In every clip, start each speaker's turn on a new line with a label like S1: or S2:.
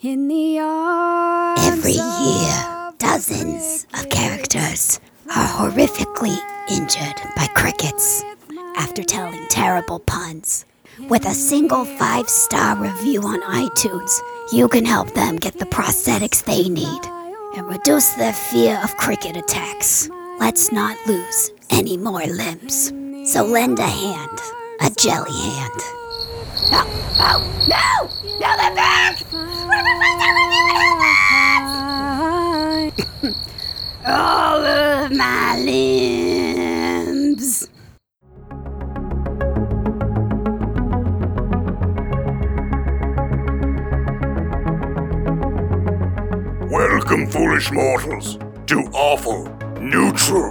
S1: In the arms
S2: Every year,
S1: of the
S2: dozens of
S1: cricket
S2: characters are horrifically injured by crickets after telling terrible puns. With a single five star review on iTunes, you can help them get the prosthetics they need and reduce their fear of cricket attacks. Let's not lose any more limbs. So lend a hand, a jelly hand. No, no, no! No, they're back!
S1: I-
S2: All of my limbs.
S3: Welcome, foolish mortals, to awful neutral.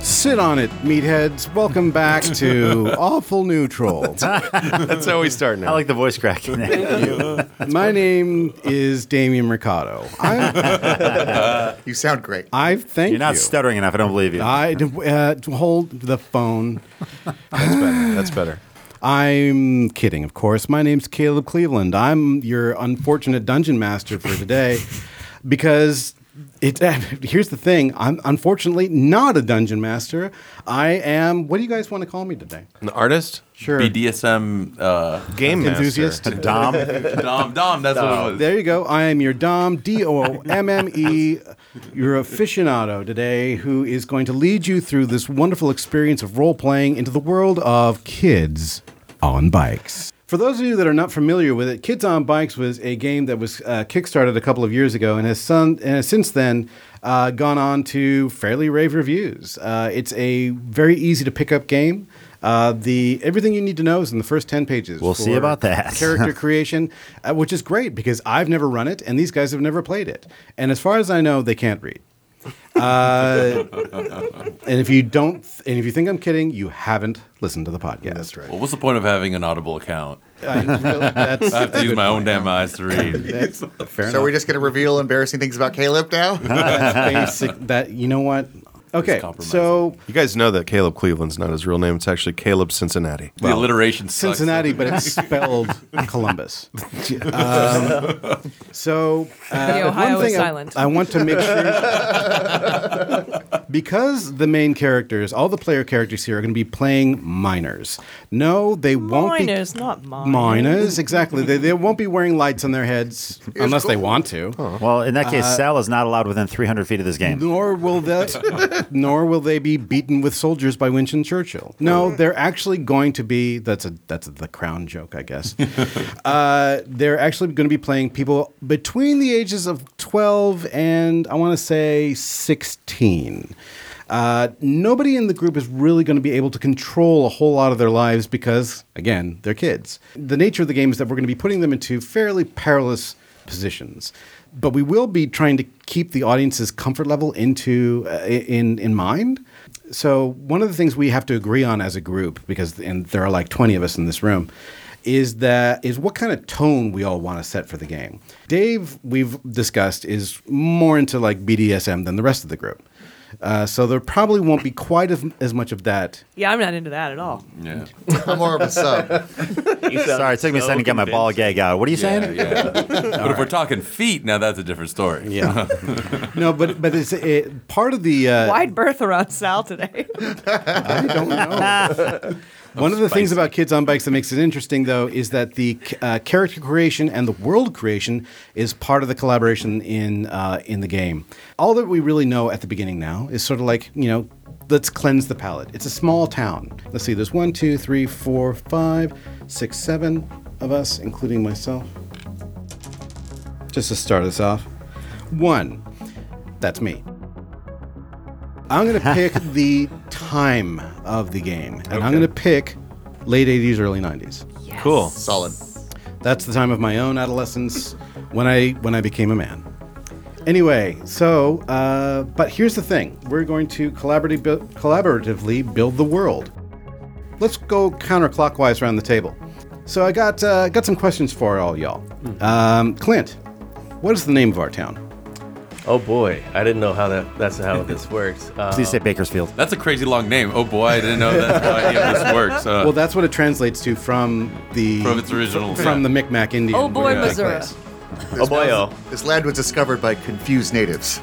S4: Sit on it, meatheads. Welcome back to Awful Neutral.
S5: That's how we start now.
S6: I like the voice crack in there.
S4: My name is Damien Mercado. I,
S7: You sound great.
S4: I thank
S6: You're not
S4: you.
S6: stuttering enough. I don't believe you.
S4: I uh, to hold the phone.
S5: That's better. That's better.
S4: I'm kidding, of course. My name's Caleb Cleveland. I'm your unfortunate dungeon master for today because it, here's the thing I'm unfortunately not a dungeon master. I am, what do you guys want to call me today?
S5: An artist?
S4: Sure.
S8: BDSM uh,
S5: Game master.
S4: Enthusiast?
S6: Dom.
S8: Dom. Dom. That's what it was.
S4: There you go. I am your Dom, D O M M E, your aficionado today, who is going to lead you through this wonderful experience of role playing into the world of kids on bikes. For those of you that are not familiar with it, Kids on Bikes was a game that was uh, kickstarted a couple of years ago and has, son- and has since then uh, gone on to fairly rave reviews. Uh, it's a very easy to pick up game. Uh, the everything you need to know is in the first ten pages.
S6: We'll see
S4: for
S6: about that.
S4: Character creation, uh, which is great because I've never run it and these guys have never played it. And as far as I know, they can't read. Uh, and if you don't, and if you think I'm kidding, you haven't listened to the podcast. That's right.
S8: Well, what's the point of having an Audible account?
S4: that's
S8: I have to use my own damn eyes to read.
S4: that's fair
S7: So
S4: enough.
S7: we're just going to reveal embarrassing things about Caleb now?
S4: That's basic. That you know what? Okay,
S8: compromising.
S4: so
S5: You guys know that Caleb Cleveland's not his real name. It's actually Caleb Cincinnati.
S8: the alliteration sucks.
S4: Cincinnati, but it's spelled Columbus. Um, so uh,
S9: The Ohio
S4: one thing
S9: is
S4: I-
S9: silent.
S4: I, want to make sure because the main characters, all the player characters here, are going to be playing minors. No, they won't be
S9: Miners, not mine.
S4: minors. Exactly, they, they won't be wearing lights on their heads unless they want to. Uh,
S6: well, in that case, Sal is not allowed within 300 feet of this game.
S4: Nor will that, nor will they be beaten with soldiers by Winston Churchill. No, they're actually going to be. That's a that's the crown joke, I guess. uh, they're actually going to be playing people between the ages of twelve and I want to say sixteen. Uh, nobody in the group is really going to be able to control a whole lot of their lives because, again, they're kids. The nature of the game is that we're going to be putting them into fairly perilous positions. But we will be trying to keep the audience's comfort level into uh, in in mind. So one of the things we have to agree on as a group, because and there are like twenty of us in this room, is that is what kind of tone we all want to set for the game. Dave, we've discussed, is more into like BDSM than the rest of the group. Uh, so there probably won't be quite as, as much of that.
S9: Yeah, I'm not into that at all.
S8: Yeah.
S7: I'm more of a sub.
S6: Sorry, it took me a second to get my ball gag out. What are you
S8: Yeah,
S6: saying?
S8: yeah. but if we're talking feet, now that's a different story.
S4: Yeah. no, but but it's it, part of the uh,
S9: Wide berth around Sal today.
S4: I don't know. One of the things about Kids on Bikes that makes it interesting, though, is that the uh, character creation and the world creation is part of the collaboration in uh, in the game. All that we really know at the beginning now is sort of like you know, let's cleanse the palate. It's a small town. Let's see. There's one, two, three, four, five, six, seven of us, including myself. Just to start us off, one. That's me. I'm going to pick the time of the game, and I'm going to pick late 80s, early 90s.
S6: Cool.
S7: Solid.
S4: That's the time of my own adolescence when I when I became a man. Anyway, so uh, but here's the thing: we're going to collaborative, bu- collaboratively build the world. Let's go counterclockwise around the table. So I got uh, got some questions for all y'all. Um, Clint, what is the name of our town?
S10: Oh boy, I didn't know how that. That's how this works. Uh,
S6: Please say Bakersfield.
S8: That's a crazy long name. Oh boy, I didn't know that's how any of this works. Uh,
S4: Well, that's what it translates to from the
S8: from its original.
S4: from the Micmac Indian.
S9: Oh, boy,
S4: where it took
S9: Missouri.
S4: place.
S10: oh boy, oh.
S7: This land was discovered by confused natives.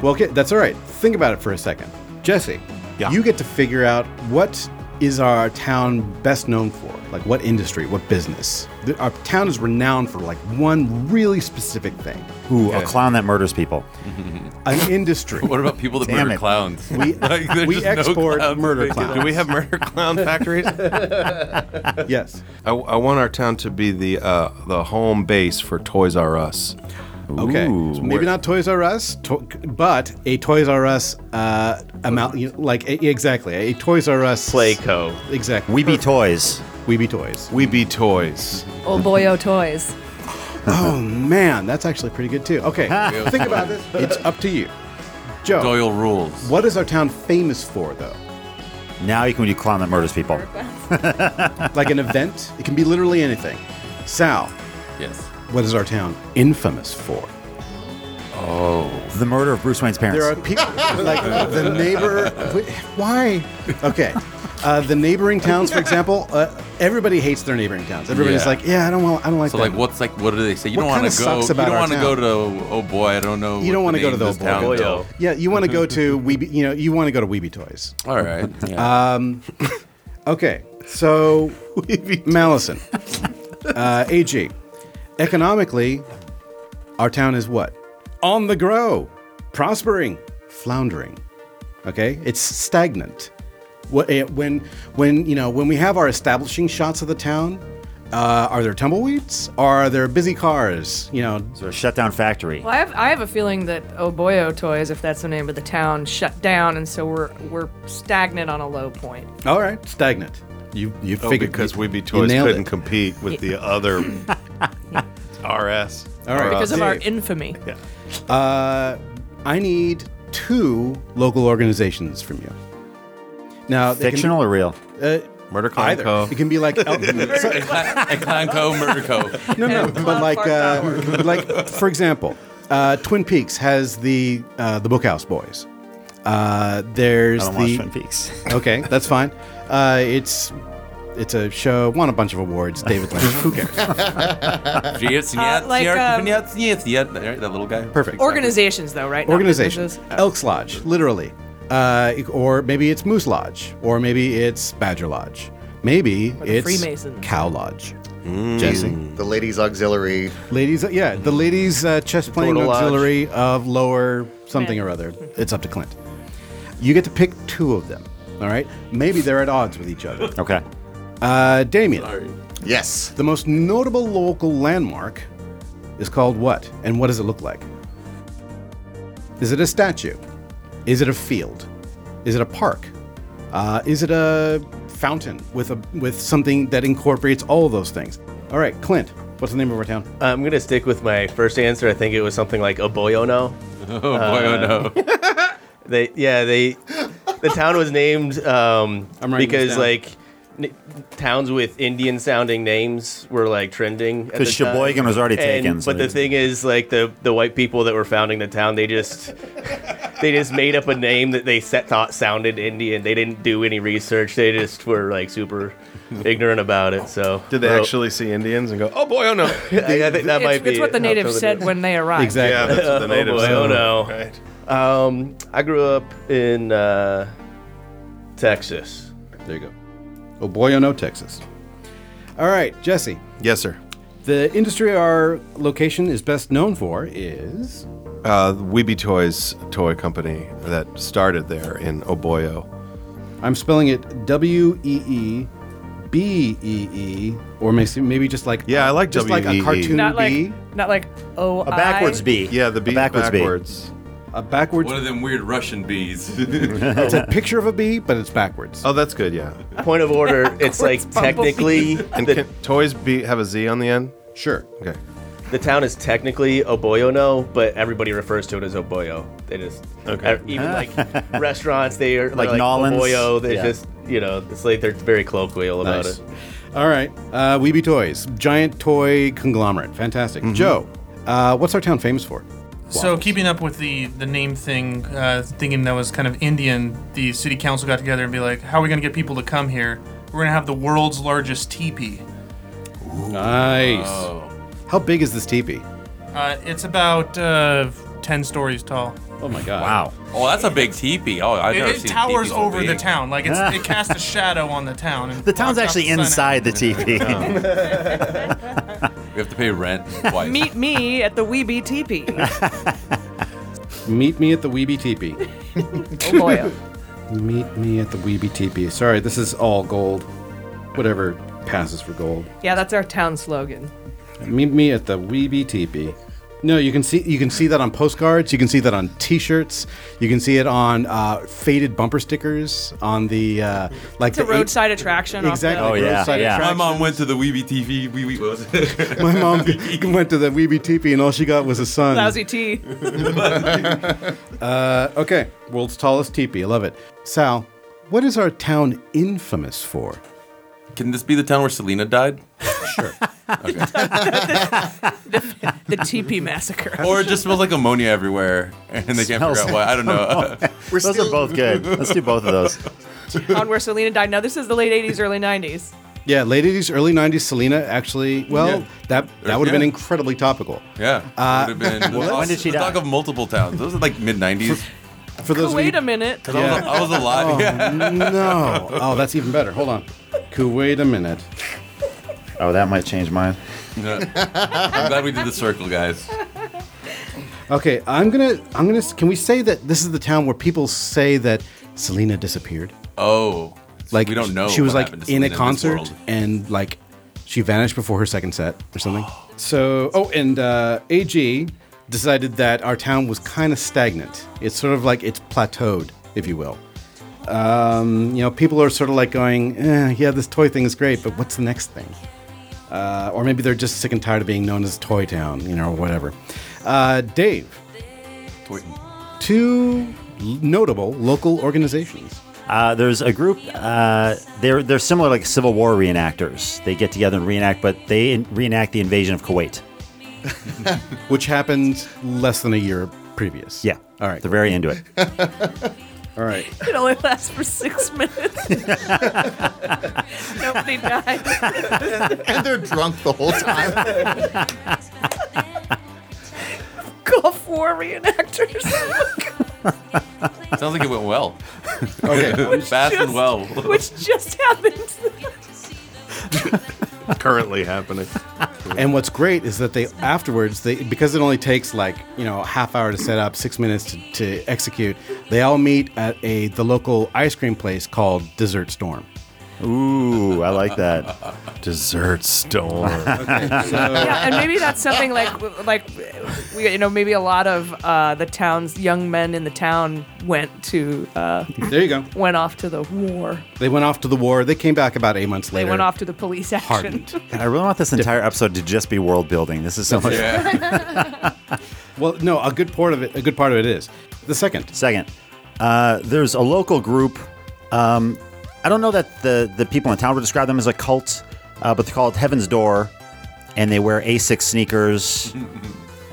S4: Well, okay, that's all right. Think about it for a second. Jesse,
S5: Yeah.
S4: you get to figure out what is our town best known for? Like what industry, what business? The, our town is renowned for like one really specific thing.
S6: Ooh, a clown that murders people.
S4: An industry.
S8: What about people that
S6: Damn
S8: murder
S6: it.
S8: clowns?
S4: We-
S8: there's
S4: we
S8: just no
S4: export
S8: clowns.
S4: murder clowns.
S5: Do we have murder clown factories? I,
S4: yes.
S5: I want our town to be the uh, the home base for Toys R Us.
S4: Okay. So maybe not Toys R Us, to- but a Toys R Us uh, amount, you know, like a, exactly a Toys R Us
S10: Playco.
S4: Exactly.
S6: We be toys.
S4: Weeby Toys.
S5: We be toys.
S9: Oh boy, oh toys.
S4: Oh man, that's actually pretty good too. Okay, think about this. It's up to you, Joe.
S8: Doyle rules.
S4: What is our town famous for, though?
S6: Now you can do clown that murders people.
S4: Like an event? It can be literally anything. Sal,
S8: Yes.
S4: what is our town infamous for?
S8: Oh.
S6: The murder of Bruce Wayne's parents.
S4: There are people like the neighbor. Why? Okay. Uh, the neighboring towns, for example, uh, everybody hates their neighboring towns. Everybody's
S8: Yeah.
S4: like, "Yeah, I don't want, I don't like
S8: So
S4: that."
S8: like, what's like? What do they say? You
S4: What
S8: don't want
S4: kinda
S8: to go.
S4: sucks about
S8: you
S4: our
S8: don't want to
S4: town?
S8: go to. Oh boy, I don't know.
S4: you don't
S8: want to
S4: go to the
S8: this
S4: old
S8: town.
S10: boy.
S8: though.
S4: yeah, you want to go to Weeby, you know, you want to go to Weeby Toys. Um,
S8: All right. Yeah.
S4: Okay, so Malison, uh, AG, economically, our town is what? On the grow, prospering, floundering. Okay, it's stagnant. What eh, when when you know when we have our establishing shots of the town? Uh, are there tumbleweeds? Are there busy cars? You know,
S6: So a shutdown factory.
S9: Well, I have, I have a feeling that Oh Boy Oh Toys, if that's the name of the town, shut down, and so we're we're stagnant on a low point.
S4: all right, stagnant. You you
S5: Oh,
S4: figured
S5: because we be
S4: you
S5: toys
S4: nailed
S5: couldn't
S4: it.
S5: compete with the other RS.
S4: All right.
S9: Because of our
S4: Dave.
S9: infamy.
S4: Uh, I need two local organizations from you. Now, Uh, they can be- Uh,
S6: Fictional or real?
S5: Murder Clown
S4: Either
S5: Co.
S4: it can be like el- so-
S8: and Clanco Murderco.
S4: no, no, but like uh, like for example, uh, Twin Peaks has the uh, the Bookhouse Boys. Uh, there's
S6: I don't watch
S4: the
S6: Twin Peaks.
S4: okay, that's fine. Uh, it's it's a show won a bunch of awards. David Lynch, who cares?
S8: Yes,
S9: like,
S8: yes,
S9: um,
S8: yes, yes, yes. Right, that little guy.
S4: Perfect.
S9: Organizations, though, right? Not
S4: organizations.
S9: businesses.
S4: Elks Lodge, literally. Uh, or maybe it's Moose Lodge, or maybe it's Badger Lodge. Maybe
S9: the
S4: it's
S9: Freemasons. Mm.
S4: Cow Lodge. Jesse.
S7: The ladies' auxiliary.
S4: Ladies, yeah, the ladies' uh, chess playing
S10: Total Lodge.
S4: auxiliary of lower something
S9: Man.
S4: or other. It's up to Clint. You get to pick two of them, all right? Maybe they're at odds with each other.
S6: Okay.
S4: Uh, Damien,
S7: Yes.
S4: the most notable local landmark is called what? And what does it look like? Is it a statue? Is it a field? Is it a park? Uh, is it a fountain with a with something that incorporates all those things? All right, Clint, what's the name of our town?
S10: I'm gonna stick with my first answer. I think it was something like Oboyono.
S8: Oh boy, oh no.
S10: They, yeah, they. The town was named um,
S4: I'm writing this
S10: because
S4: down.
S10: like n- towns with Indian-sounding names were like trending. at
S6: Because
S10: the time.
S6: Sheboygan was already
S10: And-
S6: taken. so
S10: but the
S6: they-
S10: thing is, like the the white people that were founding the town, they just they just made up a name that they set, thought sounded Indian. They didn't do any research. They just were like super ignorant about it. So
S5: Did they
S10: Well,
S5: actually see Indians and go, oh boy, oh
S10: I,
S5: no?
S10: I think that might
S9: It's,
S10: be.
S9: it's what the
S10: how
S9: natives
S10: come they
S9: said
S10: did it.
S9: when they arrived.
S4: Exactly.
S5: Yeah, that's what the
S10: Oh
S5: natives
S10: boy,
S5: said.
S10: oh no.
S5: Right.
S10: Um, I grew up in uh, Texas.
S4: There you go. Oh boy, oh no, Texas. All right, Jesse.
S5: Yes, sir.
S4: The industry our location is best known for is
S5: Uh, Weeby Toys toy company that started there in Oboyo.
S4: I'm spelling it W E E B E E, or may- maybe just like
S5: Yeah, I like
S4: just like
S9: E
S4: a
S5: WEE.
S4: cartoon
S9: Not
S4: B,
S9: like not like oh
S6: a backwards
S9: I,
S6: B.
S5: Yeah, the
S6: A
S5: beat
S6: backwards,
S5: backwards.
S6: B.
S4: a backwards.
S8: One of them weird Russian bees.
S4: It's a picture of a bee, but it's backwards.
S5: Oh, that's good. Yeah.
S10: Point of order, it's like technically
S5: And
S10: the,
S5: can toys be have a Z on the end?
S4: sure.
S5: Okay.
S10: the town is technically Oboyono, but everybody refers to it as Oboyo. They just
S5: Okay.
S10: e- even like restaurants, they are
S6: Like
S10: they're like
S6: Nolan's?
S10: Oboyo. They
S6: Yeah.
S10: just you know, it's like they're very colloquial about
S4: Nice.
S10: it.
S4: All right. Uh, Weeby Toys, giant toy conglomerate. Fantastic. Joe, uh, what's our town famous for?
S11: So keeping up with the the name thing, uh, thinking that was kind of Indian, the city council got together and be like, "How are we going to get people to come here? We're going to have the world's largest teepee.
S4: Nice.
S11: Oh.
S4: How big is this teepee?
S11: Uh, it's about uh, ten stories tall.
S4: Oh my god!
S8: Oh, that's a big teepee. Oh, I've
S11: It,
S8: never
S11: it
S8: seen
S11: towers
S8: teepees so
S11: over the
S8: big.
S11: town, like it's, it casts a shadow on the town. And
S6: The town's
S11: blocks out
S6: actually
S11: the sun.
S6: inside the teepee.
S8: Oh. We have to pay rent twice.
S9: Meet me at the Weeby Teepee.
S4: Meet me at the Weeby Teepee.
S9: Oh boy.
S4: Meet me at the Weeby Teepee. Sorry, this is all gold. Whatever passes for gold.
S9: Yeah, that's our town slogan.
S4: Meet me at the Weeby Teepee. No, you can see you can see that on postcards. You can see that on T-shirts. You can see it on uh, faded bumper stickers on the uh, like
S9: It's a
S4: the eight-
S9: roadside attraction.
S4: Exactly.
S9: Off the,
S4: roadside
S8: My
S4: attraction.
S8: mom went to the Weeby TV. Wee wee what was it?
S4: My mom went to the Weeby Teepee and all she got was a
S7: um,
S4: sun.
S9: Lousy tea.
S4: Uh, okay, world's tallest teepee. I love it. Sal, what is our town infamous for?
S8: Can this be the town where Selena died?
S9: the teepee massacre.
S8: Or it just smells like ammonia everywhere, and they can't figure out why. I don't know.
S6: those are both good. Let's do both of those.
S9: on where Selena died. Now this is the late '80s, early '90s.
S4: Yeah, late 80s, early 90s, Selena actually, well,
S8: Yeah.
S4: that, that would have been
S8: Yeah.
S4: incredibly topical.
S8: Yeah.
S4: Uh,
S8: would have been,
S4: When
S8: the-
S4: did she
S8: the Talk
S4: die?
S8: of multiple towns. Those are like mid 90s.
S4: For those of
S9: Wait
S4: you-
S9: a minute.
S8: Because I, was, I was a lot.
S4: Oh,
S8: yeah.
S4: no. Oh, that's even better. Hold on. Kuwait a minute.
S6: Oh, that might change mine.
S8: I'm glad we did the circle, guys.
S4: Okay, I'm going to, I'm going to, can we say that this is the town where people say that Selena disappeared?
S8: Oh.
S4: Like,
S8: we don't know.
S4: She was
S8: what
S4: like
S8: happened to
S4: in
S8: Selena
S4: a
S8: this
S4: concert
S8: world.
S4: and like she vanished before her second set or something. so, oh, and uh, AG decided that our town was kind of stagnant. It's sort of like it's plateaued, if you will. Um, you know, people are sort of like going, eh, yeah, this toy thing is great, but what's the next thing? Uh, or maybe they're just sick and tired of being known as Toy Town, you know, or whatever. Uh, Dave, two l- notable local organizations.
S6: Uh, there's a group. Uh, they're they're similar like Civil War reenactors. They get together and reenact, but they in- reenact the invasion of Kuwait.
S4: which happened less than a year previous.
S6: Yeah.
S4: All right.
S6: They're very into it.
S4: All right.
S9: It only lasts for six minutes. Nobody died.
S7: and they're drunk the whole time.
S9: Gulf War reenactors,
S8: Sounds like it went well.
S9: Which
S8: Fast
S9: just-
S8: and well.
S9: which just happened.
S5: Currently happening.
S4: And what's great is that they afterwards they because it only takes like you know a half hour to set up, six minutes to, to execute. They all meet at a the local ice cream place called Dessert Storm.
S6: Ooh, I like that.
S5: Dessert storm.
S9: yeah, and maybe that's something like like we, you know maybe a lot of uh, the town's young men in the town went to uh,
S4: There you go.
S9: went off to the war.
S4: They went off to the war. They came back about eight months
S9: They
S4: later.
S9: went off to the police action.
S4: hardened.
S6: I really want this entire episode to just be world building. This is so much.
S4: Well, no, a good part of it. A good part of it is the second.
S6: Second, uh, there's a local group. Um, I don't know that the, the people in town would describe them as a cult, uh, but they're called Heaven's Door, and they wear Asics sneakers,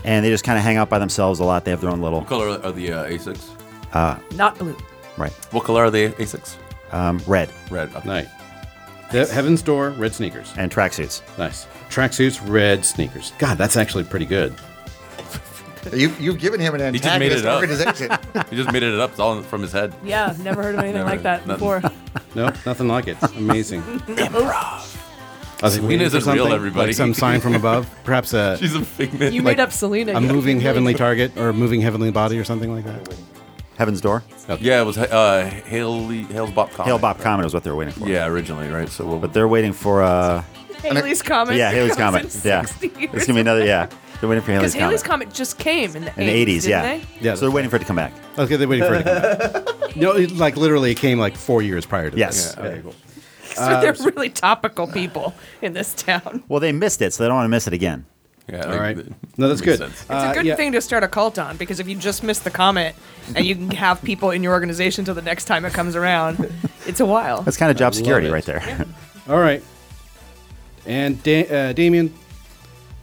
S6: and they just kind of hang out by themselves a lot. They have their own little. uh,
S8: What color are the uh, Asics?
S9: Not blue.
S6: Right.
S8: What color are the Asics?
S6: Um, red
S8: Red. Okay.
S4: Night. The Heaven's Door, red sneakers.
S6: and tracksuits.
S4: Nice. Tracksuits, red sneakers. God, that's actually pretty good.
S7: you, you've given him an
S8: He just made
S7: antagonist
S8: it up.
S7: organization.
S8: He just made it up. It's all from his head.
S9: Yeah, never heard of anything
S8: Never-
S9: like that
S8: nothing.
S9: before.
S4: Nope, nothing like it. Amazing. I was
S8: Selena
S4: waiting for
S8: isn't real,
S4: something,
S8: everybody.
S4: Like some sign from above, perhaps a,
S8: She's a figment.
S9: You
S4: Like,
S9: made up Selena.
S4: a
S9: you-
S4: moving heavenly target or a moving heavenly body or something like that.
S6: Heaven's Door.
S8: yeah, it was uh, Haley Hale's Bop Comet.
S6: Hail Bob Comet is what they're waiting for.
S8: Yeah, originally, right? So we'll.
S6: But they're waiting for. Uh,
S9: Haley's comet.
S6: yeah, Haley's
S9: comes
S6: Comet.
S9: in
S6: Yeah.
S9: 60 years.
S6: It's gonna be another. Yeah. They're waiting for Haley's
S9: Because
S6: Comet.
S9: Haley's comet just came in the
S6: in the 80s,
S9: didn't
S6: yeah.
S9: they?
S4: Yeah,
S6: So they're waiting for it to come back.
S4: Okay, they're waiting for it to come back. No, it, like literally, it came like four years prior to
S6: Yes.
S4: this. Yeah, Uh, cool.
S9: So
S6: Uh,
S9: they're really topical people in this town.
S6: Well, they missed it, so they don't want to miss it again.
S8: yeah,
S4: All right. No, that's good.
S9: It's
S4: Uh,
S9: a good
S4: yeah.
S9: thing to start a cult on because if you just miss the comet and you can have people in your organization till the next time it comes around, it's a while.
S6: That's kind of job security
S4: it.
S6: right there.
S4: All right. And da- uh, Damien,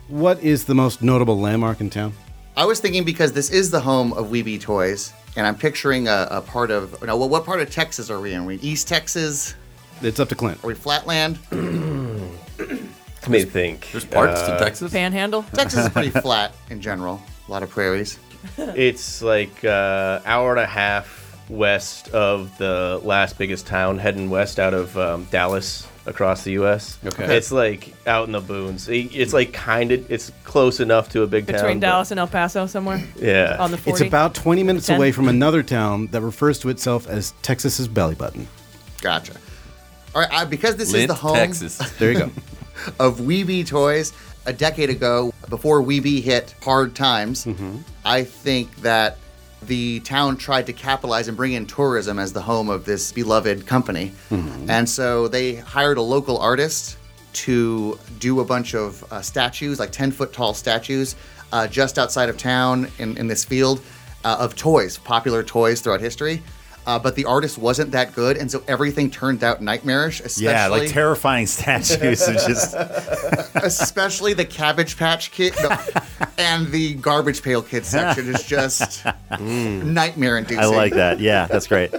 S4: what is the most notable landmark in town?
S7: I was thinking because this is the home of Weeby Toys, and I'm picturing a, a part of. Now, what, what part of Texas are we in? Are we in East Texas?
S4: It's up to Clint.
S7: Are we flatland?
S12: Let me think.
S4: Uh,
S8: There's
S12: parts
S8: to Texas?
S9: Panhandle?
S7: Texas is pretty flat in general. A lot of prairies.
S12: It's like uh, hour and a half west of the last biggest town, heading west out of um, Dallas across the U.S.
S4: Okay.
S12: It's like out in the boons. It- It's like kind of, it's close enough to a big town.
S9: Between
S12: but-
S9: Dallas and El Paso somewhere?
S12: Yeah.
S9: On the 40?
S4: It's about 20 minutes
S9: 10?
S4: away from another town that refers to itself as Texas's belly button.
S7: Gotcha. All right, I, because this is
S4: Lint,
S7: the home
S4: Texas. There you go.
S7: of Weeby Toys, a decade ago, before Weeby hit hard times,
S4: Mm-hmm.
S7: I think that the town tried to capitalize and bring in tourism as the home of this beloved company. And so they hired a local artist to do a bunch of uh, statues, like 10 foot tall statues, uh, just outside of town in, in this field uh, of toys, popular toys throughout history. Uh, but the artist wasn't that good, and so everything turned out nightmarish. Especially
S6: Yeah, like terrifying statues. and just
S7: especially the Cabbage Patch Kid no, and the Garbage Pail Kid section is just nightmare inducing.
S6: Mm. I like that. Yeah, that's great.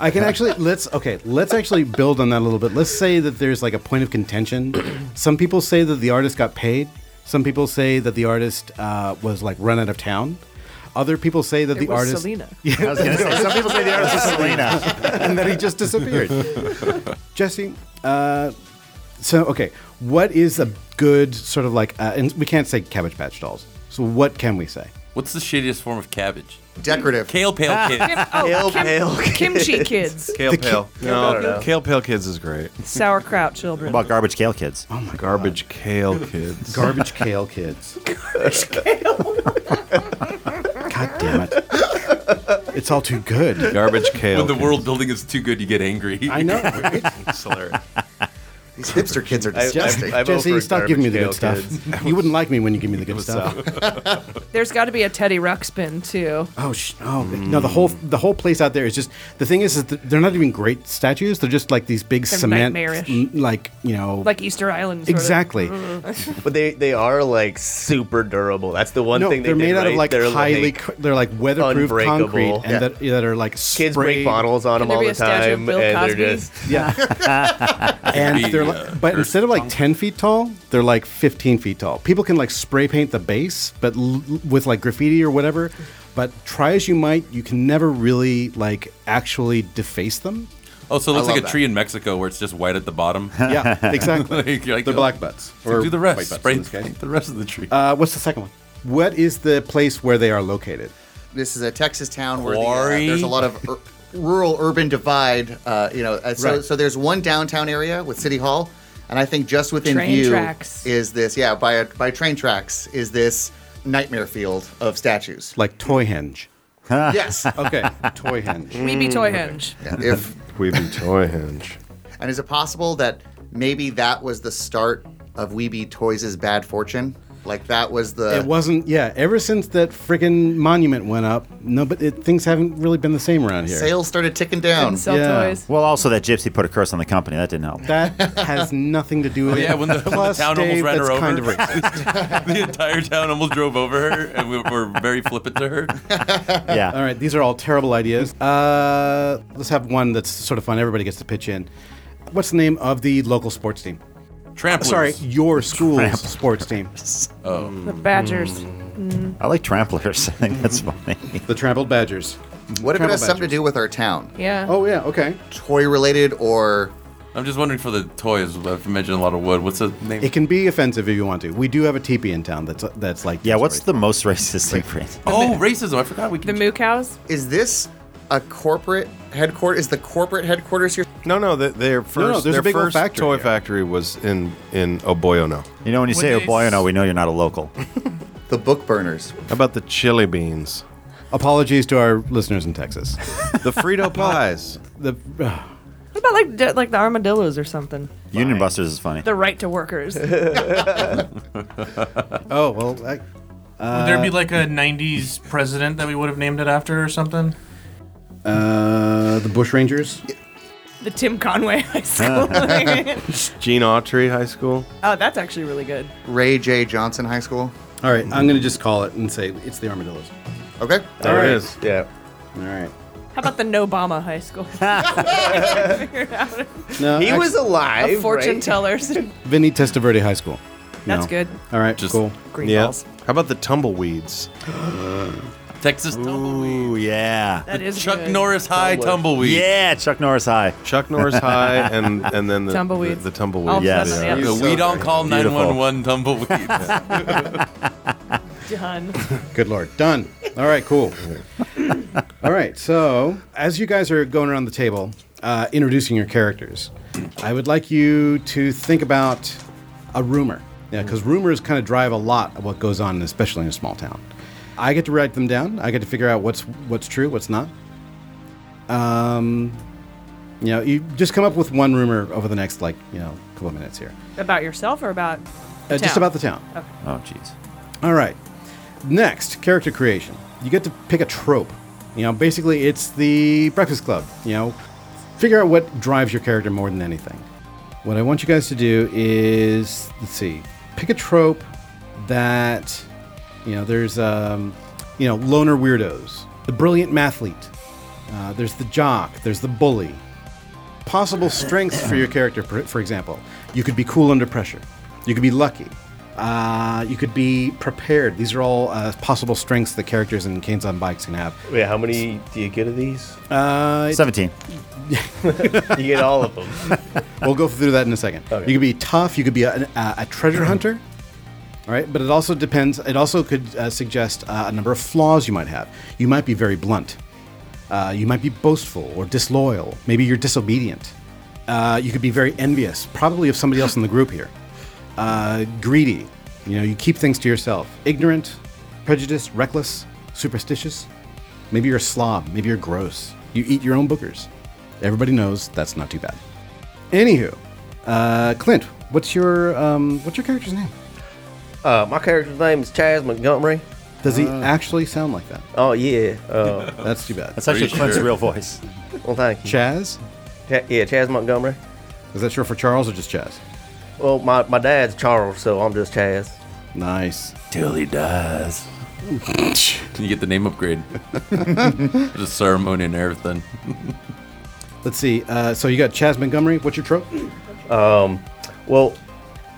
S4: I can actually let's okay, let's actually build on that a little bit. Let's say that there's like a point of contention. Some people say that the artist got paid. Some people say that the artist uh, was like run out of town. Other people say that
S9: It
S4: the
S9: was
S4: artist
S9: Selena.
S4: Yeah.
S6: I was gonna say, some people say the artist was Selena.
S4: and then he just disappeared. Jesse, uh, so okay, what is a good sort of like? Uh, and we can't say Cabbage Patch Dolls. So what can we say?
S8: What's the shittiest form of cabbage?
S7: Decorative.
S8: Kale pale kids.
S9: Kim- oh, kim- kimchi kids.
S8: Kale
S6: The
S8: pale.
S6: ki- No, no.
S5: Kale Pale Kids is great.
S9: Sauerkraut children.
S6: What about garbage kale kids?
S4: Oh my
S5: Garbage Kale Kids.
S4: Garbage Kale Kids. God damn it! It's all too good.
S5: Garbage Kale.
S8: When the world building is too good, you get angry.
S4: I know.
S8: it's hilarious.
S7: These hipster kids are
S8: I- I-
S7: disgusting.
S8: I vote
S4: Jesse,
S8: for
S4: stop giving me the good
S8: Garbage Pail
S4: stuff. You wouldn't like me when you give me the good stuff.
S9: There's got to be a Teddy Ruxpin, too.
S4: Oh, sh- oh no! The whole the whole place out there is just the thing is, is that they're not even great statues. They're just like these big
S9: They're
S4: cement,
S9: nightmarish.
S4: m- like you know,
S9: Like Easter Island. sort of. Mm.
S4: Exactly.
S12: But they, they are like super durable. That's the one
S4: no,
S12: thing they
S4: they're made
S12: did,
S4: out of
S12: right?
S4: like
S12: They're
S4: highly,
S12: like-
S4: cr- they're like weatherproof
S12: unbreakable.
S4: concrete, and
S12: Yeah.
S4: that, that are like
S12: Kids break bottles on
S9: Can
S12: them
S9: there
S12: all
S9: be
S12: the
S9: a statue of
S12: time,
S9: Bill
S12: and they're
S9: Cosby?
S12: just
S4: Yeah,
S8: Be,
S4: and they're
S8: uh,
S4: like, but instead of like ten feet tall, they're like fifteen feet tall. People can like spray paint the base, but l- with like graffiti or whatever. But try as you might, you can never really like actually deface them.
S8: Oh, so it
S4: I
S8: looks like
S4: love
S8: a
S4: that.
S8: tree in Mexico where it's just white at the bottom.
S4: Yeah, exactly.
S8: Like, you're like,
S4: The black butts,
S8: So
S4: or
S8: do the
S4: white
S8: rest.
S4: butts
S8: Spray
S4: in this case.
S8: paint the rest of the tree.
S4: Uh, what's the second one? What is the place where they are located?
S7: this is a Texas town where the, uh,
S8: Quarry.
S7: there's a lot of ur- rural urban divide. Uh, you know, uh, so
S4: Right.
S7: so there's one downtown area with City Hall, and I think just within
S9: Train
S7: view
S9: tracks.
S7: is this yeah by a, by train tracks is this nightmare field of statues.
S4: Like Toy Henge.
S7: yes.
S4: Okay, Toy Henge.
S9: Weeby Toy Henge.
S7: Yeah, if
S5: Weeby Toy Hinge.
S7: and is it possible that maybe that was the start of Weeby Toys' bad fortune? Like that was the
S4: it wasn't. Yeah, ever since that freaking monument went up, no, but it, things haven't really been the same around here.
S7: sales started ticking down.
S6: Well, also that gypsy put a curse on the company. That didn't help.
S4: That has nothing to do with
S8: Oh,
S4: it.
S8: yeah, when the, when the
S4: Plus,
S8: town almost
S4: Dave,
S8: ran
S4: that's
S8: her over.
S4: kind of racist.
S8: the entire town almost drove over her, and we were very flippant to her.
S6: yeah.
S4: All right. These are all terrible ideas. Uh, let's have one that's sort of fun. Everybody gets to pitch in. What's the name of the local sports team?
S8: Tramplers.
S4: Sorry, your school's
S6: Tramplers.
S4: sports team.
S8: Oh.
S9: The Badgers.
S6: Hmm.
S9: Mm.
S6: I like tramplers. I think that's funny.
S4: The trampled badgers.
S7: What if it
S4: Trample
S7: has something to
S4: badgers.
S7: do with our town?
S9: Yeah.
S4: Oh yeah. Okay.
S7: Toy related or
S8: I'm just wondering for the toys. I've mentioned a lot of wood. What's the name?
S4: It can be offensive if you want to. We do have a teepee in town that's that's like
S6: Yeah, what's the most racist thing for
S8: oh, racism. I forgot we
S9: The
S8: can.
S9: Moo Cows.
S7: is this a corporate headquarters? Is the corporate headquarters here?
S5: No, no, they, their first,
S4: there's
S5: their
S4: a big old
S5: first
S4: factory
S5: toy
S4: here.
S5: factory was oh in in Oboyono.
S6: You know, when you say oh
S11: Would they-
S6: Oboyono, we know you're not a local.
S7: The book burners.
S5: How about the chili beans?
S4: Apologies to our listeners in Texas.
S5: The Frito pies.
S4: The uh,
S9: What about like d- like the armadillos or something?
S6: Union Busters is funny.
S9: The right to workers. That's
S4: oh well, I,
S11: Would there be like a '90s president that we would have named it after or something?
S4: uh, the Bush Uh, Rangers.
S9: the Tim Conway High School.
S5: Gene Autry High School.
S9: oh, that's actually really good.
S7: Ray J. Johnson High School.
S4: All right, I'm going to just call it and say it's the armadillos.
S7: Okay.
S5: There it is.
S12: Yeah.
S4: All right.
S9: How about the No Obama High School? Figure it out.
S4: No, He was actually-
S12: alive,
S9: A fortune
S12: right?
S9: tellers.
S4: Vinny Testaverde High School.
S9: That's good.
S4: All right, cool.
S9: Green Yeah. balls.
S5: How about the tumbleweeds?
S8: Texas
S6: tumbleweed. Ooh, yeah.
S9: That is
S8: Chuck
S9: good.
S8: Norris High Tumbleweed.
S6: Yeah, Chuck Norris High.
S5: Chuck Norris High and and then the
S9: Tumbleweed.
S5: The, the tumbleweed.
S9: All Yes. seven, yeah.
S8: The we don't call
S5: Beautiful.
S8: 911 tumbleweed.
S9: Done.
S4: Good lord, done. All right, cool. All right, so as you guys are going around the table, uh, introducing your characters, I would like you to think about a rumor. Yeah, because rumors kind of drive a lot of what goes on, especially in a small town. I get to write them down. I get to figure out what's what's true, what's not. Um, you know, you just come up with one rumor over the next like you know couple of minutes here.
S9: About yourself or about? the
S4: Uh, just
S9: town?
S4: about the town.
S9: Okay.
S6: Oh, jeez.
S4: All right. Next, character creation. You get to pick a trope. You know, basically, it's the Breakfast Club. You know, figure out what drives your character more than anything. What I want you guys to do is, let's see, pick a trope that, you know, there's, um, you know, loner weirdos, the brilliant mathlete, uh, there's the jock, there's the bully. Possible strengths for your character, for, for example, you could be cool under pressure, you could be lucky, uh, you could be prepared. These are all uh, possible strengths that characters in Canes on Bikes can have.
S12: Wait, how many do you get of these?
S4: Uh,
S6: 17.
S12: you get all of them.
S4: we'll go through that in a second.
S12: Okay.
S4: You could be tough. You could be a, a, a treasure hunter. All right, but it also depends. It also could uh, suggest uh, a number of flaws you might have. You might be very blunt. Uh, you might be boastful or disloyal. Maybe you're disobedient. Uh, you could be very envious, probably of somebody else in the group here. Uh, greedy. You know, you keep things to yourself. Ignorant, prejudiced, reckless, superstitious. Maybe you're a slob. Maybe you're gross. You eat your own boogers. Everybody knows that's not too bad. Anywho, uh, Clint, what's your um, what's your character's name?
S12: Uh, my character's name is Chaz Montgomery.
S4: Does he
S5: Uh.
S4: actually sound like that?
S12: Oh yeah. Uh,
S4: Mm. That's too bad.
S6: That's actually Clint's real voice.
S12: Well, thank you.
S4: Chaz?
S12: Ch- yeah, Chaz Montgomery.
S4: Is that short for Charles or just Chaz?
S12: Well, my, my dad's Charles, so I'm just Chaz.
S4: Nice.
S8: Till he dies. Can you get the name upgrade? There's a ceremony and everything.
S4: Let's see. Uh, so you got Chaz Montgomery. What's your trope?
S5: Uh.
S12: Um, well,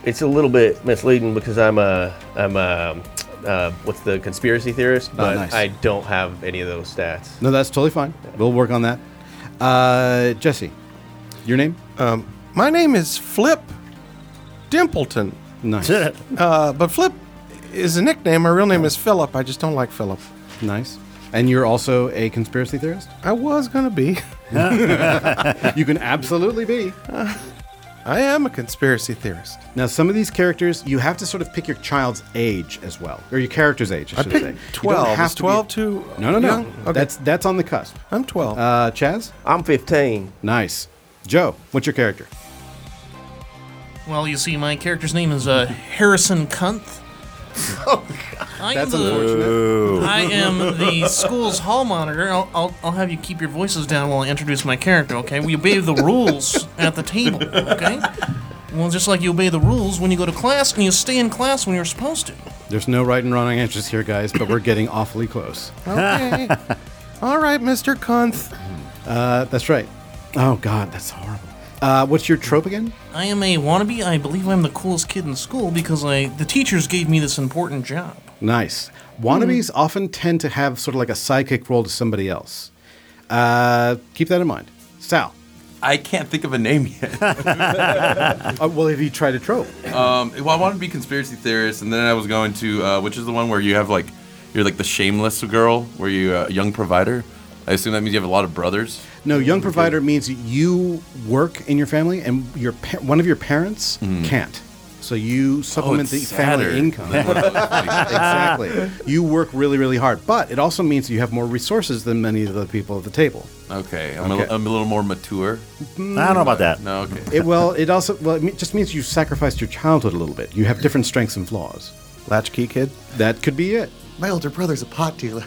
S12: it's a little bit misleading because I'm a I'm a uh, what's the conspiracy
S6: Oh,
S12: theorist, but
S4: nice.
S12: I don't have any of those stats.
S4: No, that's totally fine. We'll work on that. Uh, Jesse, your name?
S5: Um, my name is Flip Dimpleton.
S4: Nice.
S5: uh, but Flip is a nickname. My real name is Philip. I just don't like Philip.
S4: Nice. And you're also a conspiracy theorist?
S5: I was gonna be.
S4: you can absolutely be.
S5: I am a conspiracy theorist.
S4: Now, some of these characters, you have to sort of pick your child's age as well, or your character's age. I,
S5: I
S4: should
S5: picked
S4: say. You don't
S5: 12.
S4: have
S5: Is
S4: to be-
S5: 12 too
S4: No, no, no.
S5: young? Okay.
S4: That's that's on the cusp.
S5: I'm 12.
S4: Uh, Chaz,
S12: I'm 15.
S4: Nice. Joe, what's your character?
S11: Well, you see, my character's name is uh, Harrison Cunth. I am
S4: That's
S11: the-
S4: unfortunate.
S11: I am the school's hall monitor. I'll, I'll, I'll have you keep your voices down while I introduce my character, okay? We obey the rules at the table, okay? Well, just like you obey the rules when you go to class and you stay in class when you're supposed to.
S4: There's no right and wrong answers here, guys, but we're getting awfully close.
S5: Okay. All right, Mr. Kunth.
S4: Uh, that's right. Oh God, that's horrible. Uh, what's your trope again?
S11: I am a wannabe. I believe I'm the coolest kid in school because I the teachers gave me this important job.
S4: Nice. Wannabes
S8: Hmm.
S4: often tend to have sort of like a sidekick role to somebody else. Uh, keep that in mind. Sal.
S8: I can't think of a name yet.
S4: Uh, well, have you tried a trope?
S8: Um, well, I wanted to be conspiracy theorist, and then I was going to uh, which is the one where you have like you're like the shameless girl, where you uh, young provider. I assume that means you have a lot of brothers.
S4: No, young provider means you work in your family, and your pa- one of your parents can't. So you supplement
S8: Hmm. Oh, it's
S4: the
S8: sadder
S4: family income.
S8: than what I
S4: exactly. You work really, really hard, but it also means you have more resources than many of the people at the table.
S8: Okay, I'm,
S4: Okay.
S8: A, I'm a little more mature.
S4: I don't know about that.
S8: No, okay.
S4: It, well, it also well, it me- just means you sacrificed your childhood a little bit. You have different strengths and flaws.
S5: Latchkey kid.
S4: That could be it.
S7: My older brother's a pot dealer.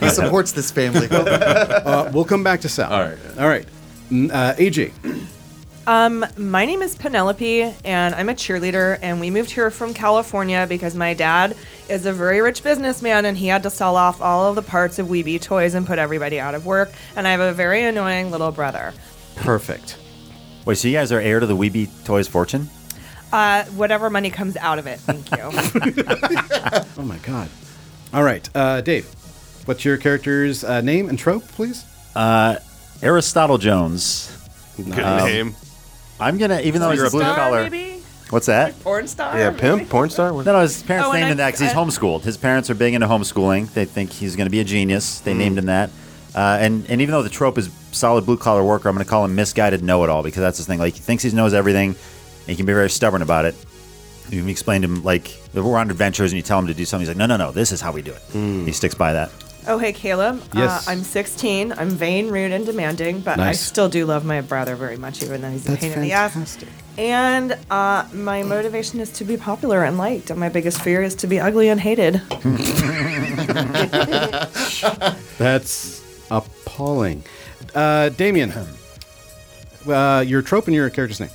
S7: he supports this family.
S4: uh, we'll come back to Sal. All right. All right. N- Uh, AJ.
S9: Um, my name is Penelope, and I'm a cheerleader, and we moved here from California because my dad is a very rich businessman, and he had to sell off all of the parts of Weeby Toys and put everybody out of work. And I have a very annoying little brother.
S4: Perfect.
S6: Wait, so you guys are heir to the Weeby Toys fortune?
S9: Uh, whatever money comes out of it, thank you.
S4: Oh my god. All right, uh, Dave. What's your character's uh, name and trope, please?
S6: Uh, Aristotle Jones.
S5: Good
S6: Um,
S5: name.
S6: I'm gonna, even though
S5: Porn
S6: he's a blue
S5: star,
S6: collar.
S9: maybe?
S6: What's that?
S9: Porn star?
S5: porn star. No,
S6: no, his parents
S9: Oh, and
S6: named him
S9: I-
S6: that because he's
S9: I-
S6: homeschooled. His parents are big into homeschooling. They think he's going to be a genius. They named him that. Uh, and and even though the trope is solid blue collar worker, I'm going to call him misguided know it all because that's his thing. Like he thinks he knows everything, and he can be very stubborn about it. You can explain to him like we're on adventures, and you tell him to do something. He's like, no, no, no, this is how we do it.
S5: Mm.
S6: He sticks by that.
S9: Oh, hey, Caleb.
S6: Yes.
S9: Uh, I'm 16. I'm vain, rude, and demanding, but I
S6: Nice.
S9: still do love my brother very much, even though he's
S6: That's
S9: a pain in the ass. And uh, my motivation is to be popular and liked, and my biggest fear is to be ugly and hated.
S4: That's appalling. Uh, Damien. Uh, your trope and your character's name.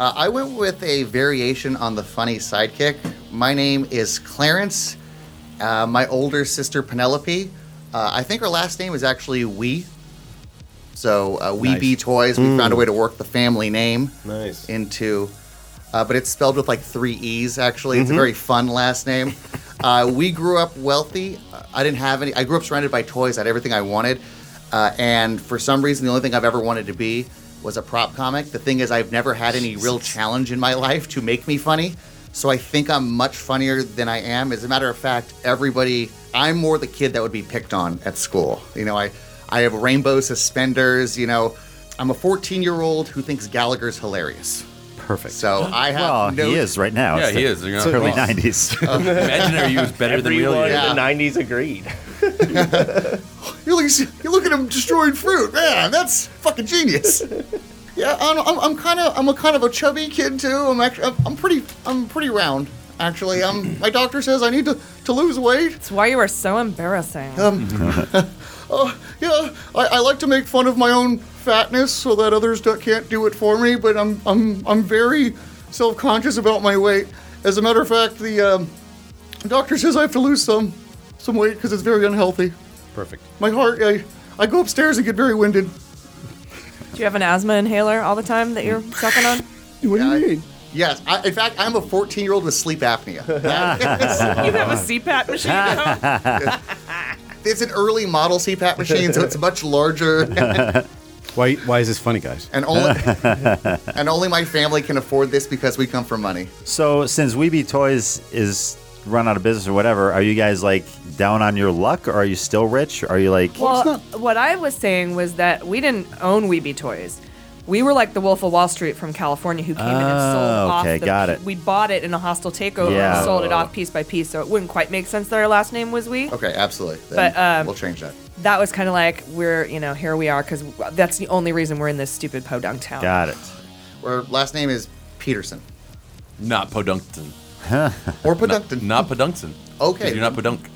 S7: Uh, I went with a variation on the funny sidekick. My name is Clarence. Uh, my older sister Penelope. Uh, I think her last name is actually Wee. So uh, Wee
S5: Nice.
S7: Bee Toys. We
S5: Mm.
S7: found a way to work the family name
S5: Nice.
S7: into, uh, but it's spelled with like three E's. Actually, it's a
S5: Mhm.
S7: very fun last name. uh, we grew up wealthy. Uh, I didn't have any. I grew up surrounded by toys. I had everything I wanted, uh, and for some reason, the only thing I've ever wanted to be was a prop comic. The thing is, I've never had any real challenge in my life to make me funny. So I think I'm much funnier than I am. As a matter of fact, everybody, I'm more the kid that would be picked on at school. You know, I, I have rainbow suspenders. You know, I'm a 14 year old who thinks Gallagher's hilarious.
S4: Perfect.
S7: So I have
S6: Well,
S7: no.
S6: he is right now.
S7: Yeah,
S6: It's
S7: he
S6: the-
S7: is. You're
S6: it's
S7: not
S6: early
S7: wrong.
S6: '90s.
S7: Imaginary you is better than real
S12: Everyone
S7: you.
S12: in the
S7: Yeah.
S12: '90s agreed.
S7: You look, you look at him destroying fruit. Man, that's fucking genius. yeah, I'm, I'm, I'm kind of I'm a kind of a chubby kid too. I'm actually I'm, I'm pretty I'm pretty round actually. I'm my doctor says I need to to lose weight. That's
S9: why you are so embarrassing.
S7: Um, uh, yeah, I, I like to make fun of my own fatness so that others do, can't do it for me. But I'm I'm I'm very self conscious about my weight. As a matter of fact, the um, doctor says I have to lose some some weight because it's very unhealthy.
S4: Perfect.
S7: My heart, I, I go upstairs and get very winded.
S9: Do you have an asthma inhaler all the time that you're sucking on?
S4: What do you mean?
S7: Yes, I, in fact, I'm a 14 year old with sleep apnea.
S9: you have a CPAP machine at home?
S7: it's an early model CPAP machine, so it's much larger.
S4: why, why is this funny, guys?
S7: And only- and only my family can afford this because we come from money.
S6: So since Weeby Toys is run out of business or whatever, are you guys like down on your luck, or are you still rich? Are you like
S9: Well, what I was saying was that we didn't own Weeby Toys. We were like the Wolf of Wall Street from California who came in and sold
S6: Oh,
S9: off.
S6: okay,
S9: the,
S6: got it.
S9: We bought it in a hostile takeover
S7: Yeah.
S9: and sold it off piece by piece, so it wouldn't quite make sense that our last name was We.
S7: Okay, absolutely. Then
S9: But, um,
S7: we'll change that.
S9: That was kind of like we're, you know, here we are because that's the only reason we're in this stupid podunk town.
S6: it.
S7: Our last name is Peterson.
S8: Not Podunkton.
S7: or Podunkton.
S8: Not, not Podunkton. 'Cause You're not Podunk.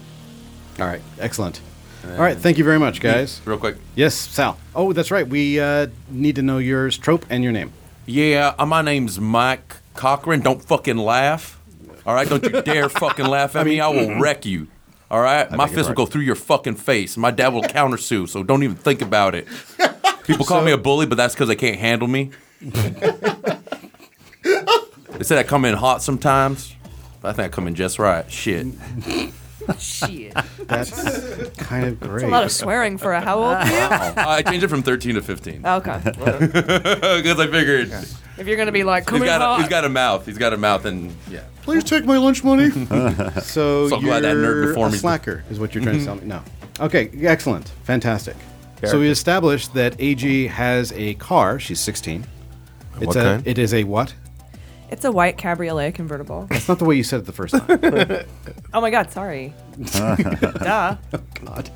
S4: All right. Excellent. All right. Thank you very much, guys.
S8: Real quick.
S4: Yes, Sal. Oh, that's right. We uh, need to know yours, trope, and your name.
S8: Yeah, uh, my name's Mike Cochran. Don't fucking laugh. All right, don't you dare fucking laugh at me. I
S4: mm-hmm.
S8: will wreck you. All right, my
S4: beg your
S8: fist will go through your fucking face. My dad will countersue, so don't even think about it. People call me a bully, but that's because they can't handle me. they said I come in hot sometimes, but I think I come in just right. Shit.
S9: Shit.
S4: That's kind of great.
S9: That's a lot of swearing for a how old kid.
S8: Wow. I changed it from 13 to 15.
S9: Okay.
S8: Because I figured
S9: If you're gonna be like,
S8: he's
S9: come in
S8: got, a,
S9: hot.
S8: he's got a mouth. He's got a mouth, and yeah.
S7: Please take my lunch money.
S4: Uh-huh. so,
S8: So
S4: you're
S8: glad that nerd before
S4: a
S8: me- Mm-hmm.
S4: slacker is what you're trying to tell me. No. Okay. Excellent. Fantastic. So
S5: Character.
S4: we established that AG has a car. She's 16. It's
S5: What
S4: a.
S5: kind?
S4: It is a what?
S9: It's a white cabriolet convertible.
S4: That's not the way you said it the first time.
S9: Oh my god, sorry. Duh.
S4: God.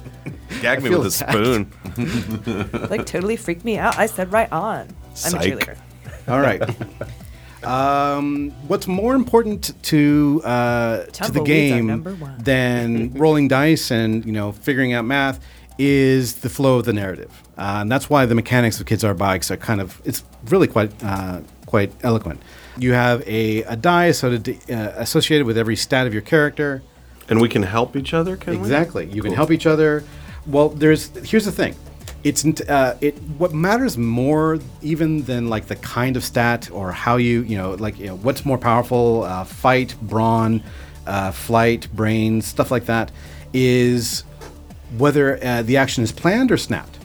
S5: Gag
S4: I
S5: me
S4: feel
S5: with a
S4: attacked.
S5: spoon.
S9: Like totally freaked me out. I said right on. I'm a
S4: Psych.
S9: cheerleader.
S4: All right. Um, what's more important to uh, to the
S9: Tumbleweeds are
S4: game
S9: number one.
S4: than rolling dice and you know figuring out math is the flow of the narrative, uh, and that's why the mechanics of Kids Are Bikes are kind of it's really quite uh, quite eloquent. You have a, a die associated, uh, associated with every stat of your character,
S5: and we can help each other. Can we?
S4: exactly. You can
S5: Cool.
S4: help each other. Well, there's here's the thing. It's n- uh, it what matters more even than like the kind of stat or how you you know like you know, what's more powerful uh, fight brawn, uh, flight brains stuff like that is whether uh, the action is planned or snapped.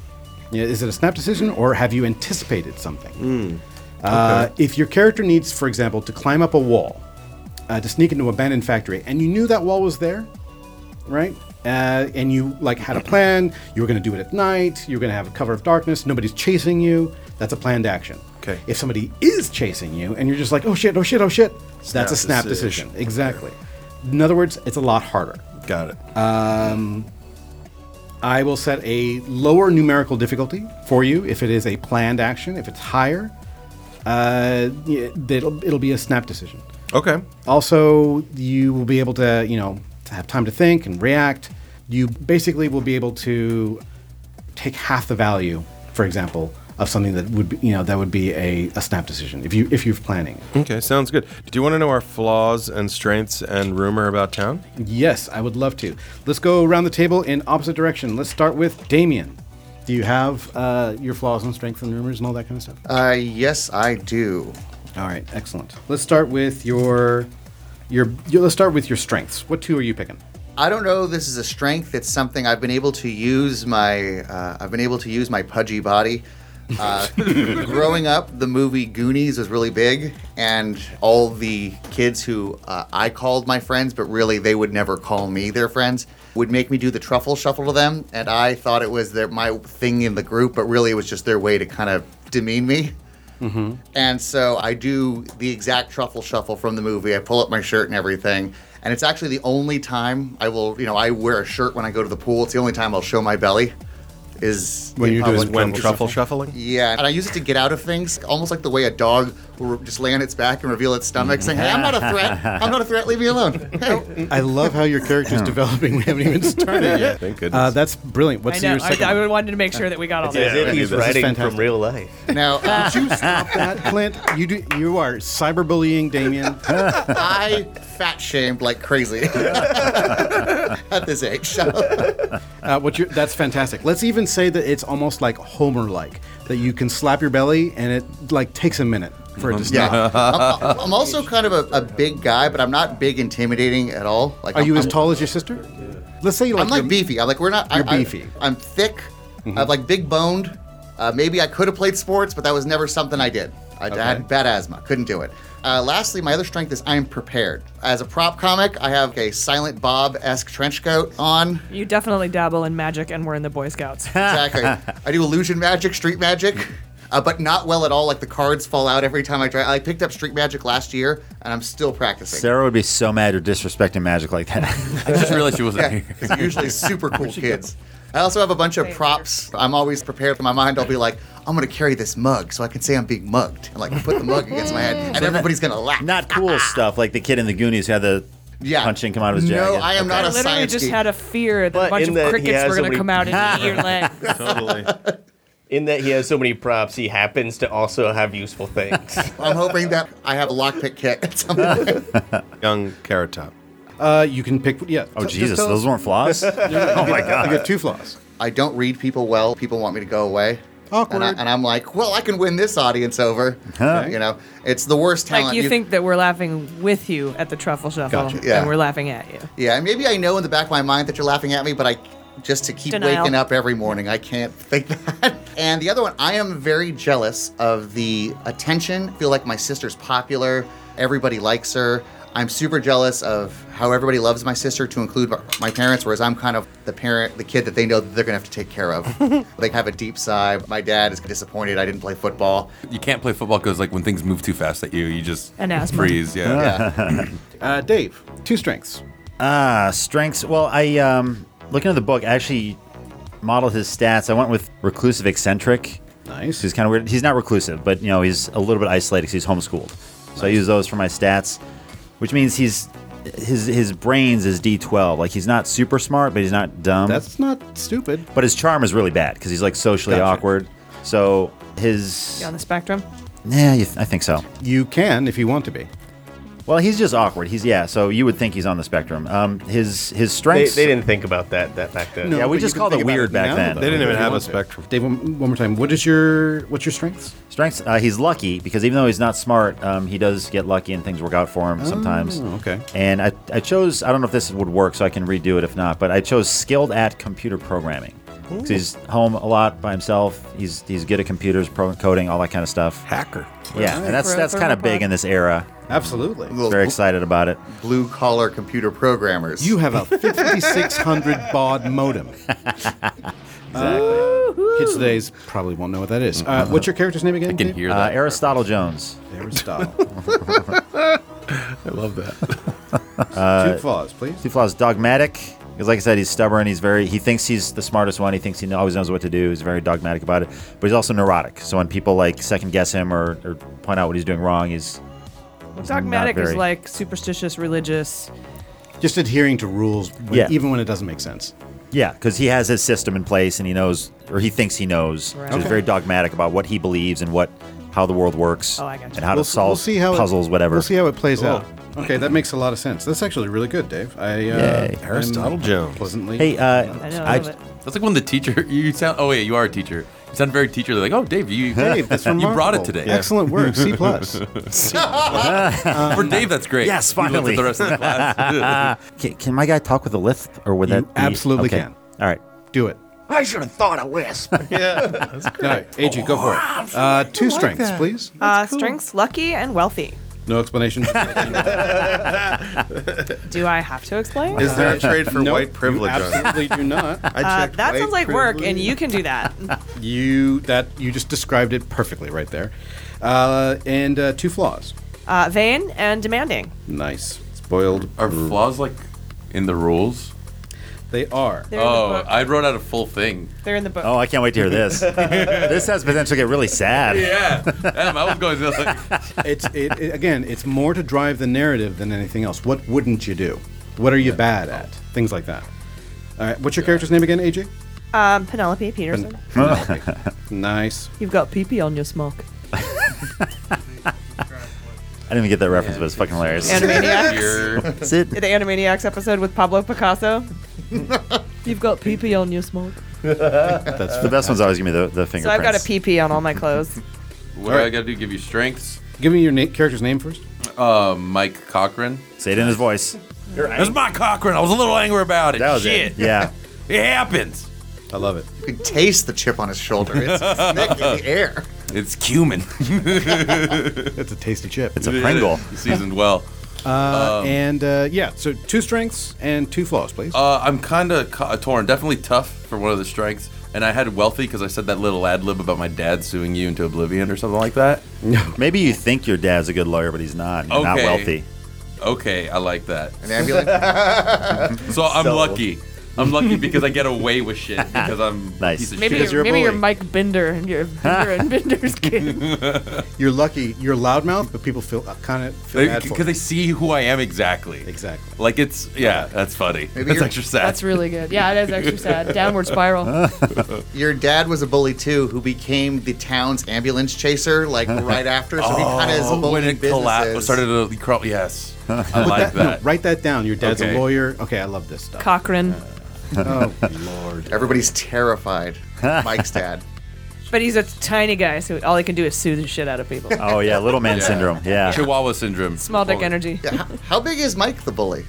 S4: You know, is it a snap decision or have you anticipated something? Uh, if your character needs, for example, to climb up a wall uh, to sneak into an abandoned factory, and you knew that wall was there, right? Uh, and you like had a plan. You were going to do it at night. You were going to have a cover of darkness. Nobody's chasing you. That's a planned action. Okay. If somebody is chasing you, and you're just like, oh shit, oh shit, oh shit,
S5: Snap
S4: that's a snap
S5: decision.
S4: decision. Exactly. In other words, it's a lot harder.
S5: Got it.
S4: Um, I will set a lower numerical difficulty for you if it is a planned action. If it's higher, uh, y- it'll, it'll be a snap decision.
S5: Okay.
S4: Also, you will be able to, you know, to have time to think and react. You basically will be able to take half the value, for example, of something that would be, you know, that would be a, a snap decision if you if you're planning.
S5: Okay, sounds good. Do you want to know our flaws and strengths and rumor about town?
S4: Yes, I would love to. Let's go around the table in opposite direction. Let's start with Damien. Do you have uh, your flaws and strengths and rumors and all that kind of stuff?
S7: Uh, yes, I do.
S4: All right, excellent. Let's start with your your, your let's start with your strengths. What two are you picking?
S7: I don't know. This is a strength. It's something I've been able to use my. Uh, I've been able to use my pudgy body. Uh, growing up, the movie Goonies was really big, and all the kids who uh, I called my friends, but really they would never call me their friends, would make me do the truffle shuffle to them, and I thought it was their my thing in the group, but really it was just their way to kind of demean me.
S13: Mm-hmm.
S7: And so I do the exact truffle shuffle from the movie. I pull up my shirt and everything. And it's actually the only time I will, you know, I wear a shirt when I go to the pool. It's the only time I'll show my belly is
S5: When
S7: in
S5: you're doing
S7: public.
S5: when truffle shuffling?
S7: Yeah, and I use it to get out of things, almost like the way a dog will re- just lay on its back and reveal its stomach, saying, "Hey, I'm not a threat. I'm not a threat. Leave me alone." Hey.
S4: I love how your character's developing. We haven't even started yet.
S5: Thank
S4: goodness. Uh, that's brilliant. What's
S9: I know.
S4: your second?
S9: I,
S4: one?
S9: I wanted to make sure that we got all
S4: It's
S9: that.
S4: as if he's This is writing from fantastic.
S12: real life.
S7: Now,
S4: Would you stop that, Clint? You do. You are cyberbullying Damien.
S7: I fat shamed like crazy at this age. So.
S4: Uh, what you that's fantastic. Let's even say that it's almost like Homer-like that you can slap your belly and it like takes a minute for it to
S7: Yeah.
S4: stop.
S7: I'm, I'm also kind of a, a big guy, but I'm not big intimidating at all. Like,
S4: Are
S7: I'm,
S4: you as
S7: I'm-
S4: tall as your sister? Let's say you like
S7: I'm like
S4: you're-
S7: beefy. I'm like we're not. I-
S4: You're
S7: I,
S4: beefy. Mm-hmm.
S7: I, am thick. I'm like big boned. Uh, maybe I could have played sports, but that was never something I did. I, I had bad asthma. Couldn't do it. Uh, lastly, my other strength is I am prepared. As a prop comic, I have a Silent Bob esque trench coat on.
S9: You definitely dabble in magic, and we're in the Boy Scouts.
S7: Exactly. I do illusion magic, street magic, uh, but not well at all. Like the cards fall out every time I try. I picked up street magic last year, and I'm still practicing.
S6: Sarah would be so mad you're disrespecting magic like that.
S7: I just realized she
S6: wasn't
S7: Yeah, it's usually super cool kids. I also have a bunch of props. I'm always prepared in my mind. I'll be like, I'm gonna carry this mug so I can say I'm being mugged, and like put the mug against my head, and everybody's gonna laugh.
S6: Not cool stuff like the kid in the Goonies who had the
S7: yeah.
S6: punching come out of his jacket.
S9: I literally just had a fear that
S12: But
S9: a bunch
S12: in
S9: of
S12: that he
S9: crickets
S12: has
S9: were going
S12: somebody-
S9: to come out and eat your leg.
S5: totally.
S12: In that he has so many props, he happens to also have useful things.
S7: I'm hoping that I have a lockpick kit at some point.
S5: Young carrot top.
S4: Uh, you can pick. Yeah.
S5: Oh, Jesus, those weren't flaws?
S4: oh my god. I got two flaws.
S7: I don't read people well. People want me to go away.
S4: Awkward.
S7: And, I, and I'm like, well, I can win this audience over. You know, it's the worst talent.
S9: Like you
S7: you've-
S9: think that we're laughing with you at the truffle shuffle,
S7: Gotcha. Yeah.
S9: and we're laughing at you.
S7: Yeah, and maybe I know in the back of my mind that you're laughing at me, but I just to keep
S9: Denial.
S7: waking up every morning, I can't think that. And the other one, I am very jealous of the attention. I feel like my sister's popular, everybody likes her. I'm super jealous of how everybody loves my sister, to include my- my parents, whereas I'm kind of the parent, the kid that they know that they're gonna have to take care of. they have a deep sigh. My dad is disappointed I didn't play football.
S8: You can't play football because like when things move too fast at you, you just
S9: An asthma.
S8: freeze. Yeah.
S4: Uh, Dave, two strengths.
S6: Ah, strengths. Well, I um looking at the book, I actually modeled his stats. I went with reclusive eccentric.
S4: Nice.
S6: He's kind of weird. He's not reclusive, but you know, he's a little bit isolated 'cause he's homeschooled. So I use those for my stats, which means he's his his brains is D12. Like he's not super smart, but he's not dumb.
S4: That's not stupid.
S6: But his charm is really bad because he's like socially
S4: Gotcha.
S6: awkward. So his
S9: You on the spectrum?
S6: yeah, you th- I think so.
S4: You can if you want to be.
S6: Well, he's just awkward. He's yeah. So you would think he's on the spectrum. Um, his his
S12: They,
S6: strengths.
S12: they didn't think about that that back then.
S6: yeah, we just called it weird back then.
S4: Dave, one, one more time. What is your what's your strengths?
S6: Strengths. Uh, he's lucky because even though he's not smart, um, he does get lucky and things work out for him sometimes.
S4: Oh, okay.
S6: And I, I chose. I don't know if this would work, so I can redo it if not. But I chose skilled at computer programming. 'Cause he's home a lot by himself. He's he's good at computers, pro coding, all that kind of stuff.
S5: Hacker.
S6: Yeah, and that's that's kind of big in this era.
S4: Absolutely.
S6: Very excited about it.
S7: Blue collar computer programmers.
S4: You have a 5600 baud modem. Uh, kids today's probably won't know what that is. Uh, what's your character's name again? Dave?
S6: Uh, Mm-hmm. Aristotle Jones.
S4: Aristotle.
S5: I love that.
S6: Uh,
S4: Two flaws, please.
S6: Two flaws. Dogmatic. Because, like I said, he's stubborn. He's very. He thinks he's the smartest one. He thinks he kn- always knows what to do. He's very dogmatic about it. But he's also neurotic. So when people like second guess him or, or point out what he's doing wrong, he's
S9: Well, dogmatic
S6: Not
S9: is
S6: very.
S9: like superstitious, religious.
S4: Just adhering to rules, when-
S6: Yeah.
S4: even when it doesn't make sense.
S6: yeah, because he has his system in place and he knows, or he thinks he knows.
S4: Right.
S6: So he's
S4: Okay.
S6: very dogmatic about what he believes and what how the world
S8: Oh,
S6: works. And how
S4: We'll
S6: to
S4: s-
S6: solve
S4: we'll see how it-
S6: puzzles, whatever.
S4: We'll see how it plays
S6: Cool.
S4: out. Okay, that makes a lot of sense. That's actually really good, Dave. I uh,
S6: Yay.
S4: I'm
S5: Aristotle Jones.
S4: pleasantly.
S6: Hey, uh,
S9: I know, I love it.
S8: That's like when the teacher. You sound. Oh wait, you are a teacher. You sound very teacher. They're like, oh, Dave, you.
S4: Dave, that's
S8: you brought it
S4: remarkable.
S8: today.
S4: Excellent work. C plus. Uh-huh.
S8: For Dave, that's great.
S6: Yes,
S8: He looked at
S6: finally.
S8: the rest of the class.
S6: can, can my guy talk with a lisp, or would
S4: You
S6: that be-
S4: absolutely
S6: okay.
S4: can.
S6: All right.
S4: Do it.
S13: I should have thought of Wisp.
S8: yeah.
S4: All right, AG, go for it. Uh, two strengths, please.
S9: Uh, Strengths, lucky, and wealthy.
S4: No explanation.
S9: Do I have to explain?
S5: Is there a trade for
S4: Nope,
S5: white privilege?
S4: Uh, You absolutely do not.
S5: I
S9: Uh,
S5: checked
S9: that
S5: white
S9: sounds like work, and
S5: privilege.
S9: you can do that.
S4: You that you just described it perfectly right there. Uh, and uh, two flaws.
S9: Uh, vain and demanding.
S4: Nice. Spoiled.
S8: Are flaws like in the rules?
S4: They are.
S9: They're in the
S8: Oh,
S9: book.
S8: I wrote out a full thing.
S9: They're in the book.
S6: Oh, I can't wait to hear this. this has potential to get really sad.
S8: Yeah. Damn, I was going to like,
S4: it's it, it- again. It's more to drive the narrative than anything else. What wouldn't you do? What are you bad at? Things like that. All right. What's your character's name again, AJ?
S9: Um, Penelope Peterson.
S4: nice.
S9: You've got pee pee on your smock.
S6: I didn't even get that reference, but it's fucking hilarious.
S9: Animaniacs.
S6: That's it.
S9: The Animaniacs episode with Pablo Picasso. You've got pee pee on your smock.
S6: That's the best one's always gonna be the, the fingerprints.
S9: So I've got a pee pee on all my clothes.
S8: what do I got to do? Give you strengths?
S4: Give me your na- character's name first.
S8: Uh, Mike Cochran.
S6: Say it in his voice.
S8: That's Mike Cochran. I was a little angry about it.
S6: That was
S8: Shit.
S6: it. Yeah.
S8: It happens.
S4: I love it.
S7: You can taste the chip on his shoulder. It's, it's Nick in the air.
S8: It's cumin.
S4: That's a tasty chip.
S6: It's a Pringle.
S8: Seasoned well. Um,
S4: Uh, and uh, yeah, so two strengths and two flaws, please.
S8: Uh, I'm kind of ca- torn. Definitely tough for one of the strengths. And I had wealthy because I said that little ad lib about my dad suing you into oblivion or something like that.
S6: Maybe you think your dad's a good lawyer, but he's not. He's not
S8: Okay.
S6: wealthy.
S8: Okay, I like that.
S7: An ambulance.
S8: So I'm
S6: So-
S8: lucky. I'm lucky because I get away with shit because I'm a
S6: Nice.
S8: piece of
S9: Maybe
S8: shit.
S9: you're, maybe you're Mike Binder and you're Binder and Binder's kid.
S4: You're lucky. You're loudmouth, but people feel uh, kind of feel bad for
S8: because they
S4: you.
S8: see who I am exactly.
S4: Exactly.
S8: Like it's yeah, that's funny. that's
S7: you're-
S8: extra sad.
S13: That's really good. Yeah, it is extra sad. Downward spiral.
S7: Your dad was a bully too, who became the town's ambulance chaser, like right after. So he kind of is
S8: oh, when
S7: bullying
S8: it collapsed,
S7: businesses.
S8: started to crawl. Yes, I like that.
S4: Write that down. Your dad's
S8: Okay.
S4: a lawyer. Okay, I love this stuff.
S9: Cochran.
S4: oh lord.
S7: Everybody's terrified. Mike's dad.
S9: But he's a tiny guy, so all he can do is soothe the shit out of people.
S6: Oh yeah, little man
S8: Yeah.
S6: syndrome. Yeah.
S8: Chihuahua syndrome.
S9: Small dick
S8: Holy-
S9: energy.
S7: Yeah, how, how big is Mike the bully?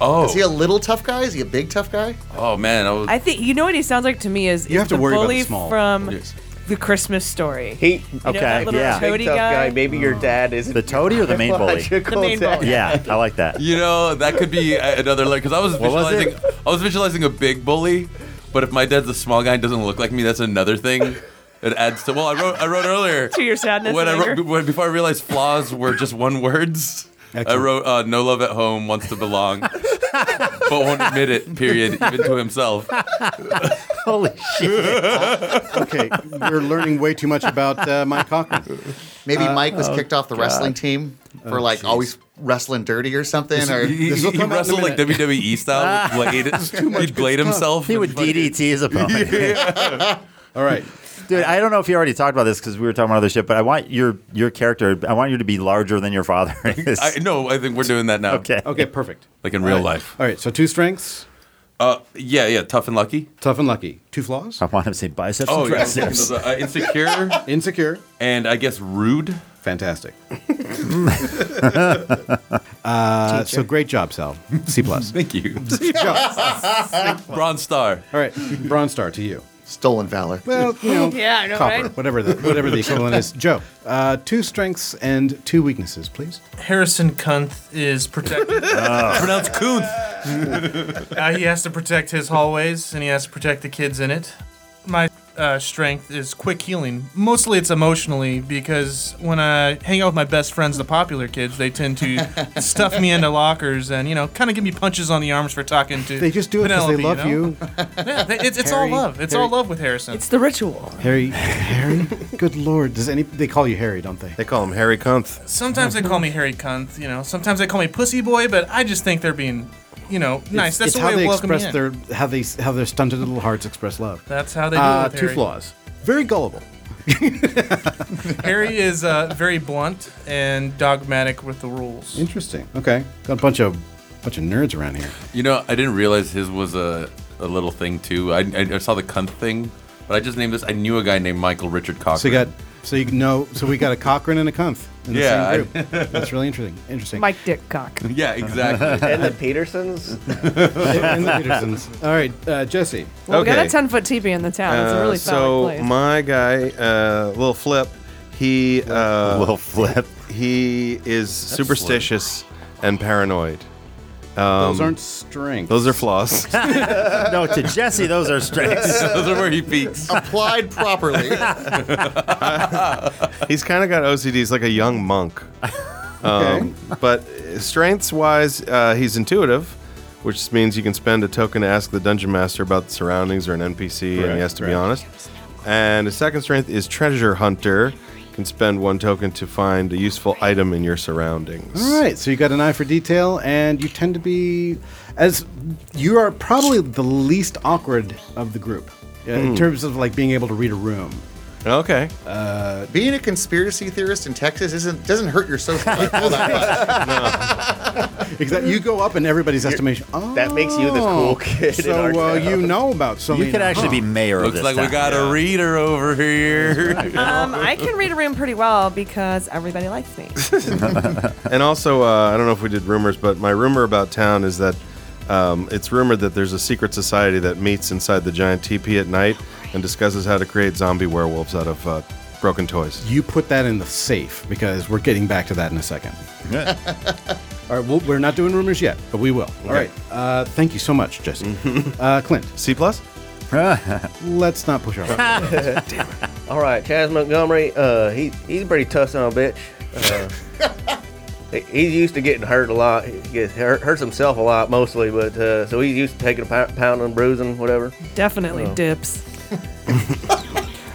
S8: Oh,
S7: Is he a little tough guy? Is he a big tough guy?
S8: oh man, I was,
S9: I think you know what he sounds like to me is,
S4: You
S9: is
S4: have to
S9: the
S4: worry about the
S9: bully
S4: small.
S9: from
S8: Yes.
S9: the Christmas story.
S12: He
S9: You know, that
S6: Okay,
S9: little
S6: yeah.
S12: big
S9: toady
S12: tough guy.
S9: guy.
S12: Maybe your dad isn't
S6: The toady or the main bully?
S12: biological
S9: The main
S12: dad.
S9: bully.
S6: Yeah, I like that.
S8: you know, that could be a- another because I was
S6: What was it?
S8: visualizing. I was visualizing a big bully, but if my dad's a small guy and doesn't look like me, that's another thing. It adds to. Well, I wrote. I wrote earlier.
S9: To your sadness
S8: When I
S9: and
S8: wrote,
S9: anger.
S8: when, before I realized flaws were just one words, I
S4: Excellent.
S8: wrote uh, "No love at home, wants to belong, but won't admit it." Period, even to himself.
S6: Holy shit.
S4: Okay, you're learning way too much about uh, Oh, Mike Cochran.
S7: Maybe Mike was kicked off the wrestling team. for like always wrestling dirty or something. Or
S8: he, he, he wrestled like
S4: E
S8: WWE style. with blade. He'd blade himself.
S6: He would DDT his opponent.
S4: All right.
S6: Dude, I don't know if you already talked about this because we were talking about other shit, but I want your your character. I want you to be larger than your father. is.
S8: I, no, I think we're doing that now.
S6: Okay.
S4: Okay, perfect.
S8: Like in real
S4: All right.
S8: life.
S4: All right, so two strengths.
S8: Uh, yeah, yeah. Tough and lucky.
S4: Tough and lucky. Two flaws.
S6: I want him to say biceps
S8: Oh,
S6: and
S8: yeah.
S6: triceps.
S8: Uh, insecure.
S4: Insecure.
S8: And I guess rude.
S4: Fantastic. uh, so
S8: Teacher.
S4: great job, Sal. C plus.
S8: Thank you.
S4: Bronze
S8: star.
S4: All right, bronze star to you.
S7: Ah. Stolen valor.
S4: Well, you know,
S13: Yeah, I know,
S4: copper,
S13: right?
S4: whatever the whatever the equivalent is. Joe, uh, two strengths and two weaknesses, please.
S11: Harrison Kunth is protected.
S4: Ah.
S11: Pronounced Kunth. uh, he has to protect his hallways and he has to protect the kids in it. My uh, strength is quick healing. Mostly it's emotionally because when I hang out with my best friends, the popular kids, they tend to stuff me into lockers and, you know, kind of give me punches on the arms for talking to
S4: They just do it 'cause they
S11: Penelope,
S4: love
S11: you.
S4: you.
S11: know? yeah, they- it's, it's all
S13: Harry-
S11: love. It's all
S13: Harry-
S11: love with Harrison. It's
S9: the ritual.
S4: Harry, Harry. Good lord, does any they call you Harry, don't they? They
S5: call him Harry Kunth.
S11: Sometimes they call me Harry Cunt, you know. Sometimes they call me Pussy Boy, but I just think they're being, you know, nice. That's
S4: it's
S11: the
S4: how
S11: way
S4: they
S11: of welcoming
S4: express
S11: in.
S4: their how they how their stunted little hearts express love.
S11: That's how they do
S4: uh,
S11: it with
S4: Two
S11: Harry.
S4: flaws. Very gullible.
S11: Harry is uh, very blunt and dogmatic with the rules.
S4: Interesting. Okay, got a bunch of bunch of nerds around here.
S8: You know, I didn't realize his was a, a little thing too. I, I, I saw the cunt thing, but I just named this. I knew a guy named Michael Richard Cochran.
S4: So you got so you know so we got a Cochrane and a Kunth in the
S8: Yeah, I-
S4: same group. That's really interesting. Interesting.
S1: Mike Dickcock.
S8: Yeah, exactly.
S12: and the Petersons.
S4: and the Petersons. All right, uh, Jesse.
S1: Well,
S5: Well, we
S1: we
S5: got
S1: got
S5: Okay.
S1: a
S5: a
S1: 10 foot teepee in the town. it's a
S5: Uh,
S1: really
S5: so
S1: solid place.
S5: my guy, uh, little Flip, he uh,
S6: little Flip,
S5: he is superstitious and paranoid.
S4: Those
S5: Um,
S4: aren't strengths.
S5: Those are flaws.
S6: no, Oh, to Jesse, those are strengths.
S8: those are where he peaks.
S7: Applied properly.
S5: He's kind of got OCD. He's like a young monk. Um, But strengths wise, uh, he's intuitive, which means you can spend a token to ask the dungeon master about the surroundings or an NPC, and
S4: Correct,
S5: he has to be
S4: correct.
S5: honest. And his second strength is treasure hunter. Can spend one token to find a useful item in your surroundings.
S4: All right, so you got an eye for detail, and you tend to be as you are probably the least awkward of the group uh, in
S5: Hmm.
S4: terms of like being able to read a room.
S5: Okay.
S4: Uh,
S7: Being a conspiracy theorist in Texas isn't doesn't hurt your social life all that much.
S4: Exactly. You go up in everybody's estimation. Oh,
S12: that makes you the cool kid in
S4: So
S12: our
S4: uh,
S12: town.
S4: you know about so
S6: You could actually be mayor of
S8: Looks
S6: this
S8: like we
S6: town.
S8: got a reader over here.
S9: Um, I can read a room pretty well because everybody likes me.
S5: and also, uh, I don't know if we did rumors, but my rumor about town is that um, it's rumored that there's a secret society that meets inside the giant teepee at night and discusses how to create zombie werewolves out of uh, broken toys.
S4: You put that in the safe because we're getting back to that in a second. All right, well, we're not doing rumors yet, but we will. All
S5: Okay.
S4: right. Uh, thank you so much, Jesse. uh, Clint.
S5: C plus.
S4: Let's not push our. buttons.
S12: All right, Chaz Montgomery. Uh, he he's a pretty tough son of a bitch. Uh, he- he's used to getting hurt a lot. He gets hurt, hurts himself a lot mostly, but uh, so he's used to taking a pound, pounding, bruising, whatever.
S9: Definitely
S12: Oh.
S9: dips.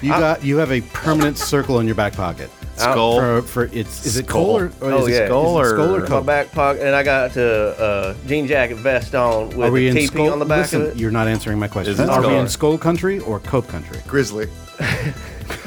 S4: you got. You have a permanent circle in your back pocket.
S5: Skull.
S4: For, for it's is it Cole or, or
S12: oh
S4: is
S12: yeah,
S4: it skull or, skull or
S12: my
S4: Cole?
S12: back pocket, and I got a uh, jean jacket vest on with
S4: Are we
S12: a
S4: in
S12: TP
S4: skull?
S12: on the back
S4: Listen,
S12: of it.
S4: you're not answering my question.
S12: it
S4: Are we
S12: skull?
S4: in skull country or cope country?
S7: Grizzly.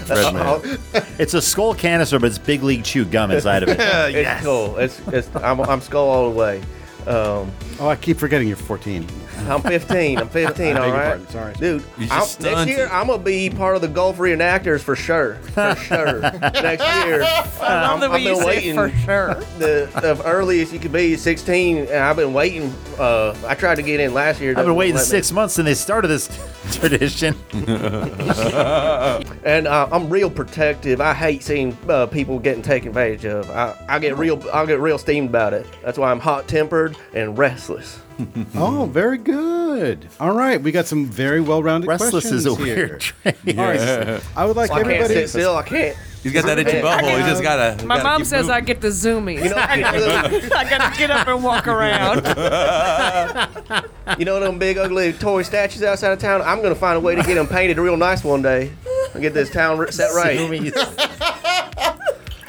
S6: Red man. It's a skull canister, but it's big league chew gum inside of it.
S12: it's cool. It's, it's I'm, I'm skull all the way. Um,
S4: Oh, I keep forgetting you're 14.
S12: I'm 15. I'm 15.
S4: I beg
S12: all
S4: your
S12: right,
S4: pardon, sorry.
S12: dude.
S4: You just
S12: I'm- next
S4: stunted.
S12: year, I'm gonna be part of the Gulf reenactors for sure. For sure. next year,
S9: I love
S12: I'm-
S9: the way
S12: I've
S9: you
S12: been
S9: say it,
S12: waiting.
S9: for sure.
S12: The, the earliest you could be is 16, and I've been waiting. Uh, I tried to get in last year.
S6: I've
S12: doesn't
S6: been waiting
S12: let me.
S6: six months and they started this tradition.
S12: and uh, I'm real protective. I hate seeing uh, people getting taken advantage of. I, I get real, I get real steamed about it. That's why I'm hot tempered and restless.
S4: oh, very good. All right, we got some very well-rounded
S12: Restless
S4: questions
S12: is a
S4: here.
S12: weird trait.
S4: All right,
S8: Yeah.
S4: I would like
S12: I can't
S4: everybody.
S12: sit still. I can't.
S8: He's got that itchy
S12: I
S8: butthole. He
S12: can't-
S8: just gotta.
S12: You
S13: My
S12: gotta
S13: mom
S12: keep
S13: says I get the zoomies. I, gotta, I gotta get up and walk around.
S12: You know them big ugly toy statues outside of town? I'm gonna find a way to get them painted real nice one day. And get this town r- set right.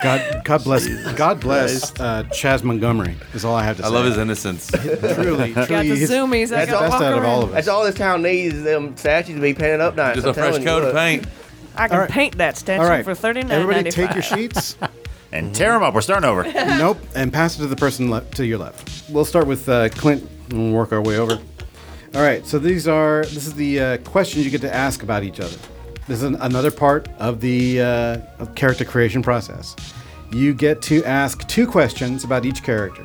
S4: God, God bless, God bless uh, Chaz Montgomery. Is all I have to
S8: I
S4: say.
S8: love his innocence.
S4: truly, truly,
S8: Got
S12: the
S4: he's-
S12: zoomies, I
S4: That's the
S12: gotta
S4: best
S12: walk
S4: out of all of us.
S12: That's all this town needs is them statues to be painted up nice.
S8: Just
S12: I'm
S8: a fresh
S12: telling you,
S8: coat of
S12: look.
S8: paint.
S9: I can
S12: All right.
S9: paint that statue
S4: All right.
S9: for thirty nine.
S4: Everybody take your sheets.
S6: and tear them up. We're starting over.
S4: nope, and pass it to the person left to your left. We'll start with uh, Clint and work our way over. All right, so these are this is the uh, questions you get to ask about each other. This is an, another part of the uh, of character creation process. You get to ask two questions about each character.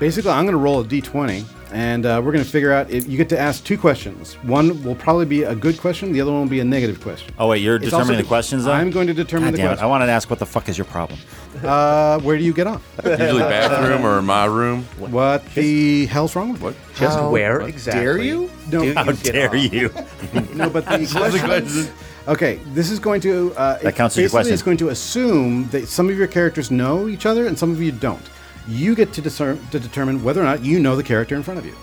S4: Basically, I'm going to roll a d20, and uh, we're going to figure out. If you get to ask two questions. One will probably be a good question. The other one will be a negative question.
S6: Oh wait, you're
S4: It's also
S6: determining the
S4: the-
S6: questions. Though?
S4: I'm going to determine
S6: God
S4: the
S6: damn it,
S4: questions.
S6: I wanted to ask what the fuck is your problem?
S4: Uh, where do you get off?
S8: Usually bathroom or my room.
S4: What the hell's wrong with what?
S8: Just How where dare exactly you?
S4: No,
S8: do you How get dare off? you?
S4: no, but the
S8: Those are the
S4: question.
S8: questions.
S4: Okay, this is going to. Uh,
S6: That
S4: it
S6: counts as your
S4: basically
S6: question.
S4: It's going to assume that some of your characters know each other and some of you don't. You get to discern to determine whether or not you know the character in front of you. Do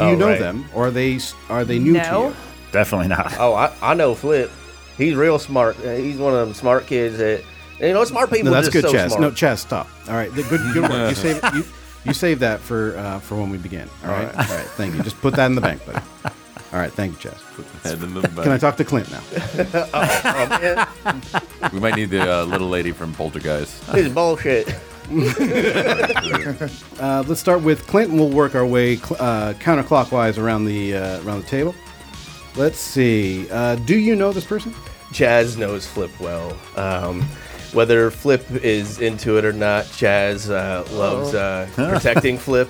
S12: Oh,
S4: you know
S12: right.
S4: them, or are they s- are they new to
S12: No.
S4: you?
S6: Definitely not.
S12: Oh, I, I know Flip. He's real smart. Uh, He's one of them smart kids that you know smart people.
S4: no, that's
S12: are just
S4: good,
S12: so
S4: Chess.
S12: Smart.
S4: No, Chess, stop. All right, the- good, good work. You save you, you save that for uh, for when we begin. All right, all right. Thank you. Just put that in the bank, buddy. All right, thank you, Chess.
S8: Head in the Oh,
S4: Can I talk to Clint now? Oh,
S8: We might need the uh, little lady from Poltergeist.
S12: This is bullshit.
S4: Uh, let's start with Clint, and we'll work our way cl- uh, counterclockwise around the uh, around the table. Let's see. Uh, do you know this person?
S12: Chaz knows Flip well. Um, whether Flip is into it or not, Chaz uh, loves uh,
S6: Oh.
S12: protecting Flip,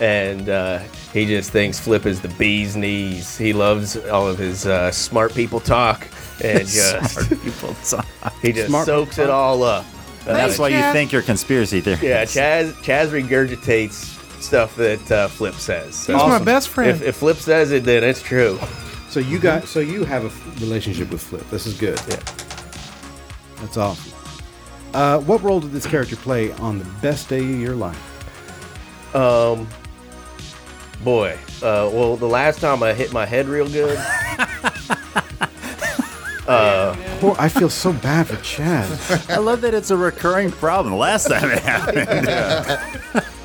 S12: and uh, he just thinks Flip is the bee's knees. He loves all of his uh, smart people talk, and just
S6: Smart people talk.
S12: he just
S6: Smart
S12: soaks it
S6: people.
S12: all up.
S6: And that's why you think you're conspiracy theory.
S12: Yeah, Chaz Chaz regurgitates stuff that uh, Flip says.
S4: He's my Awesome. best friend.
S12: If, if Flip says it, then it's true.
S4: So you got. So you have a f- relationship with Flip. This is good. Yeah. That's awesome. Uh, what role did this character play on the best day of your life?
S12: Um, boy. Uh, well, the last time I hit my head real good. uh,
S4: Poor, I feel so bad for Chaz.
S6: I love that it's a recurring problem. Last time it happened.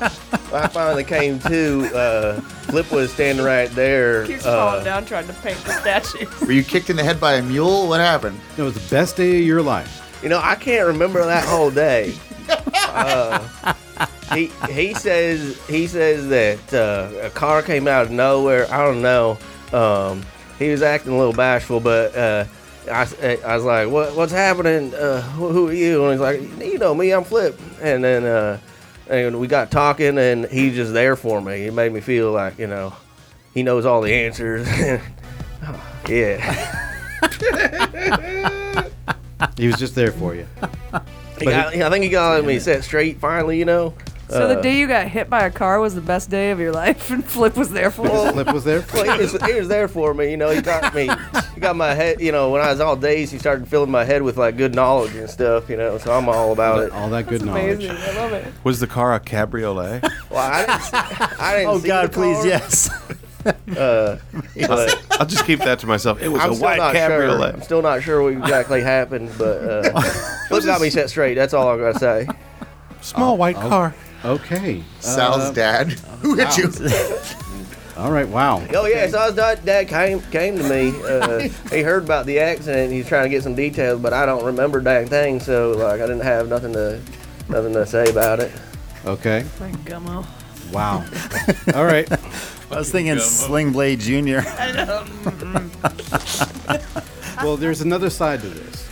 S12: I finally came to. Uh, Flip was standing right there.
S9: Keeps falling
S12: Uh,
S9: down trying to paint the statues.
S7: Were you kicked in the head by a mule? What happened?
S4: No, it was the best day of your life.
S12: you know, I can't remember that whole day. Uh, he he says he says that uh, a car came out of nowhere. I don't know. Um, he was acting a little bashful, but uh, I, I was like, "What what's happening? Uh, who, who are you?" And he's like, "You know me, I'm Flip." And then uh, and we got talking, and he's just there for me. He made me feel like you know he knows all the answers. yeah.
S4: He was just there for you.
S12: He got- I think he got me set straight finally, you know.
S1: So
S12: Uh,
S1: the day you got hit by a car was the best day of your life, and Flip was there for
S12: Well,
S1: it.
S4: Flip was there.
S12: Well, he was, he was there for me, you know. He got me, he got my head. You know, when I was all dazed, he started filling my head with like good knowledge and stuff. You know, so I'm all about it.
S4: All that good knowledge.
S1: Amazing, I love it.
S5: Was the car a cabriolet?
S12: Well, I didn't, see- I didn't
S6: oh
S12: see
S6: God,
S12: the
S6: please,
S12: car,
S6: yes.
S12: Uh, but
S5: I'll just keep that to myself. It was
S12: I'm
S5: a
S12: still
S5: white
S12: not sure.
S5: cabriolet.
S12: I'm still not sure what exactly happened, but uh, Flip got me set straight. That's all I gotta say.
S5: Small white
S6: Oh,
S5: car.
S4: Okay.
S6: Uh,
S7: Sal's dad. Who hit you?
S4: All right. Wow.
S12: Oh yeah, so I was, dad, dad came came to me. Uh, he heard about the accident. He's trying to get some details, but I don't remember dang thing. So like, I didn't have nothing to nothing to say about it.
S4: Okay.
S1: Like Gummo.
S4: Wow. All right.
S6: I was thinking Sling Blade Jr.
S9: Mm-hmm.
S4: Well, there's another side to this.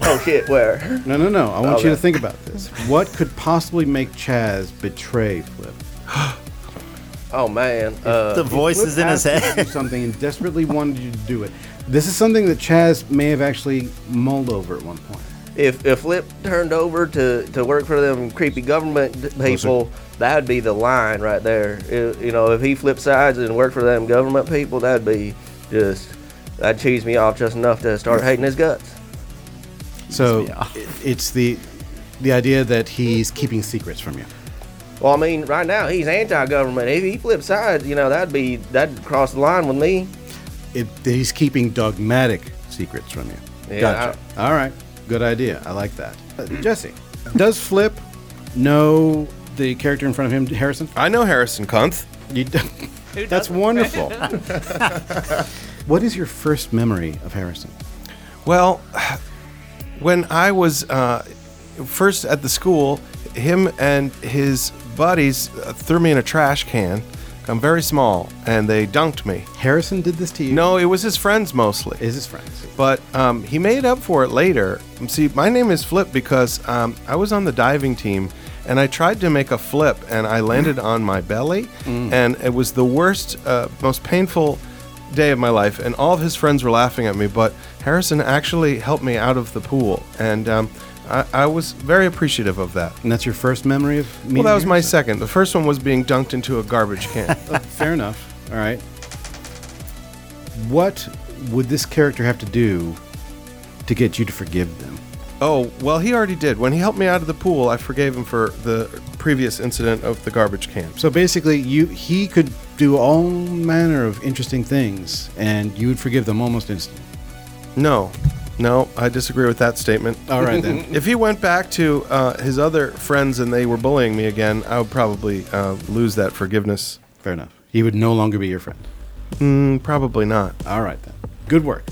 S12: Oh shit, where?
S4: No, no, no. I want you to
S12: Okay.
S4: think about this. What could possibly make Chaz betray Flip?
S12: Oh man. Uh,
S6: the voice
S4: Flip
S6: is in his
S4: asked you
S6: head.
S4: to do something and desperately wanted you to do it. This is something that Chaz may have actually mulled over at one point.
S12: if if Flip turned over to, to work for them creepy government d- people, that'd be the line right there. I- you know, if he flipped sides and worked for them government people, that'd be just that'd cheese me off just enough to start hating his guts.
S4: So it- it's the the idea that he's keeping secrets from you.
S12: Well, I mean, right now he's anti-government. If he flipped sides, you know, that'd be that'd cross the line with me.
S4: It, that he's keeping dogmatic secrets from you.
S12: Yeah,
S4: gotcha. All right. Good idea. I like that. Uh, Jesse. Does Flip know the character in front of him, Harrison?
S5: I know Harrison Kunth.
S4: You d- That's wonderful. what is your first memory of Harrison?
S5: Well, when I was uh, first at the school, him and his buddies uh, threw me in a trash can. I'm very small, and they dunked me.
S4: Harrison did this to you?
S5: No, it was his friends mostly.
S4: Is his friends?
S5: But um, he made up for it later. See, my name is Flip because um, I was on the diving team, and I tried to make a flip, and I landed on my belly,
S4: Mm.
S5: and it was the worst, uh, most painful day of my life, and all of his friends were laughing at me. But Harrison actually helped me out of the pool, and um, I, I was very appreciative of that.
S4: And that's your first memory of me?
S5: Well, that was my second. The first one was being dunked into a garbage can.
S4: Uh, Fair enough. All right. What would this character have to do to get you to forgive them?
S5: Oh, well, he already did. When he helped me out of the pool, I forgave him for the previous incident of the garbage can.
S4: So basically, you he could do all manner of interesting things, and you would forgive them almost instantly.
S5: No, no, I disagree with that statement.
S4: All right, then.
S5: if he went back to uh, his other friends and they were bullying me again, I would probably uh, lose that forgiveness.
S4: Fair enough. He would no longer be your friend.
S5: Mm, probably not.
S4: All right, then. Good work.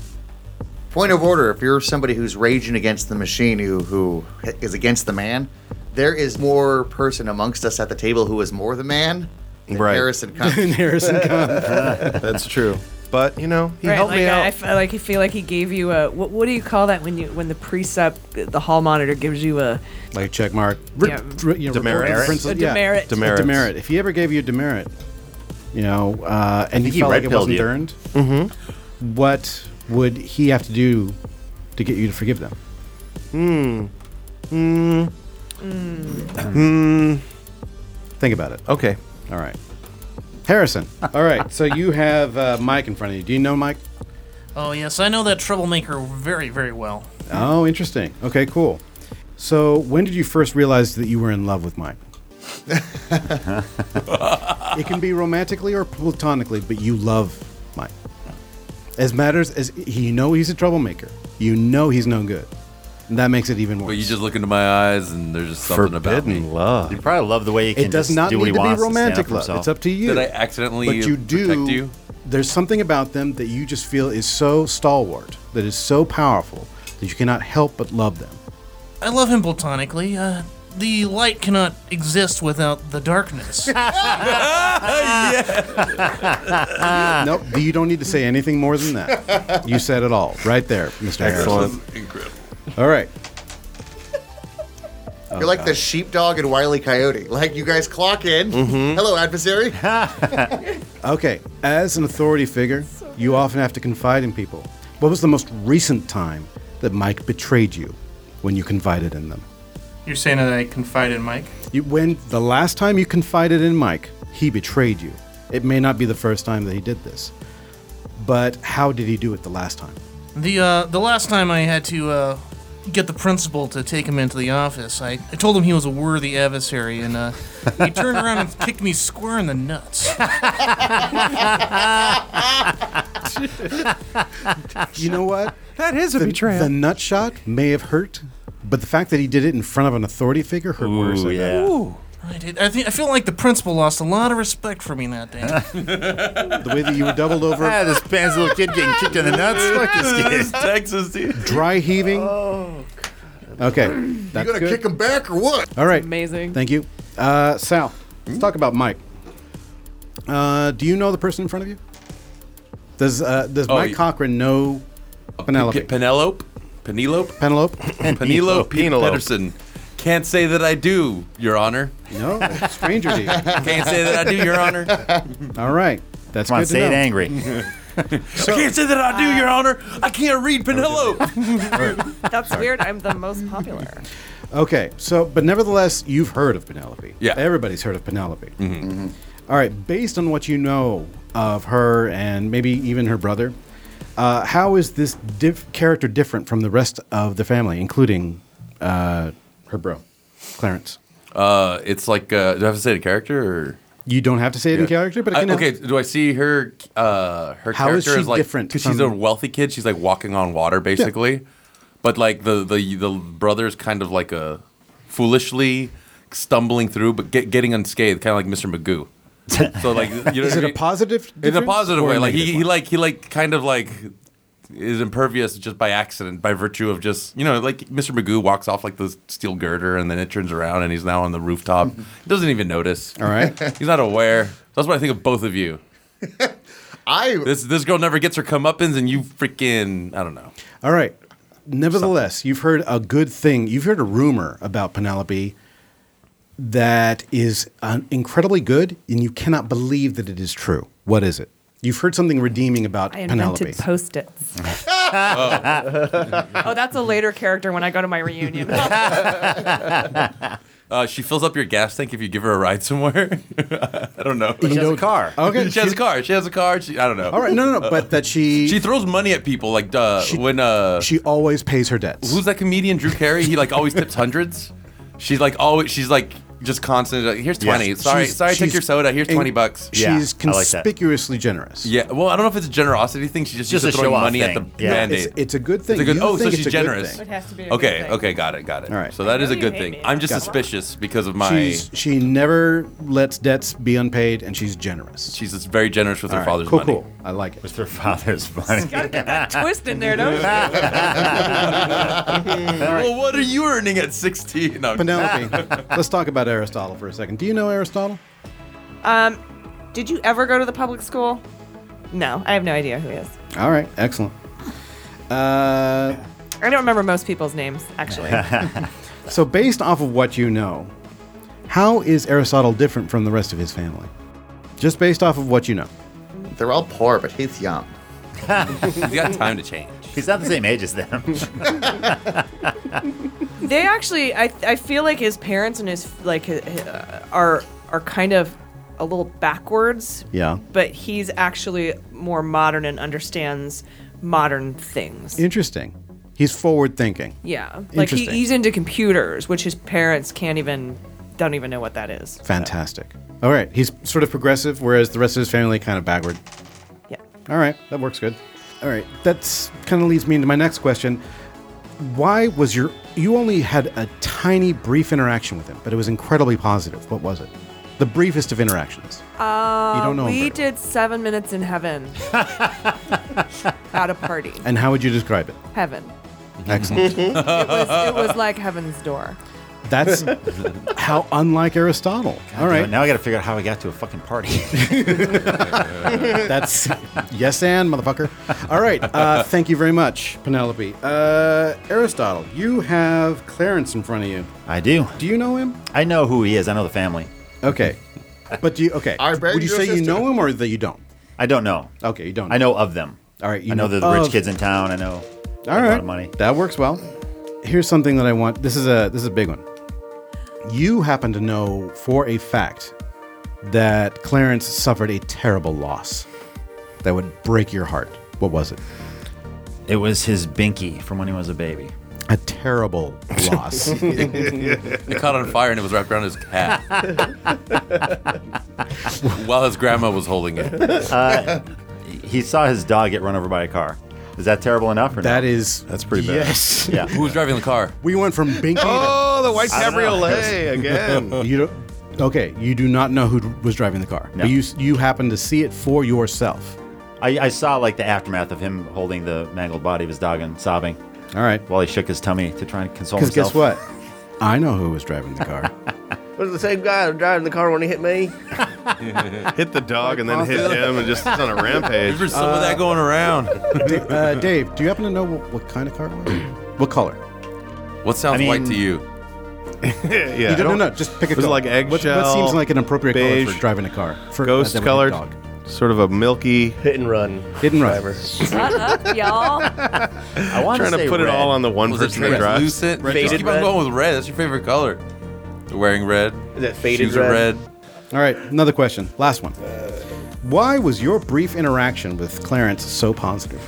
S7: Point of order: If you're somebody who's raging against the machine, who who is against the man, there is more person amongst us at the table who is more the man than
S5: Right.
S7: Harrison Cummings.
S4: Than Harrison Cummings.
S5: That's true. But you know, he
S9: right,
S5: helped
S9: like
S5: me
S9: I,
S5: out.
S9: I f- like I feel like he gave you a what, what do you call that when you when the precept the hall monitor gives you a
S4: Like check mark.
S9: Yeah.
S5: Demerit.
S9: A demerit. Demerit.
S4: A demerit. If he ever gave you a demerit, you know, uh, and you
S6: think he
S4: felt like it
S6: red-pilled
S4: wasn't
S6: you.
S4: earned, what would he have to do to get you to forgive them?
S5: Hmm. Hmm. Hmm.
S4: Think about it.
S5: Okay.
S4: All right. Harrison. All right. So you have uh, Mike in front of you. Do you know Mike?
S11: Oh yes, I know that troublemaker very, very well.
S4: Oh, interesting. Okay, cool. So when did you first realize that you were in love with Mike? it can be romantically or platonically, but you love Mike. As matters as you know he's a troublemaker. You know he's no good. And that makes it even worse.
S8: But you just look into my eyes, and there's just something about me.
S5: Forbidden love.
S6: You probably love the way he
S4: It
S6: can
S4: does
S6: just
S4: not
S6: do what
S4: need
S6: he
S4: to be
S6: wants and stand up
S4: romantic
S6: for
S4: love.
S6: himself.
S4: It's up to you.
S8: Did I accidentally
S4: But you do.
S8: protect you?
S4: There's something about them that you just feel is so stalwart, that is so powerful, that you cannot help but love them.
S11: I love him platonically. Uh, the light cannot exist without the darkness.
S8: Ah.
S4: nope, you don't need to say anything more than that. You said it all right there, Mr.
S5: Excellent.
S4: Harrison. All right.
S7: You're like the sheepdog and Wiley Coyote. Like you guys clock in.
S5: Mm-hmm.
S7: Hello, adversary.
S4: Okay. As an authority figure, you often have to confide in people. What was the most recent time that Mike betrayed you when you confided in them?
S13: You're saying that I confide in Mike?
S4: You, when the last time you confided in Mike, he betrayed you. It may not be the first time that he did this, but how did he do it the last time?
S11: The uh, the last time I had to uh, get the principal to take him into the office, I, I told him he was a worthy adversary, and uh, he turned around and kicked me square in the nuts.
S4: You know what?
S5: That is a
S4: the,
S5: betrayal.
S4: The nut shot may have hurt, but the fact that he did it in front of an authority figure hurt worse. I think.
S6: yeah.
S11: I, did, I think I feel like the principal lost a lot of respect for me that day.
S4: The way that you were doubled over,
S6: Ah, this band's little kid getting kicked in the nuts. Fuck this kid.
S8: Texas, dude.
S4: dry heaving. Okay, that's
S7: you gonna
S4: good.
S7: kick him back or what?
S4: All right.
S9: amazing
S4: Thank you. Uh, Sal, let's talk about Mike. Uh, do you know the person in front of you? Does uh, does
S8: Oh,
S4: Mike
S8: you-
S4: Cochran know
S6: Oh,
S4: Penelope?
S8: Pe- Penelope? Penelope?
S4: Penelope?
S5: Penelope.
S8: Penelope Peterson. Can't say that I do, Your Honor.
S4: no, stranger to you.
S8: Can't say that I do, Your Honor.
S4: All right, that's
S6: Come on,
S4: good to
S6: say it
S4: know.
S6: angry.
S8: I can't say that I do, Your Honor. I can't read Penelope.
S9: that's weird I'm the most popular
S4: Okay, so but nevertheless, you've heard of Penelope.
S8: Yeah. Mm-hmm.
S4: everybody's heard of Penelope. Mm-hmm. All right, based on what you know of her and maybe even her brother, uh, how is this diff- character different from the rest of the family, including uh, her bro, Clarence?
S8: Uh, it's like, uh, do I have to say the character or?
S4: You don't have to say it in character, but it
S8: I-
S4: can
S8: okay, do I see her? Uh, her
S4: How is
S8: character
S4: she
S8: is like
S4: different
S8: because she's a
S4: from-
S8: wealthy kid. She's like walking on water, basically. But like the the the brother's kind of like a foolishly stumbling through, but get, getting unscathed, kind of like Mr. Magoo. So like, you know,
S4: Is
S8: what
S4: it
S8: I
S4: a
S8: mean?
S4: positive
S8: In a
S4: difference
S8: positive
S4: or a
S8: way, like he,
S4: negative
S8: he like he like kind of like is impervious just by accident, by virtue of just you know, like Mr. Magoo walks off like the steel girder, and then it turns around, and he's now on the rooftop.
S4: Mm-hmm.
S8: He doesn't even notice. All
S4: right.
S8: he's not aware. That's what I think of both of you.
S7: I
S8: this this girl never gets her comeuppance, and you freaking I don't know.
S4: All right. Nevertheless, you've heard a good thing. You've heard a rumor about Penelope that is uh, incredibly good, and you cannot believe that it is true. What is it? You've heard something redeeming about
S9: I
S4: Penelope.
S9: invented post its.
S8: Oh.
S9: oh, that's a later character when I go to my reunion.
S8: Uh, she fills up your gas tank if you give her a ride somewhere. I don't know.
S4: She has a know- car. Okay,
S8: she has a car. She has a car. She, I don't know.
S4: All right, no, no, no, but that she
S8: she throws money at people like duh, when uh
S4: she always pays her debts.
S8: who's that comedian Drew Carey? He like always tips hundreds. She's like always. She's like just constant. Like, Here's
S4: Yeah.
S8: twenty. Sorry,
S4: She's-
S8: sorry. Take
S4: she's
S8: your soda. Here's
S4: in-
S8: twenty bucks.
S4: She's conspicuously generous.
S8: Yeah. Well, I don't know if it's a generosity thing. She just,
S4: Just
S8: used to
S4: a
S8: throw
S4: show-off
S8: money at
S4: thing.
S8: the
S4: Yeah. No,
S8: band-aid.
S4: it's- it's a good thing.
S8: It's a good,
S4: You
S8: oh, so
S4: think
S8: she's
S4: it's a good
S8: generous.
S4: thing. It
S9: has to be a good
S8: okay.
S9: thing.
S8: Okay. Got it. Got it. All
S4: right.
S8: So that is a good thing. I'm just suspicious because of my.
S4: She's, she never lets debts be unpaid, and she's generous.
S8: She's just very generous with her
S4: All right,
S8: father's
S4: cool,
S8: money.
S4: cool. I like it.
S6: With her father's money.
S9: Gotta get that twist in there, don't you?
S8: Well, what are you earning at 16? No.
S4: Penelope, let's talk about Aristotle for a second. Do you know Aristotle?
S9: Um, did you ever go to the public school? No, I have no idea who he is.
S4: All right, excellent. Uh,
S9: I don't remember most people's names, actually.
S4: so, based off of what you know, how is Aristotle different from the rest of his family? Just based off of what you know.
S7: They're all poor, but he's young.
S8: He's got time to change.
S6: He's not the same age as them.
S9: they actually, I, I feel like his parents and his like hi- hi- uh, are are kind of a little backwards.
S4: Yeah.
S9: But he's actually more modern and understands modern things.
S4: Interesting. He's forward thinking.
S9: Yeah, like he,
S4: Interesting.
S9: he's into computers, which his parents can't even don't even know what that is.
S4: Fantastic. All right. He's sort of progressive, whereas the rest of his family kind of backward.
S9: Yeah.
S4: All right. That works good. All right. That's kind of leads me into my next question. Why was your you only had a tiny brief interaction with him, but it was incredibly positive. What was it? The briefest of interactions.
S9: Uh,
S4: You don't know him
S9: we
S4: very
S9: did seven minutes in heaven at a party.
S4: And how would you describe it?
S9: Heaven.
S4: Excellent.
S9: it, was, it was like heaven's door.
S4: That's how unlike Aristotle. All right.
S6: Now I got to figure out how I got to a fucking party.
S4: That's yes, and motherfucker. All right. Uh, thank you very much, Penelope. Uh, Aristotle, you have Clarence in front of you.
S6: I do.
S4: Do you know him?
S6: I know who he is. I know the family.
S4: Okay. But do you, okay. Would you say you know him or that you don't?
S6: I don't know.
S4: Okay, you don't.
S6: I know of them.
S4: All right. you
S6: I know
S4: know
S6: they're the rich
S4: of-
S6: kids in town. I know. A
S4: All
S6: lot
S4: right.
S6: of money.
S4: That works well. Here's something that I want. This is a this is a big one. You happen to know for a fact that Clarence suffered a terrible loss that would break your heart. What was it?
S6: It was his binky from when he was a baby.
S4: A terrible loss.
S8: it caught on fire and it was wrapped around his hat while his grandma was holding it.
S6: Uh, he saw his dog get run over by a car. Is that terrible enough? Or
S4: that is
S6: that's
S4: pretty bad. yes.
S6: Yeah.
S8: Who was driving the car?
S4: We went from Binky.
S6: Oh, the white
S4: I don't know.
S6: Cabriolet again.
S4: you don't. Okay, you do not know who d- was driving the car,
S6: No.
S4: but you s- you happen to see it for yourself.
S6: I, I saw like the aftermath of him holding the mangled body of his dog and sobbing.
S4: All right.
S6: While he shook his tummy to try and console
S4: Because
S6: himself.
S4: guess what? I know who was driving the car.
S12: Was it the same guy driving the car when he hit me?
S5: hit the dog and then hit him and just it's on a rampage.
S8: There's some of that going around.
S4: D- uh, Dave, do you happen to know what, what kind of car it was? What color?
S8: What sounds
S4: I
S8: white to
S4: mean-
S8: you?
S5: yeah.
S4: You don't- no, no, just pick a
S5: It was
S4: color.
S5: like
S4: What- what
S5: eggshell.
S4: seems like an appropriate color for
S5: beige,
S4: driving a car? For- uh,
S5: ghost
S4: that would hit
S5: colored.
S4: dog.
S5: Sort of a milky
S12: hit and run.
S4: Hit and run.
S1: Shut up, y'all.
S6: I
S5: want
S8: wanna
S5: trying to
S8: say
S5: put it
S8: red.
S5: all on the one
S8: Was it
S5: person that drives.
S8: translucent?
S5: Red
S8: Just
S5: dog.
S8: keep on going with red. That's your favorite color. You're wearing red.
S12: Is that faded
S8: Shoes are
S12: red?
S8: red.
S4: All right, another question. Last one. Why was your brief interaction with Clarence so positive?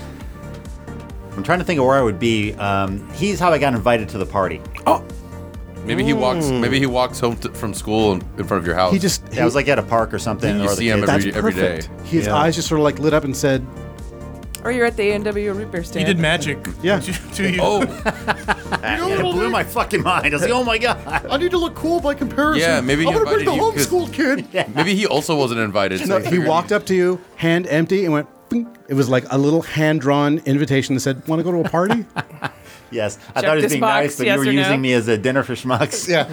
S6: I'm trying to think of where I would be. Um, he's how I got invited to the party.
S8: Maybe he walks.
S6: Mm.
S8: Maybe he walks home t- from school in, in front of your house.
S4: He just.
S8: That
S4: he-
S6: at a park or something.
S8: You
S6: or the
S8: see him
S6: kids.
S8: every,
S6: That's
S8: every day.
S4: Perfect. His eyes just sort of like lit up and said,
S9: Or you're at the ANW root beer stand.
S11: You did magic.
S4: Yeah.
S11: To you.
S8: Oh.
S6: it blew my fucking mind. I was like, oh my god.
S14: I need to look cool by comparison.
S8: Yeah, maybe he
S14: I'm gonna bring the
S8: invited you 'cause-
S14: homeschooled kid.
S8: Maybe he also wasn't invited. so
S4: No,
S8: he
S4: he
S8: figured-
S4: walked up to you, hand empty, and went. "Bing." It was like a little hand-drawn invitation that said, "Want to go to a party?"
S6: Yes, I
S4: Check
S6: thought it was
S4: this
S6: being
S4: box,
S6: nice, but
S4: yes
S6: you were
S4: or no?
S6: using me as a dinner for schmucks.
S7: Yeah.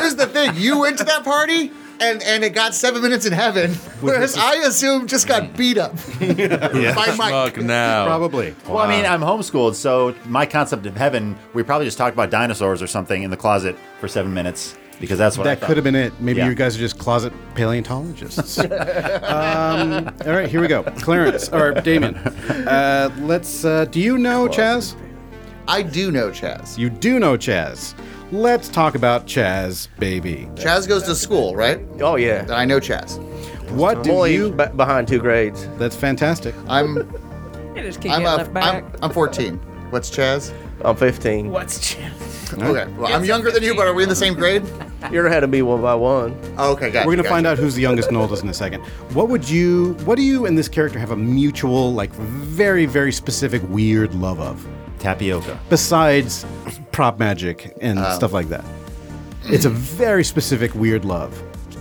S7: Here's the thing: you went to that party, and and it got seven minutes in heaven, whereas I assume just got beat up. By Mike.
S8: now.
S4: Probably.
S6: Well, I mean, I'm homeschooled, so my concept of heaven, we probably just talked about dinosaurs or something in the closet for seven minutes because that's what I
S4: that
S6: thought.
S4: could have been it. Maybe
S6: Yeah.
S4: you guys are just closet paleontologists. um, all right, here we go. Clarence or Damon. Uh, let's. Uh, do you know Chaz?
S7: I do know Chaz.
S4: You do know Chaz. Let's talk about Chaz, baby.
S7: Chaz goes to school, right?
S12: Oh yeah.
S7: I know Chaz.
S4: What do
S12: I'm only
S4: you?
S12: be- behind two grades.
S4: That's fantastic.
S7: I'm
S1: You just keep
S7: I'm,
S1: getting
S7: a-
S1: left back.
S7: I'm I'm 14. What's Chaz?
S12: I'm 15.
S1: What's Chaz?
S7: Okay. Well, I'm younger than you, but are we in the same grade? Oh,
S12: You're ahead of me one by one.
S7: Okay, gotcha.
S4: We're gonna find out who's the youngest and oldest in a second. What would you? What do you and this character have a mutual, like, very, very specific, weird love of?
S6: Tapioca.
S4: Besides prop magic and
S7: Oh.
S4: stuff like that, it's a very specific, weird love.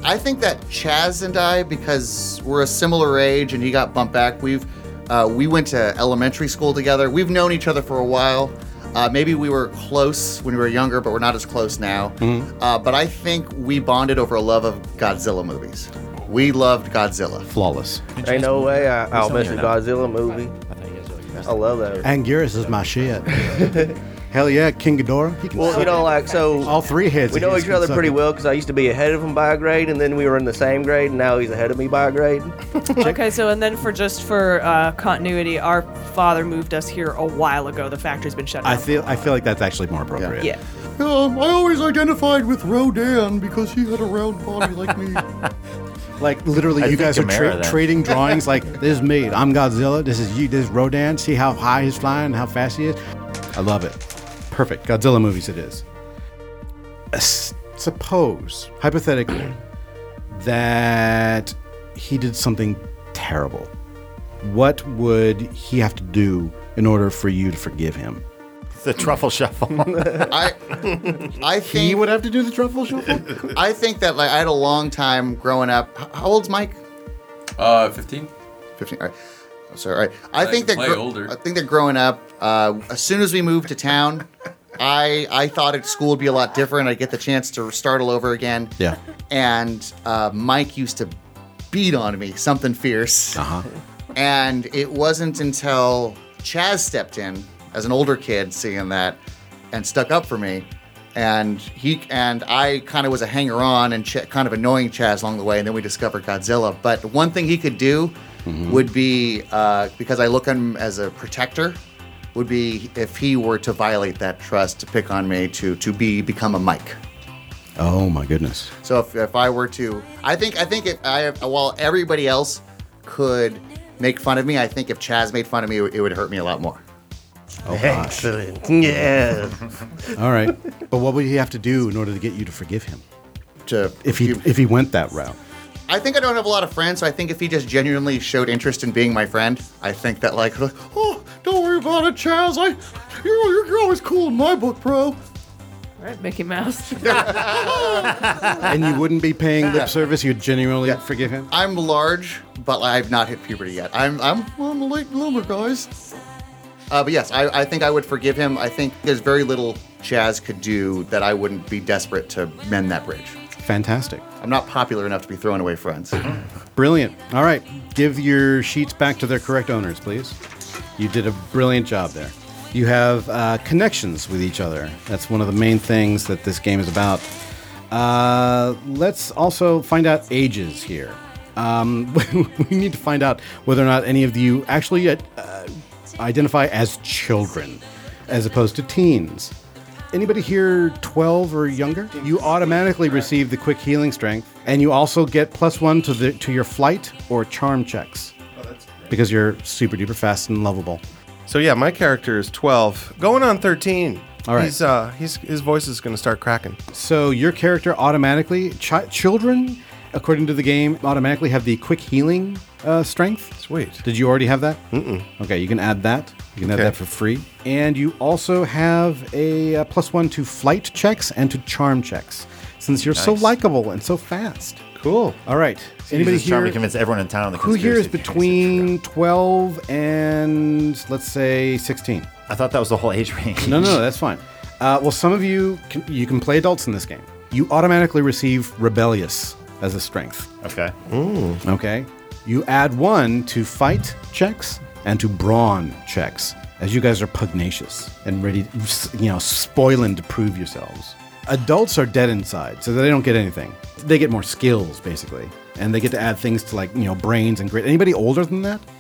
S7: I think that Chaz and I, because we're a similar age and he got bumped back, we've uh, we went to elementary school together. We've known each other for a while. Uh, maybe we were close when we were younger, but we're not as close now.
S8: Mm-hmm.
S7: Uh, but I think we bonded over a love of Godzilla movies. We loved Godzilla.
S4: Flawless.
S12: Ain't no way I, I'll miss a
S4: Yeah.
S12: Godzilla movie. I love that.
S4: Anguirus is my shit. Hell yeah, King Ghidorah. He can
S12: Well, you
S4: suck
S12: know, like so.
S4: All three heads.
S12: We know
S4: he
S12: each
S4: can
S12: other
S4: suck
S12: pretty
S4: it.
S12: well because I used to be ahead of him by a grade, and then we were in the same grade, and now he's ahead of me by a grade.
S9: okay, so and then for just for uh, continuity, our father moved us here a while ago. The factory's been shut down.
S4: I feel. I feel like that's actually more appropriate.
S9: yeah.
S14: Um, I always identified with Rodan because he had a round body like me.
S4: Like literally,
S14: I
S4: you
S14: think
S4: guys are tra-
S14: Gamera, then.
S4: trading drawings. Like this is me. I'm Godzilla. This is you. This is Rodan. See how high he's flying and how fast he is. I love it. Perfect Godzilla movies. It is. Uh, S- Suppose hypothetically that he did something terrible. What would he have to do in order for you to forgive him?
S6: The truffle shuffle.
S7: I, I think he
S4: would have to do the truffle shuffle.
S7: I think that like I had a long time growing up. H- How old's Mike?
S8: Uh, 15?
S7: 15. All right. I'm sorry. All right. I
S8: I
S7: think
S8: can
S7: that
S8: play
S7: gro-
S8: older.
S7: I think that growing up, uh, as soon as we moved to town, I I thought at school would be a lot different. I'd get the chance to start all over again.
S4: Yeah.
S7: And uh, Mike used to beat on me something fierce.
S4: Uh-huh.
S7: And it wasn't until Chaz stepped in as an older kid, seeing that, and stuck up for me. And he and I kind of was a hanger on and ch- kind of annoying Chaz along the way. And then we discovered Godzilla. But the one thing he could do would be uh, because I look on him as a protector. Would be if he were to violate that trust to pick on me to to be become a Mike.
S4: Oh my goodness.
S7: So if, if I were to, I think I think if I while everybody else could make fun of me, I think if Chaz made fun of me, it, would- it would hurt me a lot more.
S4: Oh, gosh.
S12: Excellent. Yeah.
S4: All right, but what would he have to do in order to get you to forgive him?
S7: To
S4: if he if he went that route.
S7: I think I don't have a lot of friends, so I think if he just genuinely showed interest in being my friend, I think that like,
S14: oh, don't worry about it, Chaz. I, you're, you're always cool in my book, bro.
S1: All right, Mickey Mouse.
S4: and you wouldn't be paying lip service. You'd genuinely forgive him.
S7: I'm large, but I've not hit puberty yet. I'm I'm
S14: I'm a late bloomer, guys.
S7: Uh, but yes, I, I think I would forgive him. I think there's very little Chaz could do that I wouldn't be desperate to mend that bridge.
S4: Fantastic,
S7: I'm not popular enough to be throwing away friends.
S4: Mm-hmm. brilliant. All right, give your sheets back to their correct owners, please. You did a brilliant job there. You have uh, connections with each other. That's one of the main things that this game is about. Uh, let's also find out ages here. Um, we need to find out whether or not any of you actually uh, identify as children, as opposed to teens. Anybody here 12 or younger? You automatically receive the quick healing strength, and you also get plus one to the to your flight or charm checks because you're super duper fast and lovable.
S5: So yeah, my character is 12, going on 13.
S4: All right.
S5: He's, uh, he's, his voice is going to start cracking.
S4: So your character automatically chi- children according to the game, automatically have the quick healing uh, strength.
S5: Sweet.
S4: Did you already have that? Mm-mm. Okay, you can add that. You can
S5: Okay.
S4: add that for free. And you also have a uh, plus one to flight checks and to charm checks, since you're so
S6: Nice.
S4: likable and so fast. Cool. All right.
S6: So Anybody here? Trying to convince everyone in town. of The
S4: Who here is
S6: conspiracy theory.
S4: between 12 and let's say 16?
S6: I thought that was the whole age range.
S4: No, no, no, that's fine. Uh, well, some of you can, you can play adults in this game. You automatically receive rebellious as a strength.
S6: Okay.
S4: Okay. You add one to fight checks and to brawn checks, as you guys are pugnacious and ready, you know, spoiling to prove yourselves. Adults are dead inside, so they don't get anything. They get more skills, basically, and they get to add things to like you know brains and grit. Anybody older than that?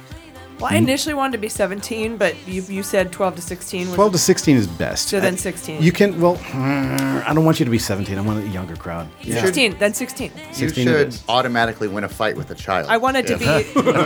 S9: Well, I initially wanted to be 17, but you, you said 12 to 16. Was
S4: 12 to 16 is best.
S9: So then
S4: Uh,
S9: 16.
S4: You can, well, I don't want you to be 17. I want a younger crowd.
S9: 16, then 16.
S7: You
S4: 16 it
S7: should automatically win a fight with a child.
S9: I wanted to
S7: If
S9: be-
S7: you're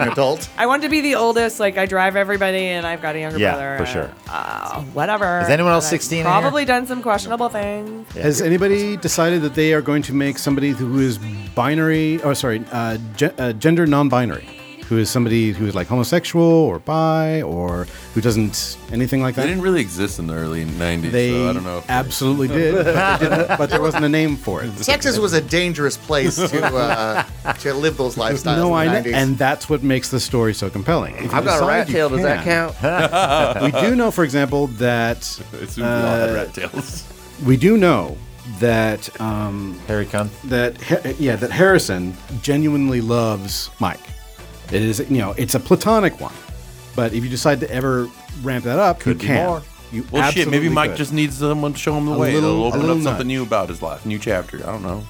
S7: an adult.
S9: I wanted to be the oldest. Like, I drive everybody, and I've got a younger
S4: Yeah,
S9: brother.
S4: for
S9: and,
S4: sure.
S9: Uh, whatever.
S4: Is anyone else
S9: But I've
S4: 16 in here?
S9: Probably done some questionable things.
S4: Has anybody decided that they are going to make somebody who is binary, or sorry, uh, gen- uh, gender non binary, who is somebody who is like homosexual or bi or who doesn't anything like
S8: They
S4: that?
S8: didn't really exist in the early '90s,
S4: They
S8: so I don't know. If
S4: absolutely did, but, they didn't- but there wasn't a name for it.
S7: Texas was a dangerous place to uh, to live those lifestyles.
S4: No,
S7: in
S4: I
S7: the
S4: know,
S7: 90s.
S4: and that's what makes the story so compelling. If you
S7: I've got a
S4: decide
S7: rat
S4: you
S7: tail, does that
S4: can-
S7: count?
S4: we do know, for example, that
S8: we all had
S4: uh,
S8: rat tails.
S4: We do know that um,
S6: Harry Cun.
S4: That Ha- yeah, that Harrison genuinely loves Mike. It is you know it's a platonic one, but if you decide to ever ramp that up,
S8: Could
S4: you
S8: be
S4: can.
S8: more.
S4: You
S8: well, shit. Maybe
S4: absolutely
S8: Mike
S4: could.
S8: just needs someone to show him the
S4: A
S8: way.
S4: little-
S8: It'll
S4: a
S8: open
S4: little
S8: up something
S4: nudge.
S8: new about his life, new chapter. I don't know.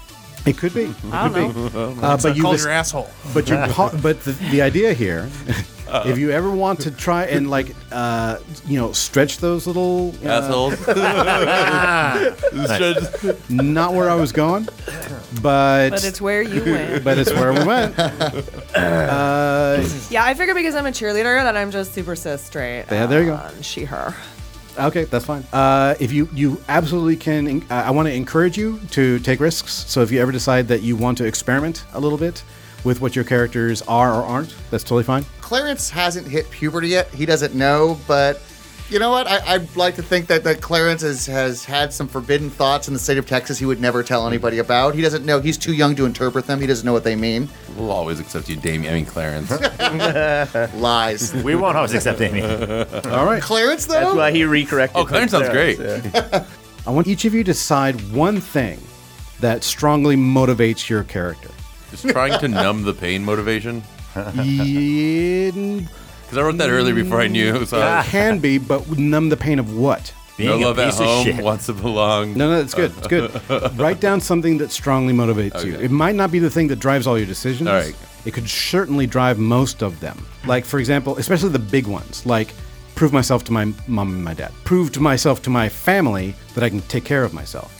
S4: It could be.
S8: I
S4: Could
S8: don't
S4: be.
S8: know.
S4: Uh,
S8: It's
S4: but
S8: not
S4: you
S8: called
S4: lis-
S8: your asshole.
S4: But you. Pa- but the, the idea here, if you ever want to try and like, uh, you know, stretch those little uh,
S8: Assholes.
S4: Not where I was going, but
S9: But it's where you went.
S4: But it's where we went. Uh,
S9: Yeah, I figure because I'm a cheerleader that I'm just super cis straight.
S4: yeah, there you go.
S9: She, her.
S4: Okay, that's fine. Uh, if you you absolutely can, uh, I want to encourage you to take risks. So if you ever decide that you want to experiment a little bit with what your characters are or aren't, that's totally fine.
S7: Clarence hasn't hit puberty yet. He doesn't know, but you know what? I, I'd like to think that, that Clarence has, has had some forbidden thoughts in the state of Texas he would never tell anybody about. He doesn't know. He's too young to interpret them. He doesn't know what they mean.
S8: We'll always accept you, Damien. I mean, Clarence.
S7: Lies.
S6: We won't always accept Amy.
S4: All right.
S7: Clarence, though?
S12: That's why he recorrected.
S8: Oh, Clarence sounds great.
S4: I want each of you to decide one thing that strongly motivates your character.
S8: Just trying to numb the pain motivation.
S4: Because
S8: I wrote that early before I knew. So I
S4: It can be, but numb the pain of what?
S8: no love at home, wants to belong.
S4: No, no, it's good. It's good. Write down something that strongly motivates you. It might not be the thing that drives all your decisions.
S8: All right.
S4: It could certainly drive most of them. Like, for example, especially the big ones, like prove myself to my mom and my dad, prove to myself to my family that I can take care of myself,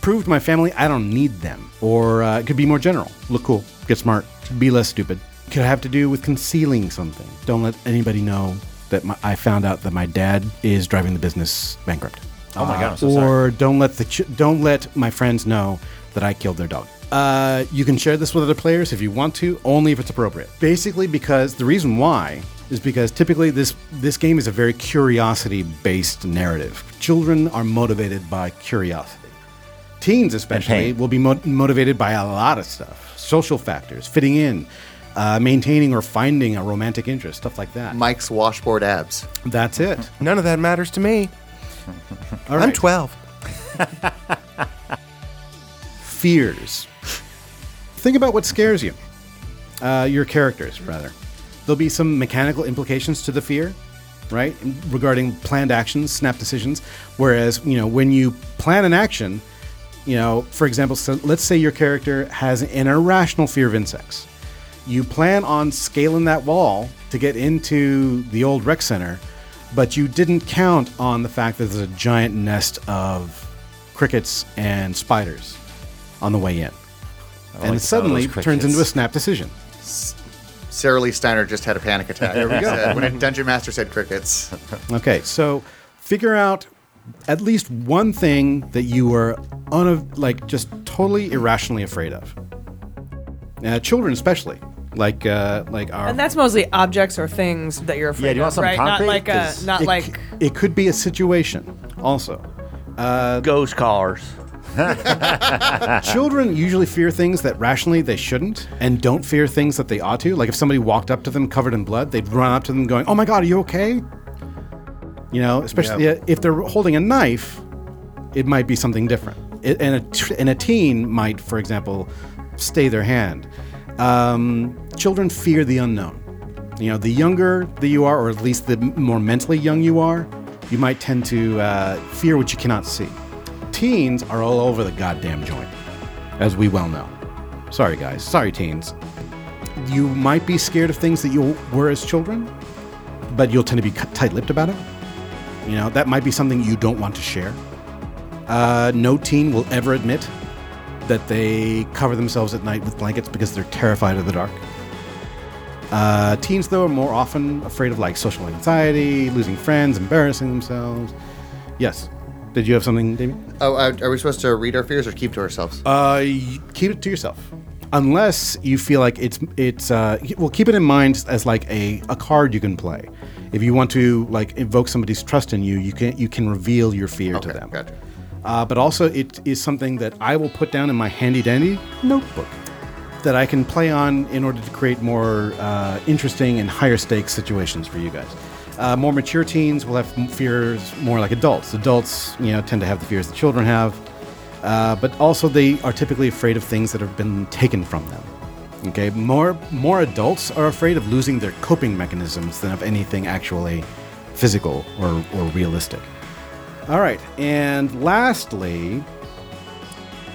S4: prove to my family I don't need them. Or uh, it could be more general look cool, get smart, be less stupid. Could have to do with concealing something. Don't let anybody know that my, I found out that my dad is driving the business bankrupt.
S6: Oh my God, I'm so
S4: or
S6: sorry.
S4: or don't let the ch- don't let my friends know that I killed their dog. Uh, you can share this with other players if you want to, only if it's appropriate. Basically, because the reason why is because typically this this game is a very curiosity based narrative. Children are motivated by curiosity. Teens, especially,
S6: pain.
S4: will be mo- motivated by a lot of stuff: social factors, fitting in, uh, maintaining or finding a romantic interest, stuff like that.
S7: Mike's washboard abs.
S4: That's it.
S5: None of that matters to me.
S4: All right.
S5: I'm 12.
S4: fears. Think about what scares you. Uh, your characters, rather. There'll be some mechanical implications to the fear, right? Regarding planned actions, snap decisions. Whereas, you know, when you plan an action, you know, for example, so let's say your character has an irrational fear of insects. You plan on scaling that wall to get into the old rec center, but you didn't count on the fact that there's a giant nest of crickets and spiders on the way in.
S7: don't like the
S4: And it
S7: sound of
S4: suddenly
S7: those
S4: turns into a
S7: crickets.
S4: snap decision.
S7: Sarah Lee Steiner just had a panic attack.
S4: There we go.
S7: Said- when a dungeon master said crickets.
S4: Okay, so figure out at least one thing that you were un- like just totally irrationally afraid of. uh, children especially, like uh, like our
S9: And that's mostly objects or things that you're afraid
S4: Yeah, do you want
S9: of,
S4: something
S9: right? Not
S4: concrete?
S9: like a,
S4: 'Cause
S9: not
S4: it
S9: like
S4: It could be a situation, also. Uh,
S12: Ghost cars.
S4: children usually fear things that rationally they shouldn't, and don't fear things that they ought to. Like if somebody walked up to them covered in blood, they'd run up to them going, "Oh my god, are you okay?" You know, especially
S5: Yeah.
S4: uh, if they're holding a knife, it might be something different. It, and a t- and a teen might, for example, stay their hand. Um, children fear the unknown. You know, the younger that you are, or at least the m- more mentally young you are, you might tend to uh, fear what you cannot see. Teens are all over the goddamn joint, as we well know. Sorry, guys. Sorry, teens. You might be scared of things that you were as children, but you'll tend to be c- tight-lipped about it. You know, that might be something you don't want to share. Uh, no teen will ever admit that they cover themselves at night with blankets because they're terrified of the dark. Uh, teens, though, are more often afraid of like social anxiety, losing friends, embarrassing themselves. Yes. Did you have something, Damien?
S7: Oh, uh, are we supposed to read our fears or keep to ourselves?
S4: Uh, y- keep it to yourself. Unless you feel like it's it's uh, y- well, keep it in mind as like a, a card you can play. If you want to like invoke somebody's trust in you, you can you can reveal your fear to them. Gotcha. Uh, but also, it is something that I will put down in my handy dandy notebook that I can play on in order to create more uh, interesting and higher stakes situations for you guys. Uh, more mature teens will have m- fears more like adults. Adults, you know, tend to have the fears that children have, uh, but also they are typically afraid of things that have been taken from them. Okay, more more adults are afraid of losing their coping mechanisms than of anything actually physical or, or realistic. All right, and lastly,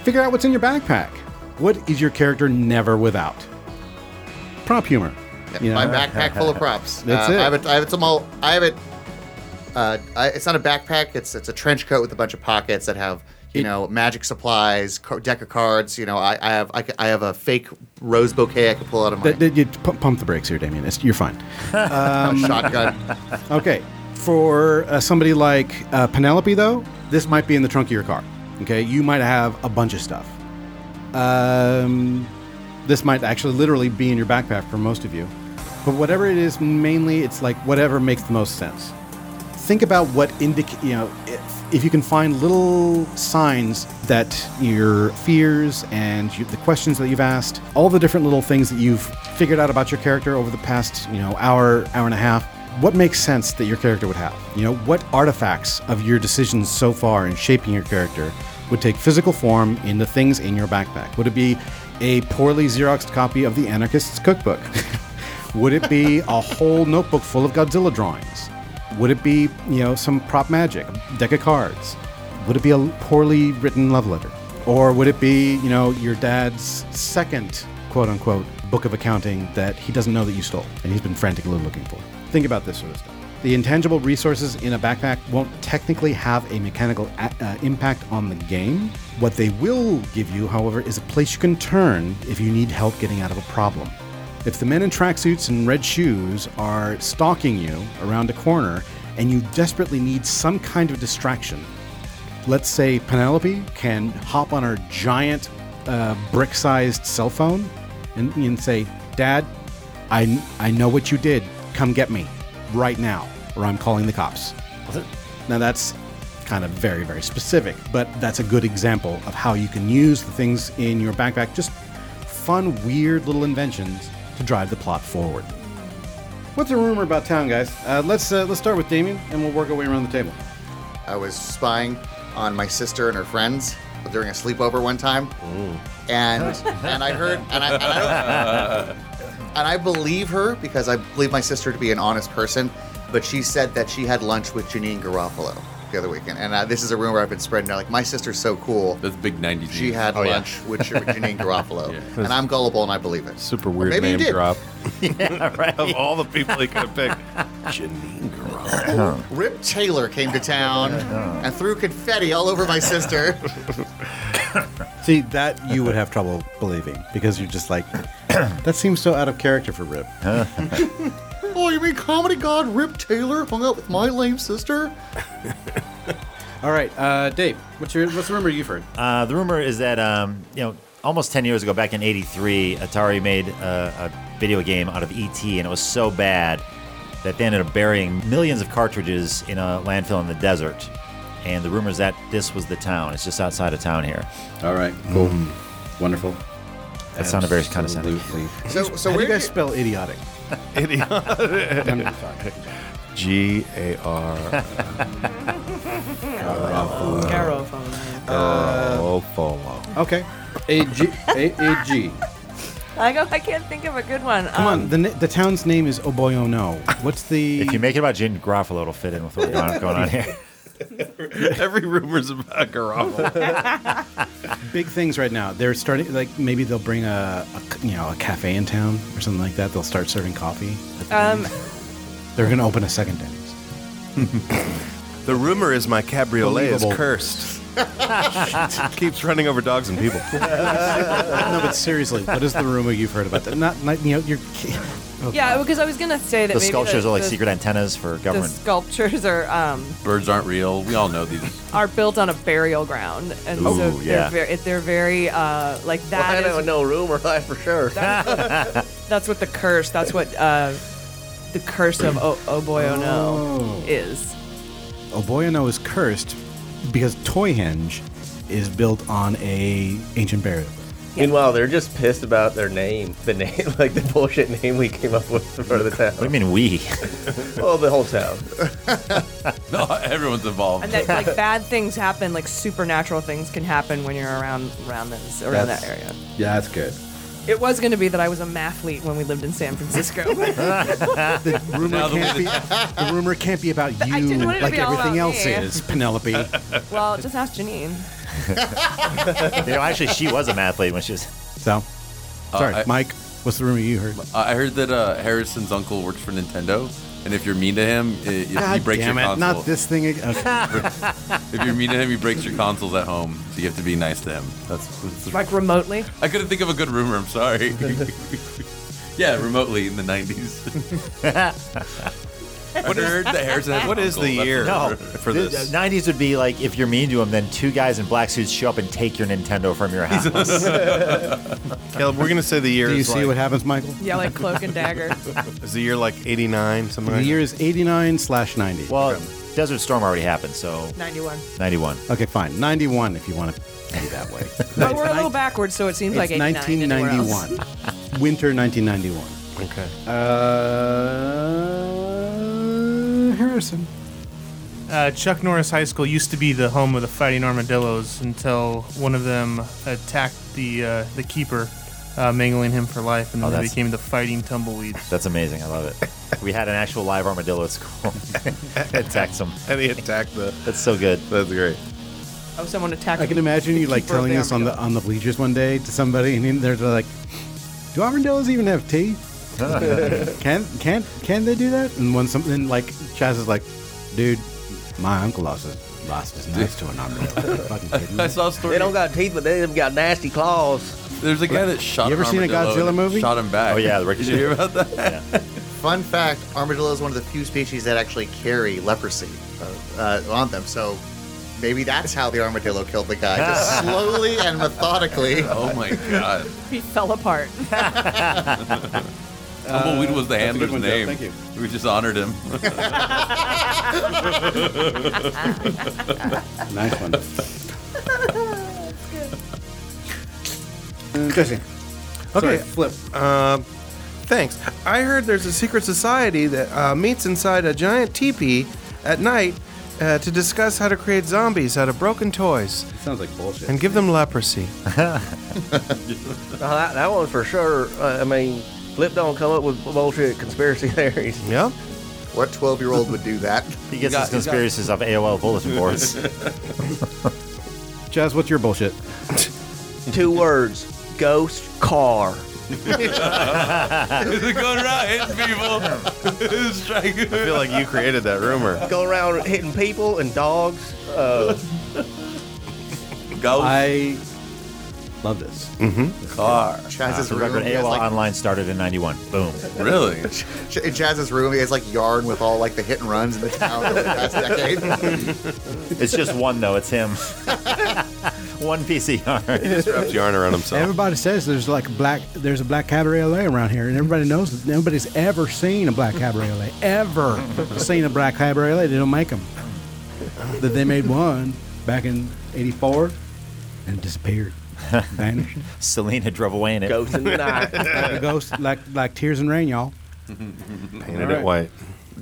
S4: figure out what's in your backpack. What is your character never without? Prop humor. you know?
S7: My backpack full of props.
S4: That's
S7: Uh,
S4: it.
S7: I have it. I have it. Some all. I have it. Uh, I, it's not a backpack. It's it's a trench coat with a bunch of pockets that have you know magic supplies, car, deck of cards. You know, I, I have I, ca- I have a fake rose bouquet I can pull out of my
S4: That- that- you pu- pump the brakes here, Damien. It's, you're fine. Um,
S7: shotgun.
S4: okay. For uh, somebody like uh, Penelope, though, this might be in the trunk of your car. Okay. You might have a bunch of stuff. Um, this might actually literally be in your backpack for most of you. But whatever it is, mainly it's like whatever makes the most sense. Think about what indicate, you know, if, if you can find little signs that your fears and you, the questions that you've asked, all the different little things that you've figured out about your character over the past, you know, hour, hour and a half, what makes sense that your character would have? You know, what artifacts of your decisions so far in shaping your character would take physical form in the things in your backpack? Would it be a poorly Xeroxed copy of the Anarchist's Cookbook? Would it be a whole notebook full of Godzilla drawings? Would it be, you know, some prop magic, a deck of cards? Would it be a poorly written love letter? Or would it be, you know, your dad's second quote unquote book of accounting that he doesn't know that you stole and he's been frantically looking for? Think about this sort of stuff. The intangible resources in a backpack won't technically have a mechanical a- uh, impact on the game. What they will give you, however, is a place you can turn if you need help getting out of a problem. If the men in tracksuits and red shoes are stalking you around a corner and you desperately need some kind of distraction, let's say Penelope can hop on her giant uh, brick sized cell phone and, and say, Dad, I, I know what you did. Come get me right now, or I'm calling the cops. Now, that's kind of very, very specific, but that's a good example of how you can use the things in your backpack, just fun, weird little inventions to drive the plot forward. What's a rumor about town, guys? Uh, let's uh, let's start with Damien, and we'll work our way around the table.
S7: I was spying on my sister and her friends during a sleepover one time, and and I heard and I, and I don't, and I believe her because I believe my sister to be an honest person, but she said that she had lunch with Janine Garofalo the other weekend, and uh, this is a rumor I've been spreading. Like my sister's so cool. That's big '90s. She had
S5: Oh, yeah.
S7: lunch with Janine Garofalo, and I'm gullible and I believe it.
S5: Super
S7: Or
S5: weird
S7: maybe you
S5: name
S7: did.
S5: drop.
S7: yeah, right.
S5: Of all the people he could have picked,
S7: Janine
S14: Oh,
S7: Garofalo. Rip Taylor came to town and threw confetti all over my sister.
S4: See, that you would have trouble believing because you're just like, that seems so out of character for Rip.
S14: Oh, you mean comedy god Rip Taylor hung out with my lame sister?
S4: All right, uh, Dave, what's your what's the rumor you've heard?
S6: Uh, the rumor is that um, you know almost 10 years ago, back in 83, Atari made uh, a, a video game out of E.T., and it was so bad that they ended up burying millions of cartridges in a landfill in the desert. And the rumor is that this was the town. It's just outside of town here. Mm.
S4: All right, cool. Wonderful.
S6: That sounded very condescending.
S7: So, so
S4: How do
S7: where
S4: you guys
S7: did-
S4: spell idiotic? I'm sorry.
S5: G A R. Oh, follow.
S4: Okay. A G. A, a G.
S9: I go. I can't think of a good one.
S4: Come on. The, na- the town's name is Oboyono. What's the.
S6: If you make it about Jane Garofalo, it'll fit in with what's going on- going on here.
S5: Every rumor's about Garofalo.
S4: Big things right now. They're starting, like, maybe they'll bring a, a c- you know, a cafe in town or something like that. They'll start serving coffee.
S9: Um,
S4: They're going to open a second Denny's.
S5: The rumor is my cabriolet is
S4: Believable.
S5: cursed. Keeps running over dogs and people.
S4: no, but seriously, what is the rumor you've heard about that? Not, not you know, you're.
S9: yeah, because I was gonna say that
S6: The
S9: maybe
S6: sculptures
S9: the,
S6: are like
S9: the-
S6: secret antennas for
S9: The
S6: government.
S9: sculptures are um,
S8: Birds aren't real. We all know these.
S9: are built on a burial ground, and
S8: Ooh,
S9: so
S8: yeah.
S9: they're very, they're very uh, like that.
S12: I don't
S9: know rumor life for sure. That's, that's what the curse. That's what uh, the curse of oh, oh boy oh no is.
S4: Oboyono is cursed because Toy Hinge is built on a ancient burial.
S12: Meanwhile, they're just pissed about their name, the name, like the bullshit name we came up with for the town. What
S6: do you mean we?
S12: well, the whole town.
S8: No, everyone's involved.
S9: And that like bad things happen, like supernatural things can happen when you're around around this around that area.
S4: Yeah, that's good.
S9: It was going to be that I was a mathlete when we lived in San Francisco.
S4: the rumor
S9: Now that
S4: can't
S9: we-
S4: be. The rumor can't be about
S9: I
S4: you,
S9: didn't want it to
S4: like
S9: be all
S4: everything
S9: about
S4: else
S9: me.
S4: is, Penelope.
S9: well, just ask Janine.
S6: you know, actually, she was an athlete when she was.
S4: So,
S8: Uh,
S4: sorry,
S8: I-
S4: Mike. What's the rumor you heard?
S8: I I heard that uh, Harrison's uncle works for Nintendo, and if you're mean to him, i if he
S4: God
S8: breaks
S4: damn it!
S8: your console.
S4: Not this thing again. Okay.
S8: If you're mean to him, he breaks your consoles at home, so you have to be nice to him. That's, that's
S9: Like remotely.
S8: I couldn't think of a good rumor. I'm sorry. yeah, remotely in the '90s. What is- heard that Harrison has
S6: What
S8: an
S6: is
S8: uncle. That's
S6: No,
S8: the- for
S6: The-
S8: this.
S6: the 90s would be like if you're mean to him, then two guys in black suits show up and take your Nintendo from your house.
S5: Caleb, we're gonna say the year.
S4: Do you
S5: is
S4: see
S5: like-
S4: what happens, Michael?
S9: Yeah, like cloak and dagger.
S5: Is the year like '89, something
S4: The
S5: like
S4: year is eighty-nine slash ninety.
S6: Well, Desert Storm already happened, so
S9: 91.
S6: 91.
S4: Okay, fine. Ninety-one, if you want to be that way.
S9: But we're a little backwards, so it seems like
S4: it's
S9: 89 anywhere else.
S4: 1991. Winter Uh, 1991.
S5: Okay.
S4: Uh, Harrison.
S15: Uh, Chuck Norris High School used to be the home of the fighting armadillos until one of them attacked the uh, the keeper, uh, mangling him for life, and
S6: Oh,
S15: then they
S6: that's-
S15: became the fighting tumbleweeds.
S6: That's amazing. I love it. We had an actual live armadillo at school. attacked him.
S5: And he attacked the.
S6: That's so good.
S5: That's great.
S9: Oh, someone attacked.
S4: I can imagine you like
S9: keeper of
S4: telling
S9: the
S4: this on the on the bleachers one day to somebody, and they're like, "Do armadillos even have teeth? can can can they do that?" And when something like Chaz is like, "Dude, my uncle lost his lost his nose to an armadillo." Are you fucking kidding me?
S8: I saw a story.
S12: They don't got teeth, but they've got nasty claws.
S8: There's a guy that shot.
S7: You ever
S8: an
S7: seen a
S8: armadillo
S7: Godzilla
S8: and
S7: movie?
S8: Shot him back.
S7: Oh, yeah, the
S8: Did you hear about that?
S7: Fun fact: armadillo is one of the few species that actually carry leprosy uh, uh, on them. So maybe that's how the armadillo killed the guy, just slowly and methodically.
S8: Oh my god!
S9: He fell apart.
S8: Tumbleweed was the
S4: Uh, that's a good
S8: handler's
S4: one, Joe.
S8: name.
S4: Thank you.
S8: We just honored him.
S4: nice one. Jesse. Sorry,
S5: Okay, flip. Um, thanks. I heard there's a secret society that uh, meets inside a giant teepee at night uh, to discuss how to create zombies out of broken toys.
S4: Sounds like bullshit.
S5: And give them leprosy.
S12: Now, that, that one for sure. Uh, I mean, Flip don't come up with bullshit conspiracy theories.
S5: Yeah.
S7: What twelve-year-old would do that?
S6: He gets his conspiracies off AOL bulletin boards.
S4: Chaz, what's your bullshit?
S12: Two words: ghost car.
S8: Is it going around hitting people? It's trying-
S5: I feel like you created that rumor.
S12: Go around hitting people and dogs. Uh,
S8: Go.
S4: I love this.
S6: Mm-hmm.
S8: Car.
S7: Chaz's
S6: the record
S7: room, he has,
S6: AOL
S7: like-
S6: Online started in 91. Boom.
S8: Really?
S7: In Jazz's room, he has like yarn with all like the hit and runs in the town over the past decade.
S6: it's just one, though. It's him. One PC yarn.
S5: He just wraps yarn around himself.
S4: Everybody says there's like a black there's a black cabriolet around here, and everybody knows that nobody's ever seen a black cabriolet. ever seen a black cabriolet? They don't make them. That they made one back in '84 and it disappeared, vanished.
S6: Selena drove away in it.
S4: Ghost in the night. Like a ghost, like like tears and rain, y'all.
S5: Painted it white.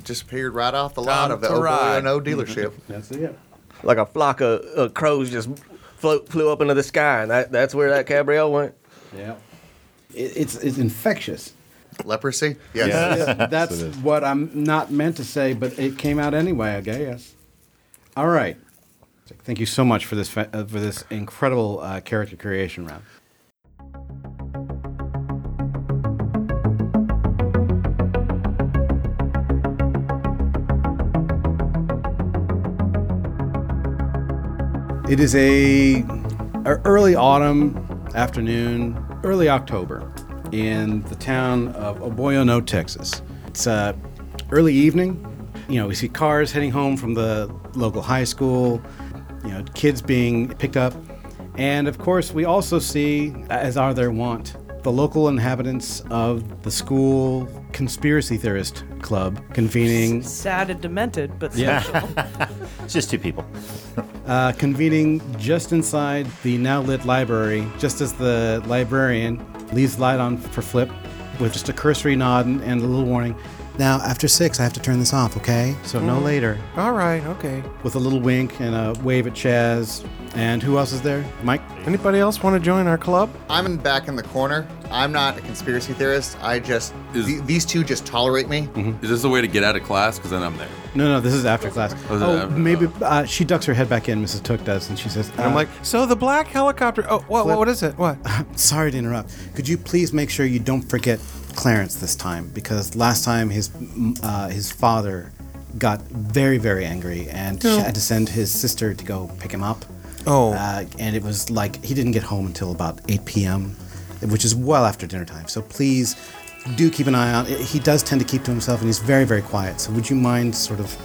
S7: Disappeared right off the lot of the
S12: to ride.
S7: O'Boy dealership.
S4: That's it.
S12: Like a flock of uh, crows just float, flew up into the sky, and that, that's where that cabrio went.
S4: Yeah. It, it's it's infectious.
S7: Leprosy?
S12: Yes. Yes.
S4: Yeah, that's
S12: Yes, it is.
S4: what I'm not meant to say, but it came out anyway. I guess. All right. Thank you so much for this fa- uh, for this incredible uh, character creation round. It is a, a early autumn afternoon, early October, in the town of Oboyono, Texas. It's uh, early evening. You know, we see cars heading home from the local high school. You know, kids being picked up, and of course, we also see, as are their wont, the local inhabitants of the school conspiracy theorist club convening
S9: Sad and demented, but
S4: Yeah.
S9: social.
S6: It's just two people.
S4: uh, convening just inside the now lit library, just as the librarian leaves the light on for Flip with just a cursory nod and, and a little warning. Now, after six, I have to turn this off, okay? So no
S5: Mm.
S15: Mhm.
S4: later.
S15: All right, okay.
S4: With a little wink and a wave at Chaz. And who else is there? Mike?
S5: Anybody else want to join our club?
S7: I'm in back in the corner. I'm not a conspiracy theorist. I just the- these two just tolerate me.
S4: Mm-hmm.
S8: Is this the way to get out of class? Because then I'm there.
S4: No, no, this is after class.
S8: Oh, is it
S4: Oh,
S8: after
S4: maybe uh, she ducks her head back in, Mrs. Took does, and she says,
S5: And I'm
S4: uh,
S5: like, so the black helicopter. Oh, what,
S4: Flip.
S5: what is it? What?
S4: Sorry to interrupt. Could you please make sure you don't forget Clarence this time? Because last time his mm, uh, his father got very very angry and
S5: No.
S4: had to send his sister to go pick him up.
S5: Oh.
S4: Uh, and it was like he didn't get home until about 8 p.m., which is well after dinner time. So please do keep an eye on. He does tend to keep to himself and he's very very quiet. So would you mind sort of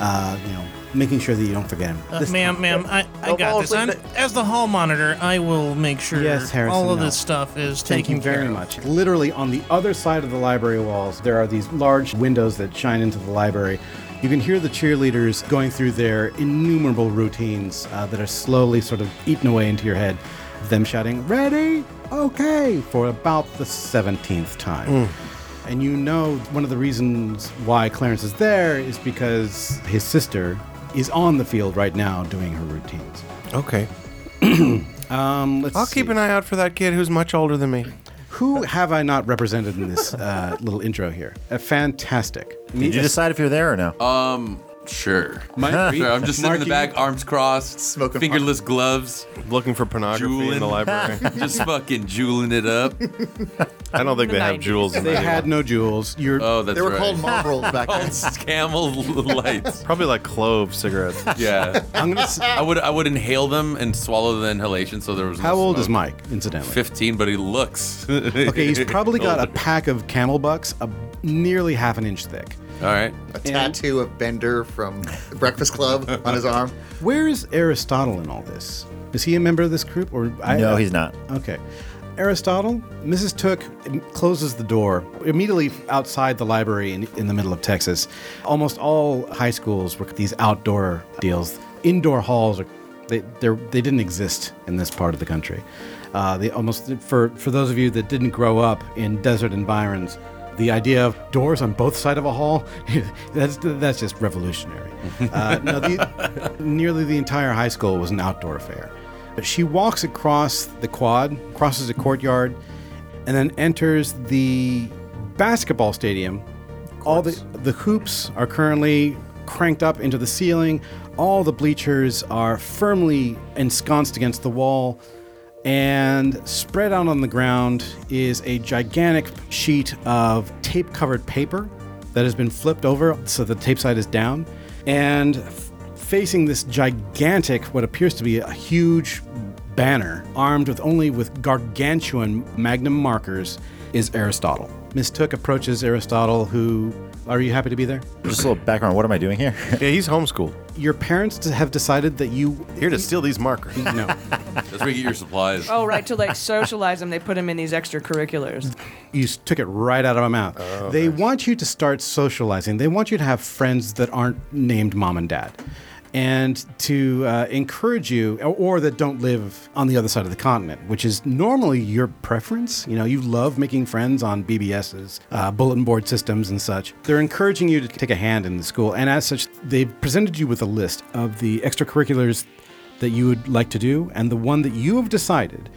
S4: uh, you know making sure that you don't forget him?
S11: Uh, ma'am, ma'am, I, I got this. I'm, as the hall monitor, I will make sure
S4: Yes, Harrison,
S11: all of
S4: no.
S11: this stuff is
S4: Thank
S11: taken
S4: you very
S11: care of.
S4: much. Literally on the other side of the library walls, there are these large windows that shine into the library. You can hear the cheerleaders going through their innumerable routines uh, that are slowly sort of eaten away into your head. Them shouting, "Ready, okay," for about the seventeenth time.
S11: Mm.
S4: And you know one of the reasons why Clarence is there is because his sister is on the field right now doing her routines.
S5: Okay.
S4: um, let's
S5: I'll
S4: see.
S5: keep an eye out for that kid who's much older than me.
S4: Who have I not represented in this uh, little intro here? Uh, fantastic.
S6: Did you decide if you're there or no?
S8: Um, sure.
S4: Mike,
S8: Sure, I'm just sitting in
S4: Marky.
S8: the back, arms crossed, smoking fingerless gloves,
S5: looking for pornography in the library.
S8: just fucking juuling it up.
S5: I don't think they have jewels. In
S4: They
S5: there.
S4: had no jewels. You're,
S8: Oh, that's right.
S7: then.
S8: Oh, camel lights.
S5: Probably like clove cigarettes.
S8: Yeah.
S4: I'm gonna
S8: I would I would inhale them and swallow the inhalation so there was
S4: How old is Mike, incidentally?
S8: 15, but he looks. Oh,
S4: Okay, he's probably got a pack of camel bucks, a, nearly half an inch thick.
S8: All right.
S7: A tattoo of Bender from Breakfast Club on his arm.
S4: Where is Aristotle in all this? Is he a member of this group? Or
S6: No, he's not.
S4: Okay. Aristotle, Mrs. Took closes the door immediately outside the library in, in the middle of Texas. Almost all high schools were these outdoor deals. Indoor halls are they they're, they didn't exist in this part of the country. Uh, they almost for for those of you that didn't grow up in desert environs, the idea of doors on both sides of a hall that's that's just revolutionary. Uh, no, the, nearly the entire high school was an outdoor affair. She walks across the quad, crosses a courtyard, and then enters the basketball stadium. All the the hoops are currently cranked up into the ceiling. All the bleachers are firmly ensconced against the wall. And spread out on the ground is a gigantic sheet of tape covered paper that has been flipped over so the tape side is down. And f- facing this gigantic, what appears to be a huge banner, armed with only with gargantuan magnum markers, is Aristotle. Miss Took approaches Aristotle, who are you happy to be there?
S6: Just a little background. What am I doing here?
S5: yeah, he's homeschooled.
S4: Your parents have decided that you
S5: here to steal these markers.
S4: No,
S8: That's where you get your supplies.
S9: Oh, right. To like socialize them, they put them in these extracurriculars.
S4: You s- took it right out of my mouth. they want you to start socializing. They want you to have friends that aren't named mom and dad, and to uh, encourage you, or, or that don't live on the other side of the continent, which is normally your preference. You know, you love making friends on BBSs, uh, bulletin board systems, and such. They're encouraging you to take a hand in the school, and as such, they've presented you with a list of the extracurriculars that you would like to do, and the one that you have decided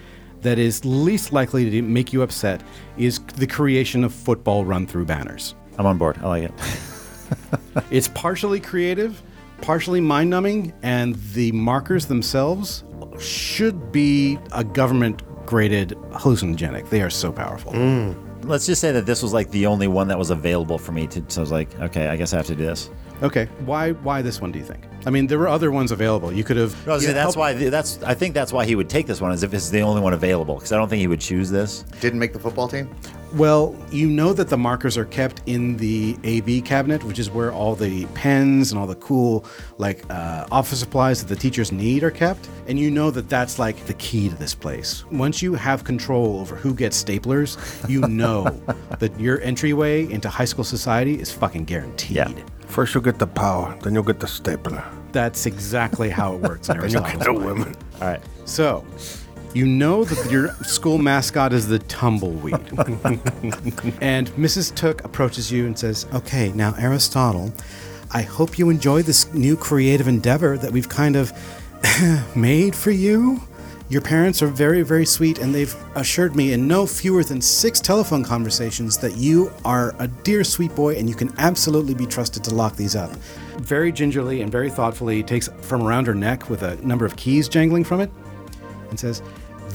S4: that is least likely to make you upset is the creation of football run through banners.
S6: I'm on board. I like it.
S4: it's partially creative, partially mind numbing, and the markers themselves should be a government graded hallucinogenic. They are so powerful.
S6: Mm.
S5: Mm.
S6: Let's just say that this was like the only one that was available for me to. So I was like, okay, I guess I have to do this.
S4: Okay, why why this one do you think? I mean, there were other ones available. You could have.
S6: No, I was
S4: you
S6: saying that's
S4: helped-
S6: why. That's I think that's why he would take this one, is if it's the only one available, because I don't think he would choose this.
S7: Didn't make the football team.
S4: Well, you know that the markers are kept in the AB cabinet, which is where all the pens and all the cool, like, uh, office supplies that the teachers need are kept. And you know that that's like the key to this place. Once you have control over who gets staplers, you know that your entryway into high school society is fucking guaranteed.
S16: First you'll get the power, then you'll get the stapler.
S4: That's exactly how it works in
S16: Then you'll
S4: Aristotle's
S16: get the
S4: mind.
S16: women.
S6: All right.
S4: So, you know that your school mascot is the tumbleweed. and Mrs. Took approaches you and says, Okay, now, Aristotle, I hope you enjoy this new creative endeavor that we've kind of made for you. Your parents are very, very sweet, and they've assured me in no fewer than six telephone conversations that you are a dear sweet boy and you can absolutely be trusted to lock these up. Very gingerly and very thoughtfully takes from around her neck with a number of keys jangling from it and says,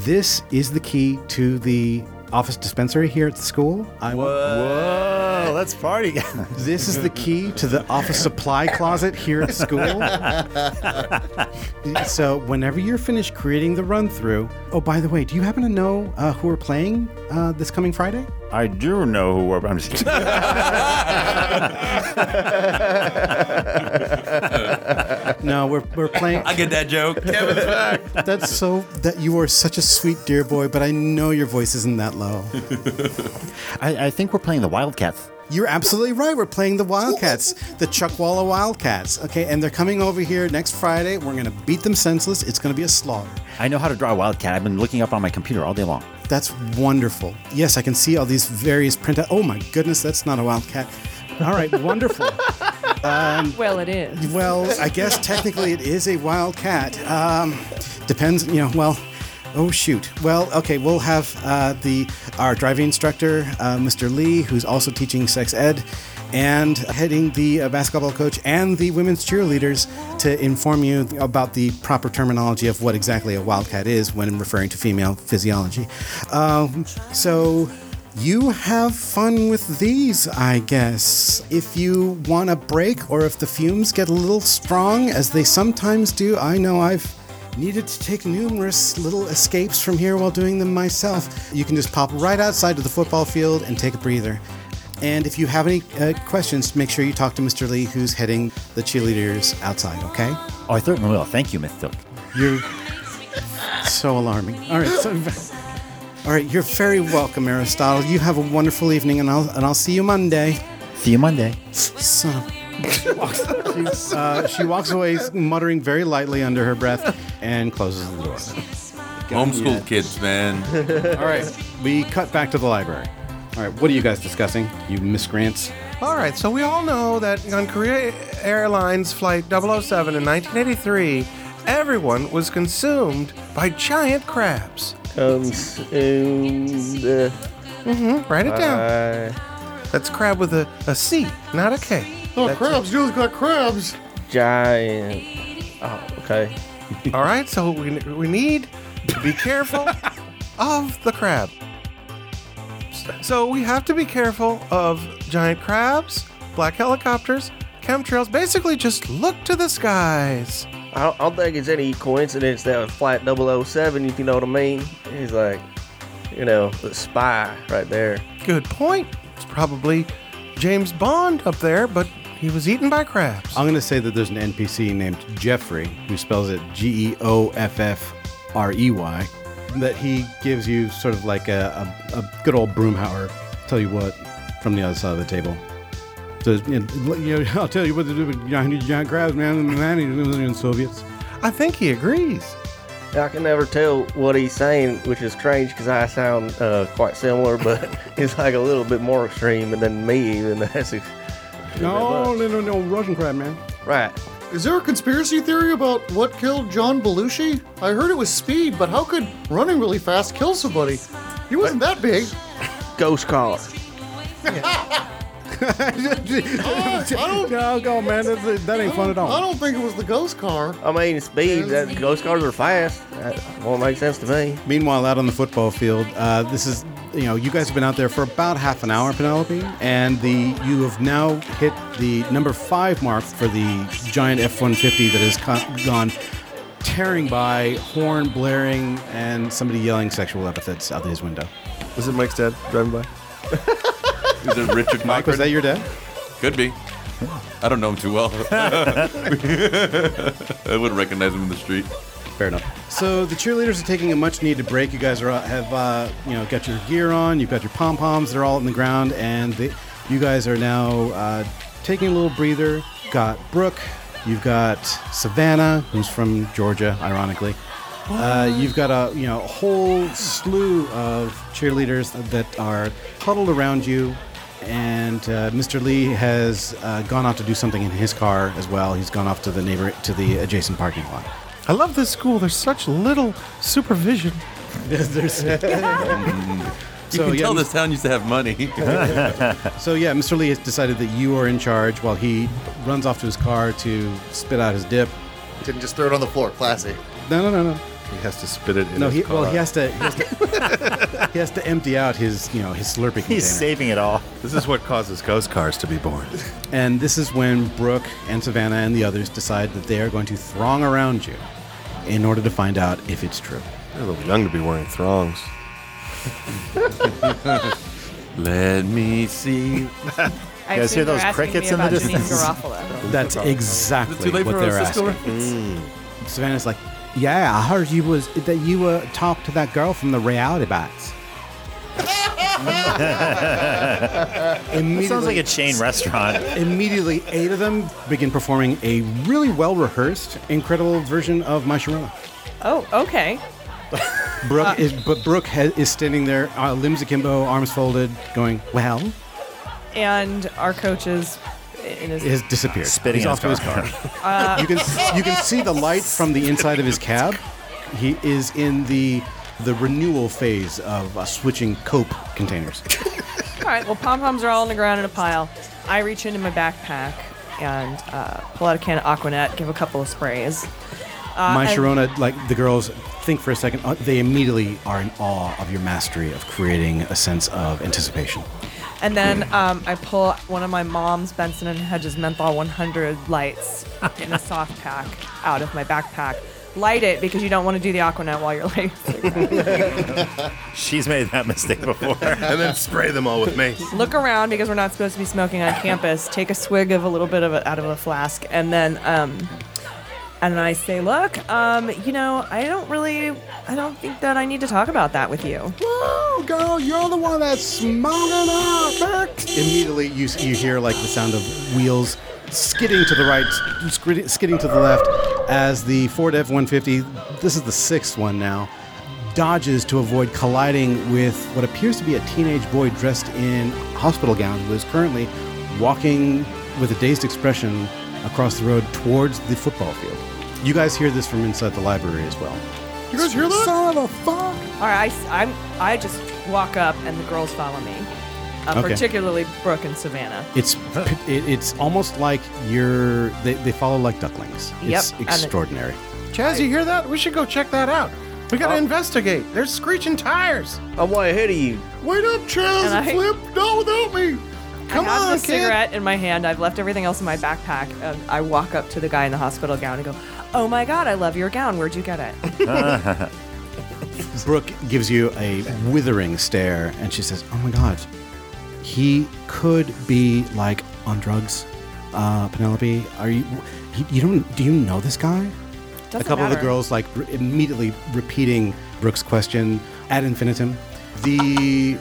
S4: This is the key to the office dispensary here at the school. I
S6: Whoa, let's party.
S4: this is the key to the office supply closet here at school. so whenever you're finished creating the run through, oh by the way, do you happen to know uh, who we're playing uh, this coming Friday?
S6: I do know who. we're- I'm just kidding.
S4: no, we're we're playing.
S8: I get that joke. Kevin's back.
S4: That's so that you are such a sweet dear boy, but I know your voice isn't that low.
S6: I, I think we're playing the Wildcats.
S4: You're absolutely right. We're playing the Wildcats, the Chuckwalla Wildcats. Okay, and they're coming over here next Friday. We're gonna beat them senseless. It's gonna be a slaughter.
S6: I know how to draw a Wildcat. I've been looking up on my computer all day long.
S4: That's wonderful. Yes, I can see all these various printout. Oh my goodness, that's not a wildcat. All right, wonderful. Um,
S9: well, it is.
S4: Well, I guess technically it is a wildcat. Um, depends, you know. Well, oh shoot. Well, okay, we'll have uh, the our driving instructor, uh, Mr. Lee, who's also teaching sex ed, and heading the uh, basketball coach and the women's cheerleaders to inform you about the proper terminology of what exactly a wildcat is when referring to female physiology. Um, so. You have fun with these, I guess. If you want a break or if the fumes get a little strong, as they sometimes do, I know I've needed to take numerous little escapes from here while doing them myself. You can just pop right outside to the football field and take a breather. And if you have any uh, questions, make sure you talk to Mr. Lee, who's heading the cheerleaders outside, okay?
S6: Oh, I certainly will. Thank you, Miss Silk.
S4: You're so alarming. All right. So, all right. You're very welcome, Aristotle. You have a wonderful evening, and I'll and I'll see you Monday.
S6: See you Monday.
S4: Son of. She walks, she, uh, she walks away, muttering very lightly under her breath, and closes the door.
S8: Homeschool kids, man.
S4: All right. We cut back to the library. All right. What are you guys discussing? You miscreants.
S16: All right, so we all know that on Korea Airlines Flight 007 in 1983, everyone was consumed by giant crabs.
S12: Consumed.
S16: hmm Write it down.
S12: By
S16: That's crab with a, a C, not a K.
S14: Oh,
S16: That's
S14: crabs!
S16: it.
S14: You just got crabs.
S12: giant. Oh, okay.
S16: All right, so we, we need to be careful of the crab. So we have to be careful of giant crabs, black helicopters, chemtrails. Basically, just look to the skies.
S12: I don't, I don't think it's any coincidence that was Flight 007, if you know what I mean. He's like, you know, the spy right there.
S16: Good point. It's probably James Bond up there, but he was eaten by crabs.
S4: I'm going to say that there's an NPC named Jeffrey who spells it G E O F F R E Y, that he gives you sort of like a, a, a good old Broomhauer, tell you what, from the other side of the table. So, you know, you know, I'll tell you what to do with giant, giant crabs, man, and the man, and Soviets.
S16: I think he agrees.
S12: I can never tell what he's saying, which is strange because I sound uh, quite similar, but he's like a little bit more extreme than me. Even that's ex-
S4: No, no, no, no, Russian crab, man.
S12: right.
S14: Is there a conspiracy theory about what killed John Belushi? I heard it was speed, but how could running really fast kill somebody? He wasn't that big.
S12: Ghost collar.
S14: I, I don't,
S4: Oh, no, go man. That, ain't fun at all.
S14: I don't think it was the ghost car.
S12: I mean, speed. That ghost cars are fast. That won't make sense to me.
S4: Meanwhile, out on the football field, uh, this is you know you guys have been out there for about half an hour, Penelope, and the you have now hit the number five mark for the giant F-150 that has co- gone tearing by, horn blaring, and somebody yelling sexual epithets out his window.
S5: Is it Mike's dad driving by?
S8: Is it Richard
S4: Mike? Was that your dad?
S8: Could be. I don't know him too well. I wouldn't recognize him in the street.
S4: Fair enough. So the cheerleaders are taking a much-needed break. You guys are have uh, you know got your gear on, you've got your pom poms. They're all on the ground, and the, you guys are now uh, taking a little breather. Got Brooke, you've got Savannah, who's from Georgia, ironically. Uh, you've got a you know a whole slew of cheerleaders that are huddled around you, and uh, Mr. Lee has uh, gone off to do something in his car as well. He's gone off to the neighbor to the adjacent parking lot.
S16: I love this school. There's such little supervision.
S4: There's. So,
S8: You can
S4: yeah,
S8: tell
S4: Mr.
S8: this town used to have money.
S4: so yeah, Mr. Lee has decided that you are in charge while he runs off to his car to spit out his dip.
S7: Didn't just throw it on the floor. Classy.
S4: No, no, no, no.
S5: He has to spit it in
S4: no,
S5: his
S4: he,
S5: car.
S4: well, he has to. He has to, he has to empty out his, you know, his Slurpee container.
S6: He's saving it all.
S5: This is what causes ghost cars to be born.
S4: And this is when Brooke and Savannah and the others decide that they are going to throng around you in order to find out if it's true.
S5: They're a little young to be wearing throngs.
S8: Let me see.
S9: I guys hear assume those they're asking crickets me in the about Janine distance? Garofalo.
S4: That's
S8: No problem.
S4: exactly
S8: Is it too late
S4: what
S8: for a
S4: they're
S8: Cisco
S4: asking. Mm. Savannah's like, "Yeah, I heard you was that you were talked to that girl from the reality bites."
S6: That sounds like a chain restaurant.
S4: Immediately, eight of them begin performing a really well rehearsed, incredible version of My Sharona.
S9: Oh, okay.
S4: Brooke
S9: Uh,
S4: is, but Brooke ha- is standing there, uh, limbs akimbo, arms folded, going, "Well."
S9: And our coach is in his.
S4: It has disappeared.
S6: Spitting
S4: He's
S6: in
S4: off to
S6: his
S4: his car.
S9: Uh,
S4: you can you can see the light from the inside of his cab. He is in the the renewal phase of uh, switching cope containers.
S9: All right. Well, pom poms are all on the ground in a pile. I reach into my backpack and uh, pull out a can of Aquanet, give a couple of sprays. Uh,
S4: My
S9: and-
S4: Sharona, like the girls think for a second, uh, they immediately are in awe of your mastery of creating a sense of anticipation.
S9: And then um, I pull one of my mom's Benson and Hedges Menthol 100 lights in a soft pack out of my backpack. Light it because you don't want to do the Aquanet while you're like.
S6: She's made that mistake before.
S5: and then spray them all with mace.
S9: Look around because we're not supposed to be smoking on campus. Take a swig of a little bit of it out of a flask, and then um, and I say, "Look, um, you know, I don't really, I don't think that I need to talk about that with you."
S4: Whoa, girl, you're the one that's smoking up, Immediately, you you hear like the sound of wheels skidding to the right, skidding, skidding to the left, as the Ford F-150. This is the sixth one now. Dodges to avoid colliding with what appears to be a teenage boy dressed in a hospital gown who is currently walking with a dazed expression across the road towards the football field. You guys hear this from inside the library as well.
S14: You guys hear that?
S4: Son of a fuck! All
S9: right, I, s- I'm- I just walk up, and the girls follow me, uh,
S4: Okay.
S9: particularly Brooke and Savannah.
S4: It's p- it, it's almost like you're they, they follow like ducklings.
S9: Yep,
S4: It's
S9: and it-
S4: extraordinary.
S16: Chaz, you hear that? We should go check that out. We
S6: Uh,
S16: gotta investigate. There's screeching tires.
S12: I'm way ahead of you.
S16: Wait up, Chaz
S9: And I- Flip.
S16: Not without me. Come
S9: I have
S16: on,
S9: the
S16: kid.
S9: cigarette in my hand. I've left everything else in my backpack. Um, I walk up to the guy in the hospital gown and go, "Oh my God, I love your gown. Where'd you get it?"
S4: Brooke gives you a withering stare and she says, "Oh my god, he could be like on drugs." Uh, Penelope, are you? He, you don't? Do you know this guy? a
S9: Doesn't
S4: couple of the
S9: matter.
S4: girls like r- immediately repeating Brooke's question ad infinitum. The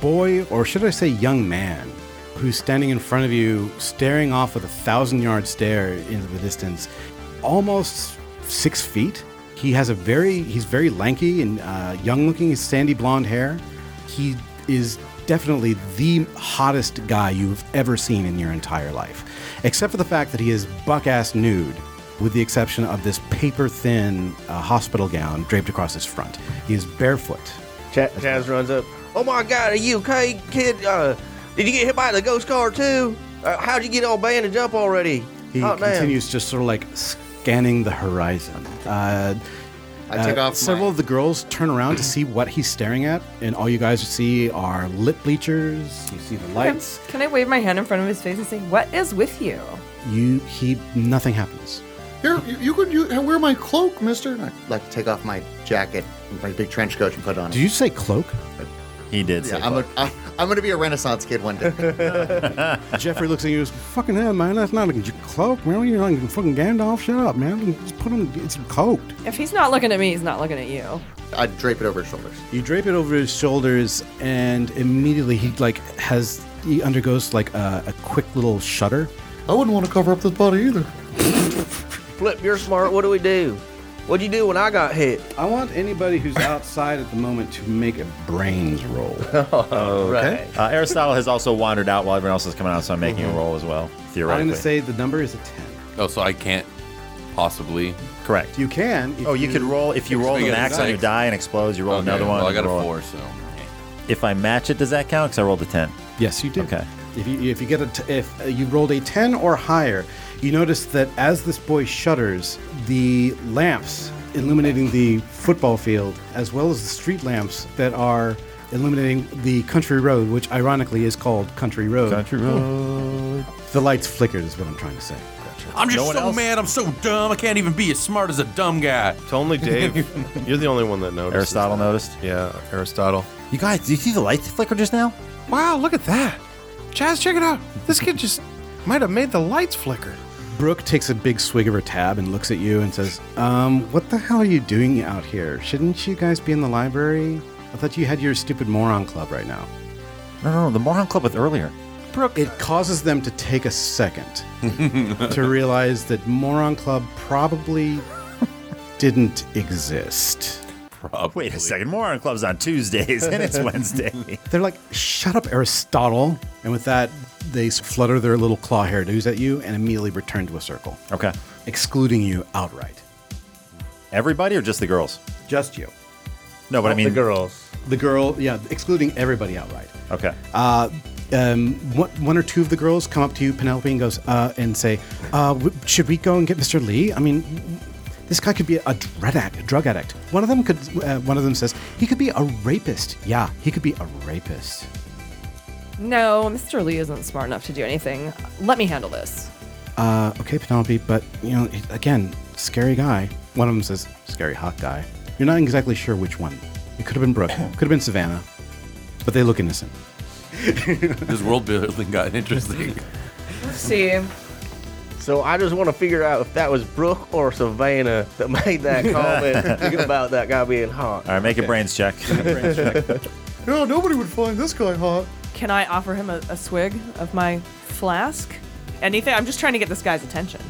S4: boy, or should I say young man, who's standing in front of you, staring off with a thousand yard stare into the distance, almost six feet. He has a very, he's very lanky and uh, young looking, his sandy blonde hair. He is definitely the hottest guy you've ever seen in your entire life, except for the fact that he is buck ass nude, with the exception of this paper thin uh, hospital gown draped across his front. He is barefoot.
S12: Ch- Chaz runs up. Oh my God, are you okay, kid? Uh, did you get hit by the ghost car too? Uh, how'd you get all bandaged up already? Oh,
S4: He
S12: Hot damn.
S4: continues just sort of like scanning the horizon. Uh,
S12: I take off my-
S4: several of the girls turn around to see what he's staring at, and all you guys see are lit bleachers. You see the lights.
S9: Okay. Can I wave my hand in front of his face and say, "What is with you?"
S4: You he nothing happens.
S7: Here, you, you could you, wear my cloak, mister. I'd like to take off my jacket, my big trench coat, and put it on.
S4: Did you say cloak?
S6: He did.
S7: Yeah, I'm, a, I'm, I'm going to be a Renaissance kid one day.
S4: Jeffrey looks at you and goes, fucking hell, man, that's not a cloak, man. You're like fucking Gandalf. Shut up, man. Just put on, it's a cloak.
S9: If he's not looking at me, he's not looking at you.
S7: I drape it over his shoulders.
S4: You drape it over his shoulders, and immediately he like has, he undergoes like a, a quick little shudder.
S14: I wouldn't want to cover up this body either.
S12: Flip, you're smart. What do we do? What'd you do when I got hit?
S4: I want anybody who's outside at the moment to make a brains roll.
S6: Okay.
S4: right.
S6: Uh, Aristotle has also wandered out while everyone else is coming out, so I'm making a roll as well,
S4: Mm-hmm. I'm going
S6: theoretically.
S4: to say the number is a 10.
S8: Oh, so I can't possibly.
S6: Correct.
S4: You can. if
S6: oh, you, could roll if you roll
S8: We
S6: an
S8: get a
S6: axe and you
S8: six.
S6: die and explodes. You roll
S8: Okay,
S6: another one.
S8: well, I
S6: and
S8: got a
S6: roll it.
S8: four, so.
S6: If I match it, does that count? Because I rolled a ten.
S4: Yes, you did.
S6: Okay.
S4: If you if you get a t- if uh, you rolled a ten or higher, you notice that as this boy shudders, the lamps illuminating the football field, as well as the street lamps that are illuminating the country road, which ironically is called Country Road.
S6: Country
S4: Road. The lights flickered is what I'm trying to say.
S8: I'm just
S4: No one
S8: so
S4: else?
S8: mad. I'm so dumb. I can't even be as smart as a dumb guy. It's
S5: only Dave. You're the only one that noticed.
S6: Aristotle noticed.
S5: Yeah, Aristotle.
S6: You guys, do you see the lights flicker just now?
S16: Wow, look at that. Chaz, check it out. This kid just might have made the lights flicker.
S4: Brooke takes a big swig of her tab and looks at you and says, um, "What the hell are you doing out here? Shouldn't you guys be in the library? I thought you had your stupid moron club right now."
S6: No, no, no. The moron club was earlier.
S4: It causes them to take a second to realize that Moron Club probably didn't exist.
S6: Wait a second. Moron club's on Tuesdays and it's Wednesday.
S4: They're like, shut up, Aristotle. And with that, they flutter their little claw hairdos at you and immediately return to a circle.
S6: Okay.
S4: Excluding you outright.
S6: Everybody or just the girls?
S4: Just you.
S6: No, but I mean
S4: girls. The girl, yeah, excluding everybody outright.
S6: Okay.
S4: Uh, um, one, one or two of the girls come up to you, Penelope, and goes uh, and say, uh, w- "Should we go and get Mr. Lee? I mean, this guy could be a drug addict. Drug addict. One of them could. Uh, one of them says he could be a rapist. Yeah, he could be a rapist.
S9: No, Mr. Lee isn't smart enough to do anything. Let me handle this.
S4: Uh, okay, Penelope, but you know, he- again, scary guy. One of them says, "Scary hot guy." You're not exactly sure which one. It could have been Brooke. could have been Savannah. But they look innocent.
S8: this world building got interesting.
S9: Let's see.
S12: So I just want to figure out if that was Brooke or Savannah that made that comment about that guy being hot.
S6: All right, make a brains check.
S14: No, nobody would find this guy hot.
S9: Can I offer him a, a swig of my flask? Anything? I'm just trying to get this guy's attention.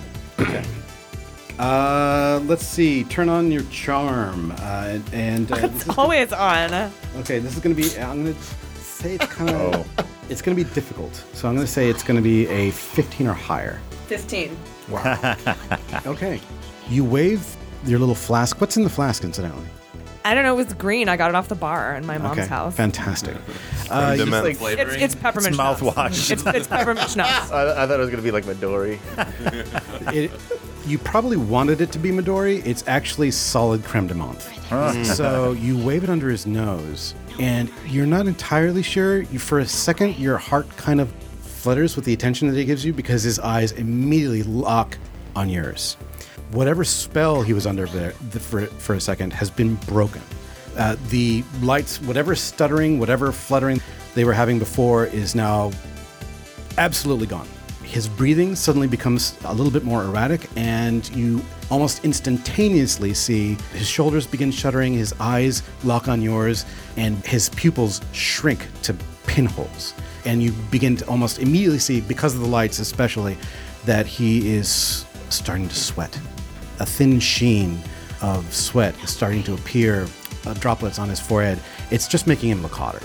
S4: Uh, let's see. Turn on your charm, uh, and uh, this
S9: It's
S4: is-
S9: always on.
S4: okay, this is gonna be. I'm gonna say it's kind of. oh. It's gonna be difficult, so I'm gonna say it's gonna be a 15 or higher.
S9: 15.
S4: Wow. okay. You wave your little flask. What's in the flask, incidentally?
S9: I don't know. It was green. I got it off the bar in my mom's
S4: okay.
S9: house.
S4: Fantastic. Uh,
S12: It's
S4: you-
S12: just like-
S9: It's, it's peppermint schnapps. It's, it's peppermint schnapps.
S12: I, I thought it was gonna be like Midori.
S4: it, you probably wanted it to be Midori. It's actually solid creme de menthe.
S12: Huh.
S4: so you wave it under his nose, and you're not entirely sure. You, for a second, your heart kind of flutters with the attention that he gives you because his eyes immediately lock on yours. Whatever spell he was under there the, for, for a second has been broken. Uh, the lights, whatever stuttering, whatever fluttering they were having before, is now absolutely gone. His breathing suddenly becomes a little bit more erratic, and you almost instantaneously see his shoulders begin shuddering, his eyes lock on yours, and his pupils shrink to pinholes. And you begin to almost immediately see, because of the lights especially, that he is starting to sweat. A thin sheen of sweat is starting to appear, uh, droplets on his forehead. It's just making him look hotter.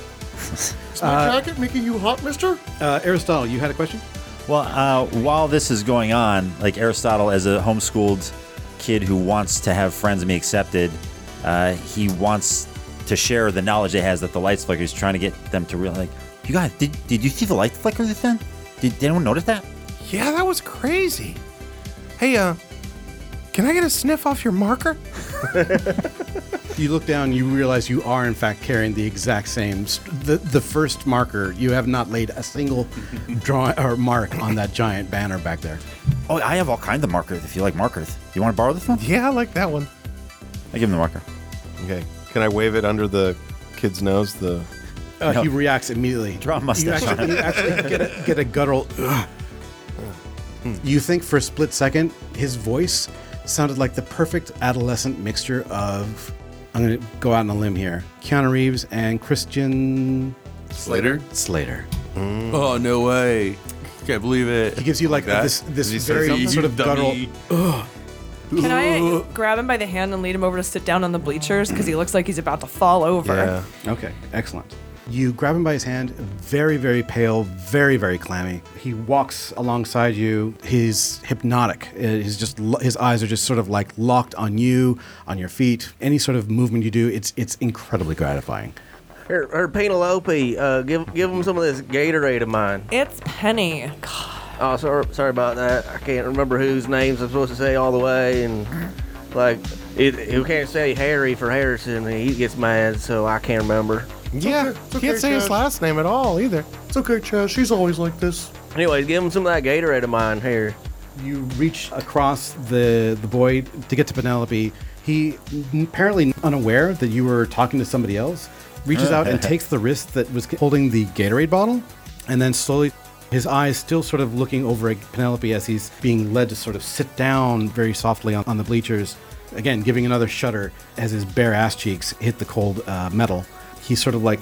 S14: Is my
S4: Uh,
S14: jacket making you hot, mister?
S4: Uh, Aristotle, you had a question?
S6: Well, uh, while this is going on, like Aristotle, as a homeschooled kid who wants to have friends and be accepted, uh, he wants to share the knowledge he has that the lights flicker. He's trying to get them to realize, like, you guys, did, did you see the light flicker just then? Did, did anyone notice that?
S16: Yeah, that was crazy. Hey, uh, can I get a sniff off your marker?
S4: You look down, you realize you are in fact carrying the exact same, st- the, the first marker. You have not laid a single draw or mark on that giant banner back there.
S6: Oh, I have all kinds of markers if you like markers. You want to borrow this one?
S16: Yeah, I like that one.
S6: I give him the marker.
S5: Okay. Can I wave it under the kid's nose? The
S4: Uh, He reacts immediately. Draw
S6: a
S4: You actually, you actually get, a, get a guttural. "Ugh." You think for a split second, his voice sounded like the perfect adolescent mixture of. I'm going to go out on a limb here. Keanu Reeves and Christian
S8: Slater?
S4: Slater.
S8: Oh no way! Can't believe it. He
S4: gives you like
S8: that?
S4: this- this
S8: Does he say
S4: very
S8: something?
S4: sort
S8: You
S4: of
S8: dummy.
S4: Ugh.
S9: Can I grab him by the hand and lead him over to sit down on the bleachers because he looks like he's about to fall over?
S4: Okay, excellent. You grab him by his hand, very, very pale, very, very clammy. He walks alongside you. He's hypnotic. Uh, He's just lo- his eyes are just sort of like locked on you, on your feet. Any sort of movement you do, it's it's incredibly gratifying.
S12: Her, her Penelope, uh, give give him some of this Gatorade of mine.
S9: It's Penny.
S12: Oh, sorry, sorry about that. I can't remember whose names I'm supposed to say all the way, and like, it, you can't say Harry for Harrison. He gets mad, so I can't remember.
S16: Yeah, can't say his
S14: Chad.
S16: last name at all either.
S14: It's okay, Chaz. She's always like this.
S12: Anyways, give him some of that Gatorade of mine here.
S4: You reach across the the boy to get to Penelope. He apparently unaware that you were talking to somebody else, reaches out and takes the wrist that was holding the Gatorade bottle, and then slowly, his eyes still sort of looking over at Penelope as he's being led to sort of sit down very softly on, on the bleachers. Again, giving another shudder as his bare ass cheeks hit the cold uh, metal. He sort of like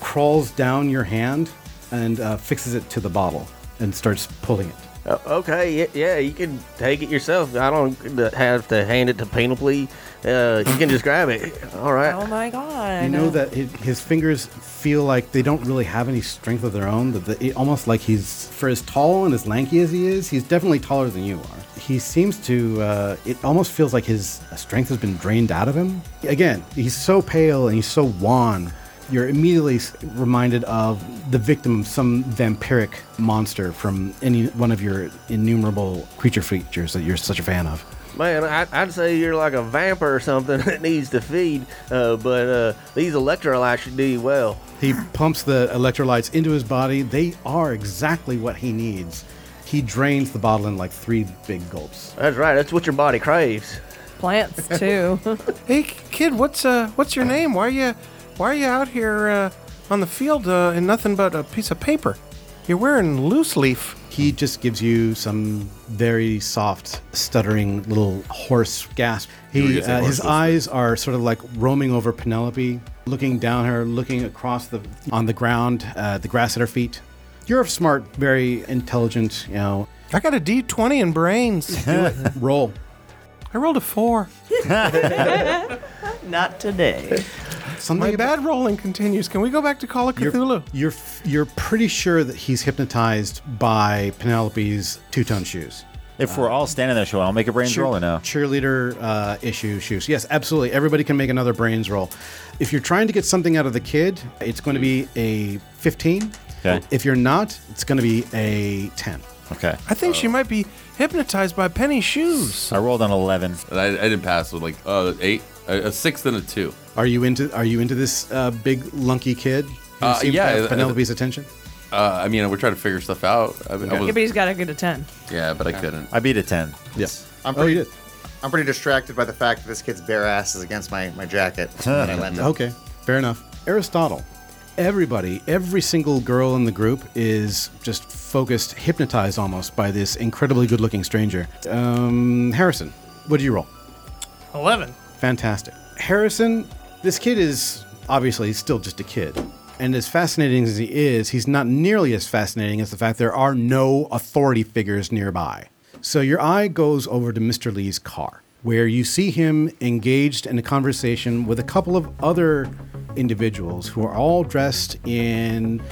S4: crawls down your hand and uh, fixes it to the bottle and starts pulling it.
S12: Uh, okay, yeah, yeah, you can take it yourself. I don't have to hand it to Penelope. Uh, you can just grab it. All right.
S9: Oh my god.
S4: You know that it, his fingers feel like they don't really have any strength of their own. That the, it, almost like he's for as tall and as lanky as he is, he's definitely taller than you are. He seems to. Uh, it almost feels like his strength has been drained out of him. Again, he's so pale and he's so wan. You're immediately s- reminded of the victim of some vampiric monster from any one of your innumerable creature features that you're such a fan of.
S12: Man, I, I'd say you're like a vampire or something that needs to feed, uh, but uh, these electrolytes should do you well.
S4: He pumps the electrolytes into his body. They are exactly what he needs. He drains the bottle in like three big gulps.
S12: That's right. That's what your body craves.
S9: Plants too.
S16: hey, k- kid, what's uh, what's your name? Why are you, why are you out here uh, on the field uh, in nothing but a piece of paper? You're wearing loose leaf.
S4: He just gives you some very soft, stuttering little hoarse gasp.
S16: You were
S4: He,
S16: gonna say
S4: uh, his
S16: horseless.
S4: eyes are sort of like roaming over Penelope, looking down her, looking across the on the ground, uh, the grass at her feet. You're smart, very intelligent. You know,
S16: I got a D20 in brains.
S4: Roll.
S16: I rolled a four.
S13: Not today.
S16: My bad rolling continues. Can we go back to Call of
S4: You're-
S16: Cthulhu?
S4: You're f- you're pretty sure that he's hypnotized by Penelope's two-tone shoes.
S6: If we're all standing there, should I make a brains roll or no?
S4: Cheerleader uh, issue shoes. Yes, absolutely. Everybody can make another brains roll. If you're trying to get something out of the kid, it's going to be a 15.
S6: Okay.
S4: If you're not, it's going to be a 10.
S6: Okay.
S16: I think
S8: Oh.
S16: she might be hypnotized by Penny shoes.
S6: I rolled on 11.
S8: And I, I didn't pass with like uh, eight, a, a six, and a two.
S4: Are you into Are you into this uh, big lunky kid who
S8: Uh,
S4: seems
S8: yeah,
S4: to
S8: I- I-
S4: have Penelope's attention?
S8: Uh, I mean, we're trying to figure stuff out. I, mean, I
S9: Yeah,
S8: was,
S9: but he's got to get a 10.
S8: yeah, but I couldn't.
S6: I beat a 10.
S4: Yes.
S7: I'm pretty, I'm pretty distracted by the fact that this kid's bare ass is against my, my jacket. and then I lent it.
S4: okay, fair enough. Aristotle, everybody, every single girl in the group is just focused, hypnotized almost by this incredibly good looking stranger. Um, Harrison, what did you roll?
S15: 11.
S4: Fantastic. Harrison, this kid is obviously still just a kid. And as fascinating as he is, he's not nearly as fascinating as the fact there are no authority figures nearby. So your eye goes over to Mr. Lee's car, where you see him engaged in a conversation with a couple of other individuals who are all dressed in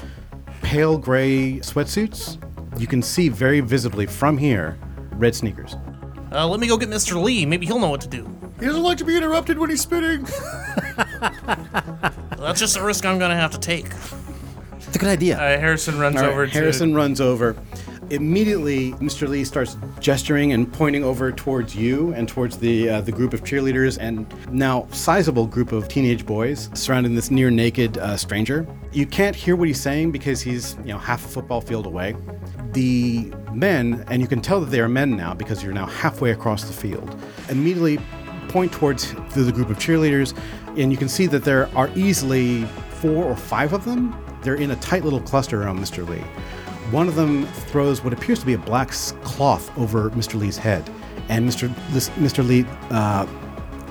S4: pale gray sweatsuits. You can see very visibly from here red sneakers.
S11: Uh, let me go get Mr. Lee. Maybe he'll know what to do.
S14: He doesn't like to be interrupted when he's spitting.
S11: That's just a risk I'm gonna have to take.
S6: It's a good idea.
S15: Uh, Harrison runs
S4: All right,
S15: over
S4: Harrison runs over. Immediately, Mr. Lee starts gesturing and pointing over towards you and towards the uh, the group of cheerleaders and now sizable group of teenage boys surrounding this near naked uh, stranger. You can't hear what he's saying because he's you know half a football field away. The men, and you can tell that they are men now because you're now halfway across the field. Immediately, point towards the the group of cheerleaders, and you can see that there are easily four or five of them. They're in a tight little cluster around Mr. Lee. One of them throws what appears to be a black s- cloth over Mr. Lee's head, and Mr. This, Mr. Lee uh,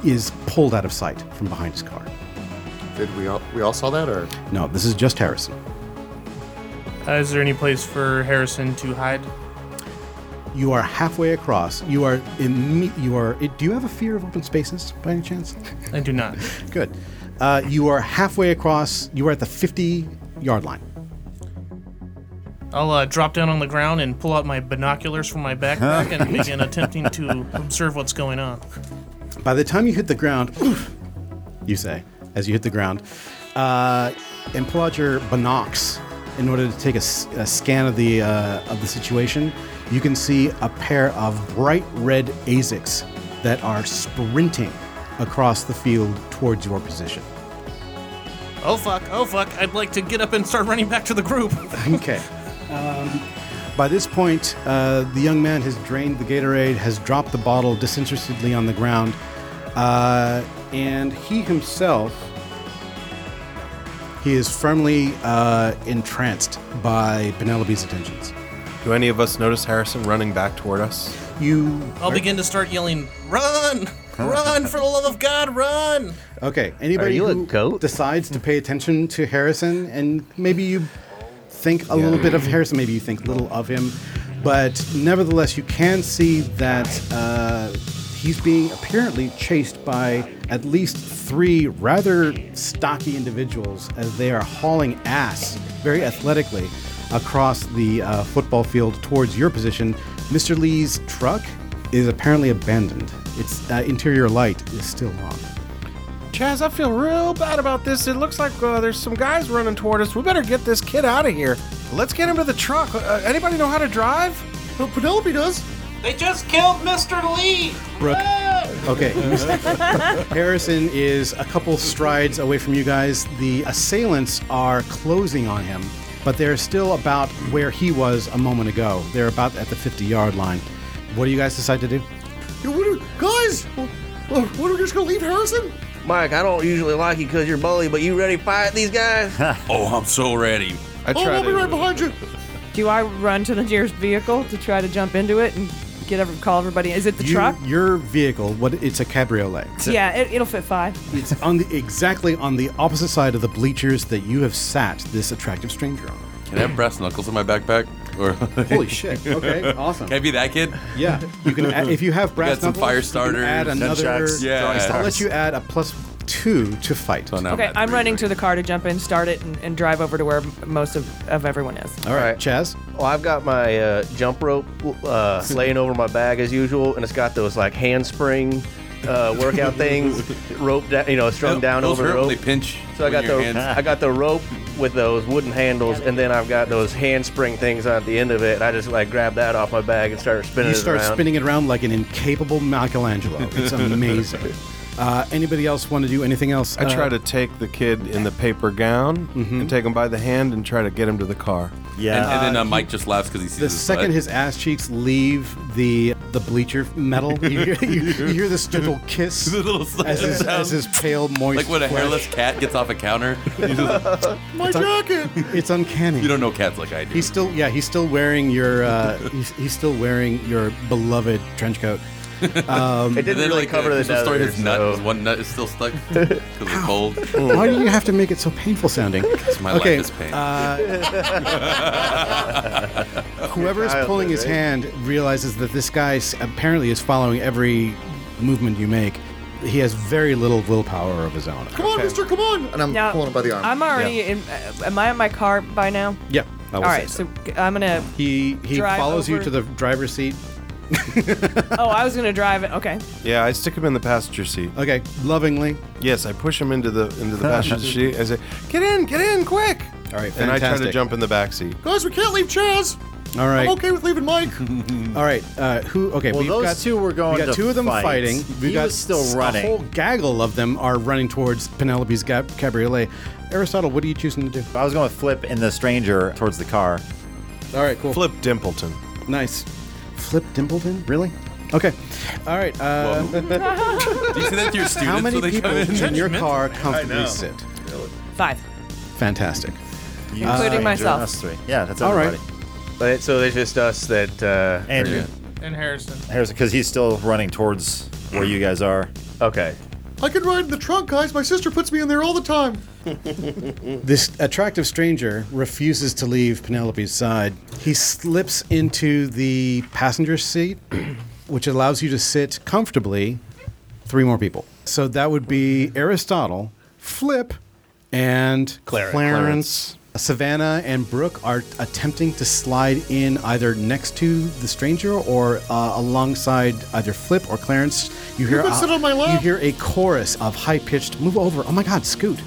S4: is pulled out of sight from behind his car.
S14: Did we all we all saw that or?
S4: No, this is just Harrison.
S15: to. Uh, is there any place for Harrison to hide?
S4: You are halfway across. You are imme- You are. Do you have a fear of open spaces by any chance?
S15: I do not.
S4: Good. Uh, you are halfway across. You are at the 50 yard line.
S11: I'll uh, drop down on the ground and pull out my binoculars from my backpack and begin attempting to observe what's going on.
S4: By the time you hit the ground, oof, you say, as you hit the ground, uh, and pull out your binocs in order to take a, s- a scan of the uh, of the situation, you can see a pair of bright red Asics that are sprinting across the field towards your position.
S11: Oh fuck! Oh fuck! I'd like to get up and start running back to the group.
S4: Okay. Um, by this point, uh, the young man has drained the Gatorade, has dropped the bottle disinterestedly on the ground, uh, and he himself he is firmly uh, entranced by Penelope's attentions.
S5: Do any of us notice Harrison running back toward us?
S4: You.
S11: I'll begin to start yelling, "Run! Run! For the love of God, run!"
S4: Okay. Anybody
S11: you a
S4: who decides to pay attention to Harrison, and maybe you think a little bit of Harrison, maybe you think little of him, but nevertheless, you can see that uh, he's being apparently chased by at least three rather stocky individuals as they are hauling ass very athletically across the uh, football field towards your position. Mr. Lee's truck is apparently abandoned. Its uh, interior light is still on.
S16: Chaz, I feel real bad about this. It looks like uh, there's some guys running toward us. We better get this kid out of here. Let's get him to the truck. Uh, anybody know how to drive?
S14: Well, Penelope does.
S11: They just killed Mr. Lee.
S4: Brooke. Okay. Harrison is a couple strides away from you guys. The assailants are closing on him, but they're still about where he was a moment ago. They're about at the 50 yard line. What do you guys decide to do?
S14: Yo, what are, guys, w- w- what are we just gonna leave Harrison?
S12: Mike, I don't usually like you because you're bully, but you ready to fight these guys?
S8: oh, I'm so ready. I
S14: oh, I'll be right behind you.
S1: Do I run to the nearest vehicle to try to jump into it and get every, call everybody? Is it the
S4: You-
S1: truck?
S4: Your vehicle, what? It's a cabriolet.
S1: yeah, it, it'll fit five.
S4: It's on the exactly on the opposite side of the bleachers that you have sat this attractive stranger on.
S8: Can I have brass knuckles in my backpack? Or
S4: Holy shit. Okay, awesome.
S8: Can I be that kid?
S4: Yeah, you can. Add, if you have brass
S8: got some
S4: knuckles,
S8: fire
S4: you
S8: starters,
S4: can add another.
S8: Yeah, Oh,
S4: I'll let you add a plus two to fight.
S1: okay, I'm running to the car to jump in, start it, and, and drive over to where m- most of, of everyone is.
S4: All right, Chaz.
S12: Well, I've got my uh, jump rope uh, laying over my bag as usual, and it's got those like handspring uh, workout things, rope, da- you know, strung down
S8: those
S12: over the
S8: hurt
S12: rope.
S8: when they pinch
S12: so I
S8: when
S12: got
S8: your
S12: the
S8: hands-
S12: I got the rope with those wooden handles, and then I've got those handspring things on at the end of it. And I just like grab that off my bag and start spinning.
S4: you
S12: it
S4: start
S12: around.
S4: spinning it around like an incapable Michelangelo. It's amazing. Uh, anybody else want to do anything else?
S5: I
S4: Uh,
S5: try to take the kid in the paper gown and take him by the hand and try to get him to the car.
S8: And, and then uh, Mike just laughs because he sees
S4: The
S8: his
S4: second
S8: butt.
S4: his ass cheeks leave the the bleacher metal, you hear, you, you hear this little kiss as his, as his pale, moist.
S8: like when a
S4: flesh-
S8: hairless cat gets off a counter. He's just like,
S4: My jacket. it's uncanny.
S8: you don't know cats like I do.
S4: He's still, yeah, he's still wearing your, uh, he's, he's still wearing your beloved trench coat. Um,
S8: And then, like, there's a story His nut, his one nut is still stuck because it's cold.
S4: Why do you have to make it so painful sounding?
S8: my
S4: okay, uh,
S8: life is pain.
S4: whoever is
S13: Childhood,
S4: pulling his
S13: right?
S4: hand realizes that this guy s- apparently is following every movement you make. He has very little willpower of his own.
S14: Come on, mister, come on! And I'm
S4: Now-
S14: pulling him by the arm.
S4: I'm
S9: I'm already
S4: Yeah.
S9: in. Uh, am I in my car by now?
S4: Yeah. I
S9: All
S4: will
S9: right,
S4: say
S9: so g- I'm gonna.
S4: He he
S9: drive
S4: follows you
S9: over-
S4: to the driver's seat.
S9: oh, I was gonna drive it. Okay.
S5: Yeah, I stick him in the passenger seat.
S4: Okay, lovingly.
S5: Yes, I push him into the into the passenger seat. I say,
S13: Get in, get in, quick!
S4: all right,
S5: and I try to
S4: fantastic.
S5: jump in the back seat.
S14: Guys, we can't leave Chaz.
S4: All right.
S14: I'm okay with leaving Mike.
S4: All right. Uh, who? Okay.
S6: Well,
S4: we've
S6: those
S4: got,
S6: two were going
S4: We
S6: to
S4: got two of them
S6: fight.
S4: fighting. We've
S6: He
S4: got
S6: was still
S4: s-
S6: running.
S4: A whole gaggle of them are running towards Penelope's ga- cabriolet. Aristotle, what are you choosing to do?
S6: I was going to flip in the stranger towards the car.
S4: All right, cool.
S5: Flip Dimpleton.
S4: Nice. Flip Dimpleton? Really? Okay. All right. Uh,
S8: Do you see that to your students
S4: How many
S8: when they
S4: people
S8: come in?
S4: can your car
S8: I
S4: comfortably
S8: know.
S4: sit?
S9: Five.
S4: Fantastic.
S12: Ah,
S9: Including myself.
S6: Yeah, that's
S4: All right.
S6: everybody.
S12: But, so there's just us that. Uh,
S6: Andrew.
S11: And Harrison.
S6: Here's because he's still running towards where you guys are.
S12: Okay.
S14: I can ride in the trunk, guys. My sister puts me in there all the time.
S4: This attractive stranger refuses to leave Penelope's side. He slips into the passenger seat, which allows you to sit comfortably three more people. So that would be Aristotle, Flip, and
S12: Clarence.
S4: Clarence. Savannah and Brooke are attempting to slide in either next to the stranger or uh, alongside either Flip or Clarence. You hear
S14: can
S4: a-
S14: sit on my lap.
S4: You hear a chorus of high-pitched "Move over!" Oh my God, scoot!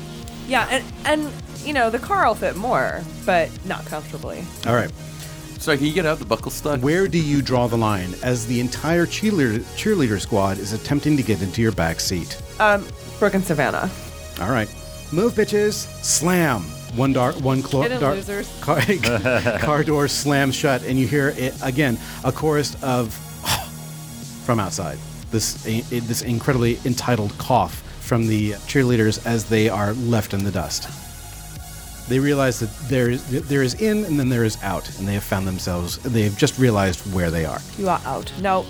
S9: Yeah, and and you know the car will fit more, but not comfortably.
S4: All right.
S8: Sorry, can you get out the buckle stuck?
S4: Where do you draw the line as the entire cheerleader, cheerleader squad is attempting to get into your back seat?
S9: Um, Brooke and Savannah.
S4: All right. Move, bitches. Slam. One dark, one clo-
S9: Hidden
S4: dark
S9: losers.
S4: Car, car door slams shut, and you hear it again a chorus of from outside. This i- i- this incredibly entitled cough from the cheerleaders as they are left in the dust. They realize that there is there is in and then there is out, and they have found themselves. They have just realized where they are.
S9: You are out. Now,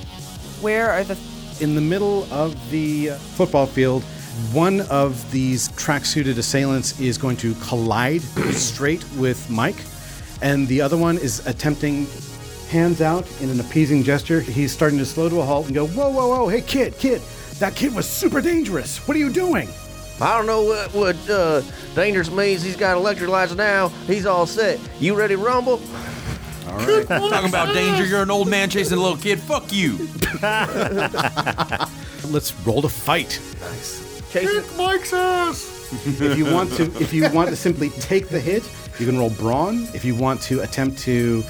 S9: where are the?
S4: In the middle of the uh, football field, one of these tracksuited assailants is going to collide straight with Mike, and the other one is attempting hands out in an appeasing gesture. He's starting to slow to a halt and go, "Whoa, whoa, whoa! Hey, kid, kid, that kid was super dangerous. What are you doing?"
S10: I don't know what, what uh, dangerous means. He's got electrolytes now. He's all set. You ready to rumble?
S4: All
S8: right. Talking about danger, you're an old man chasing a little kid. Fuck you.
S4: Let's roll to fight. Nice.
S14: Kick Mike's ass.
S4: if you want to if you want to simply take the hit, you can roll brawn. If you want to attempt to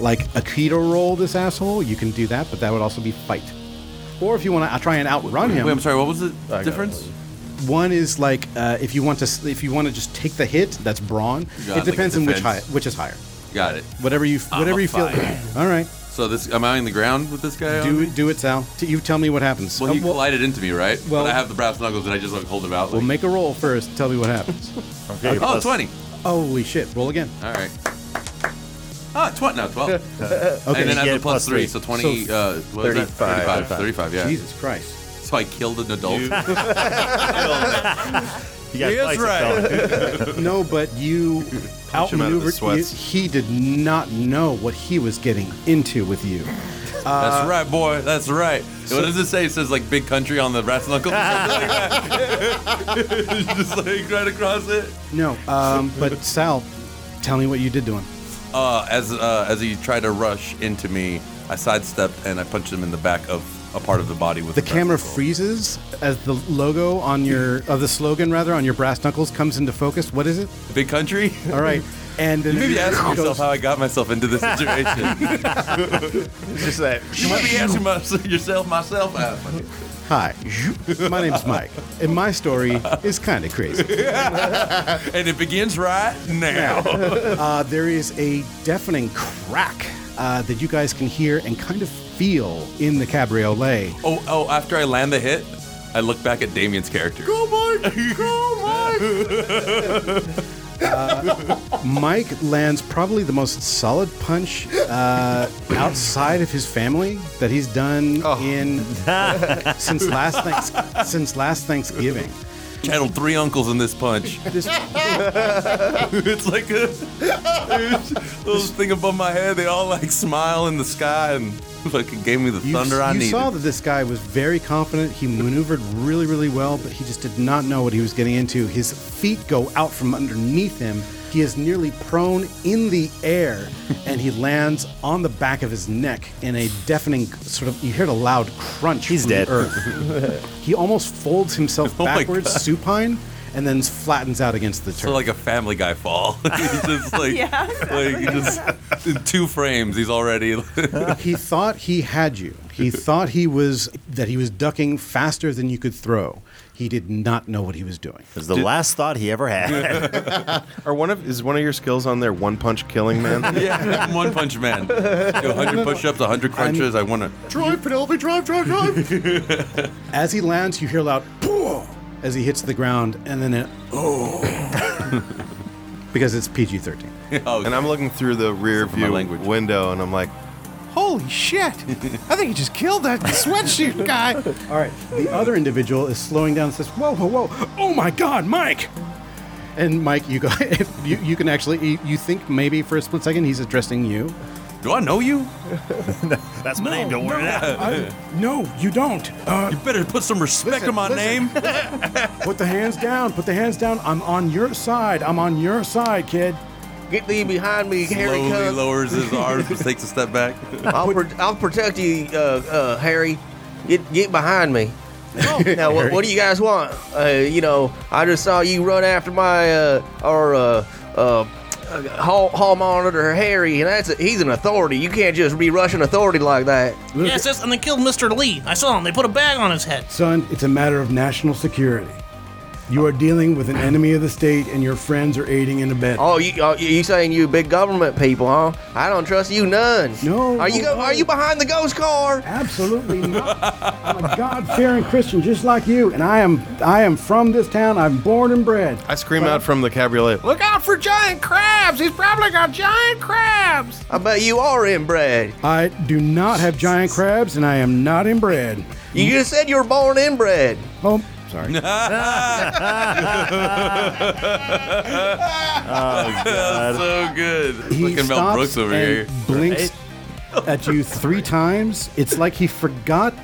S4: like Aikido roll this asshole, you can do that, but that would also be fight. Or if you want to try and outrun him.
S8: Wait, I'm sorry. What was the difference?
S4: One is like uh, if you want to s- if you want to just take the hit, that's brawn.
S8: Got it,
S4: it
S8: like
S4: depends on which high,
S8: defense.
S4: which is higher.
S8: Got it.
S4: Whatever you
S8: I'm
S4: whatever
S8: a
S4: you feel.
S8: fighter.
S4: All right,
S8: So this, am I on the ground with this guy?
S4: do it, do it, Sal. T- You tell me what happens.
S8: Well,
S4: Uh,
S8: he collided into me, right?
S4: well-
S8: but I have the brass knuckles, and I just like hold him out.
S4: well,
S8: Like,
S4: make a roll first. Tell me what happens.
S8: Okay, Oh, plus- 20.
S4: Holy shit! Roll again.
S8: all right. Ah, tw- no, twelve.
S4: Okay.
S8: And then I
S4: Yeah,
S8: have a plus
S4: plus three.
S8: three, so twenty.
S4: So
S8: uh, what is that?
S4: 35.
S8: Thirty-five. Thirty-five. Yeah.
S4: Jesus Christ.
S8: So I killed an adult.
S4: You-
S8: That's right.
S4: no, but you
S8: Punch him out of
S4: outmaneuvered.
S8: his
S4: you-
S8: sweats.
S4: he did not know what he was getting into with you.
S8: That's right, boy. That's right. what does it say? It says like big country on the brass knuckles. or something like that. just like right across it.
S4: No, um, but Sal, tell me what you did to him.
S8: Uh, as uh, as he tried to rush into me, I sidestepped and I punched him in the back of a part of the body with
S4: The
S8: brass
S4: camera freezes as the logo on your, of the slogan rather, on your brass knuckles comes into focus. What is it?
S8: Big country.
S4: All right. And then
S8: You may be
S4: it
S8: asking
S4: goes-
S8: yourself how I got myself into this situation. it's just that. You might be asking myself, yourself, myself. I fucking-
S4: Hi, my name's Mike, and my story is kind of crazy.
S8: and it begins right now.
S4: uh, there is a deafening crack uh, that you guys can hear and kind of feel in the cabriolet.
S8: oh, oh, after I land the hit, I look back at Damien's character.
S11: Go, Mike!
S5: Oh
S11: Go, Mike!
S4: Mike lands probably the most solid punch uh, outside of his family that he's done in since last thanks, since last Thanksgiving.
S8: Channeled three uncles in this punch. it's like a little thing above my head. They all like smile in the sky and fucking gave me the thunder
S4: you
S8: I
S4: you
S8: needed.
S4: saw that this guy was very confident. He maneuvered really, really well, but he just did not know what he was getting into. His feet go out from underneath him. He is nearly prone in the air, and he lands on the back of his neck in a deafening sort of. You hear a loud crunch. He's from
S6: dead.
S4: The earth. he almost folds himself
S8: Oh my
S4: backwards,
S8: God.
S4: supine, and then flattens out against the turf.
S8: So like a Family Guy fall. he's just like,
S11: Yeah.
S8: like he just in two frames. He's already.
S4: he thought he had you. He thought he was that he was ducking faster than you could throw. He did not know what he was doing. It
S6: was the last thought he ever had.
S5: Are one of is one of your skills on there? One punch killing man.
S8: yeah, I'm One Punch Man. Do 100 push-ups, 100 crunches. I want to.
S17: Drive, Penelope, drive, drive, drive.
S4: As he lands, you hear a loud "Pooh!" as he hits the ground, and then an oh, because it's PG thirteen.
S5: And I'm looking through the rear view window, and I'm like,
S18: Holy shit! I think he just killed that sweatshirt guy.
S4: All right, the other individual is slowing down and says, "Whoa, whoa, whoa! Oh my God, Mike!" And Mike, you go. you, you can actually. You, you think maybe for a split second he's addressing you.
S8: Do I know you?
S6: That's my name. Don't
S8: worry
S6: it out.
S4: no, you don't. Uh,
S8: you better put some respect
S4: Listen,
S8: on my
S4: listen.
S8: name.
S4: Put the hands down. Put the hands down. I'm on your side. I'm on your side, kid.
S12: Get thee behind me, Harry
S8: Slowly
S12: Cunt.
S8: lowers his arms, but takes a step back.
S12: I'll, pro- I'll protect you, uh, uh, Harry. Get get behind me.
S19: Oh.
S12: now, what, what do you guys want? Uh, you know, I just saw you run after my uh, our uh, uh, hall, hall monitor, Harry, and that's a, he's an authority. You can't just be rushing authority like that.
S20: Yes, yes, and they killed Mr. Lee. I saw him. They put a bag on his head.
S19: Son, it's a matter of national security. You are dealing with an enemy of the state, and your friends are aiding and abetting.
S12: Oh, you oh, you saying you big government people, huh? I don't trust you none. No. Are you go, are you behind the ghost car?
S19: Absolutely not. I'm a God-fearing Christian, just like you, and I am I am from this town. I'm born and bred.
S5: I scream out from the cabriolet.
S18: Look out for giant crabs. He's probably got giant crabs.
S12: I bet you are inbred.
S19: I do not have giant crabs, and I am not inbred.
S12: You just said you were born inbred.
S19: Oh, sorry.
S8: That's so good.
S4: He
S8: Fucking Mel
S4: stops
S8: Brooks over here.
S4: and blinks at you three times. It's like he forgot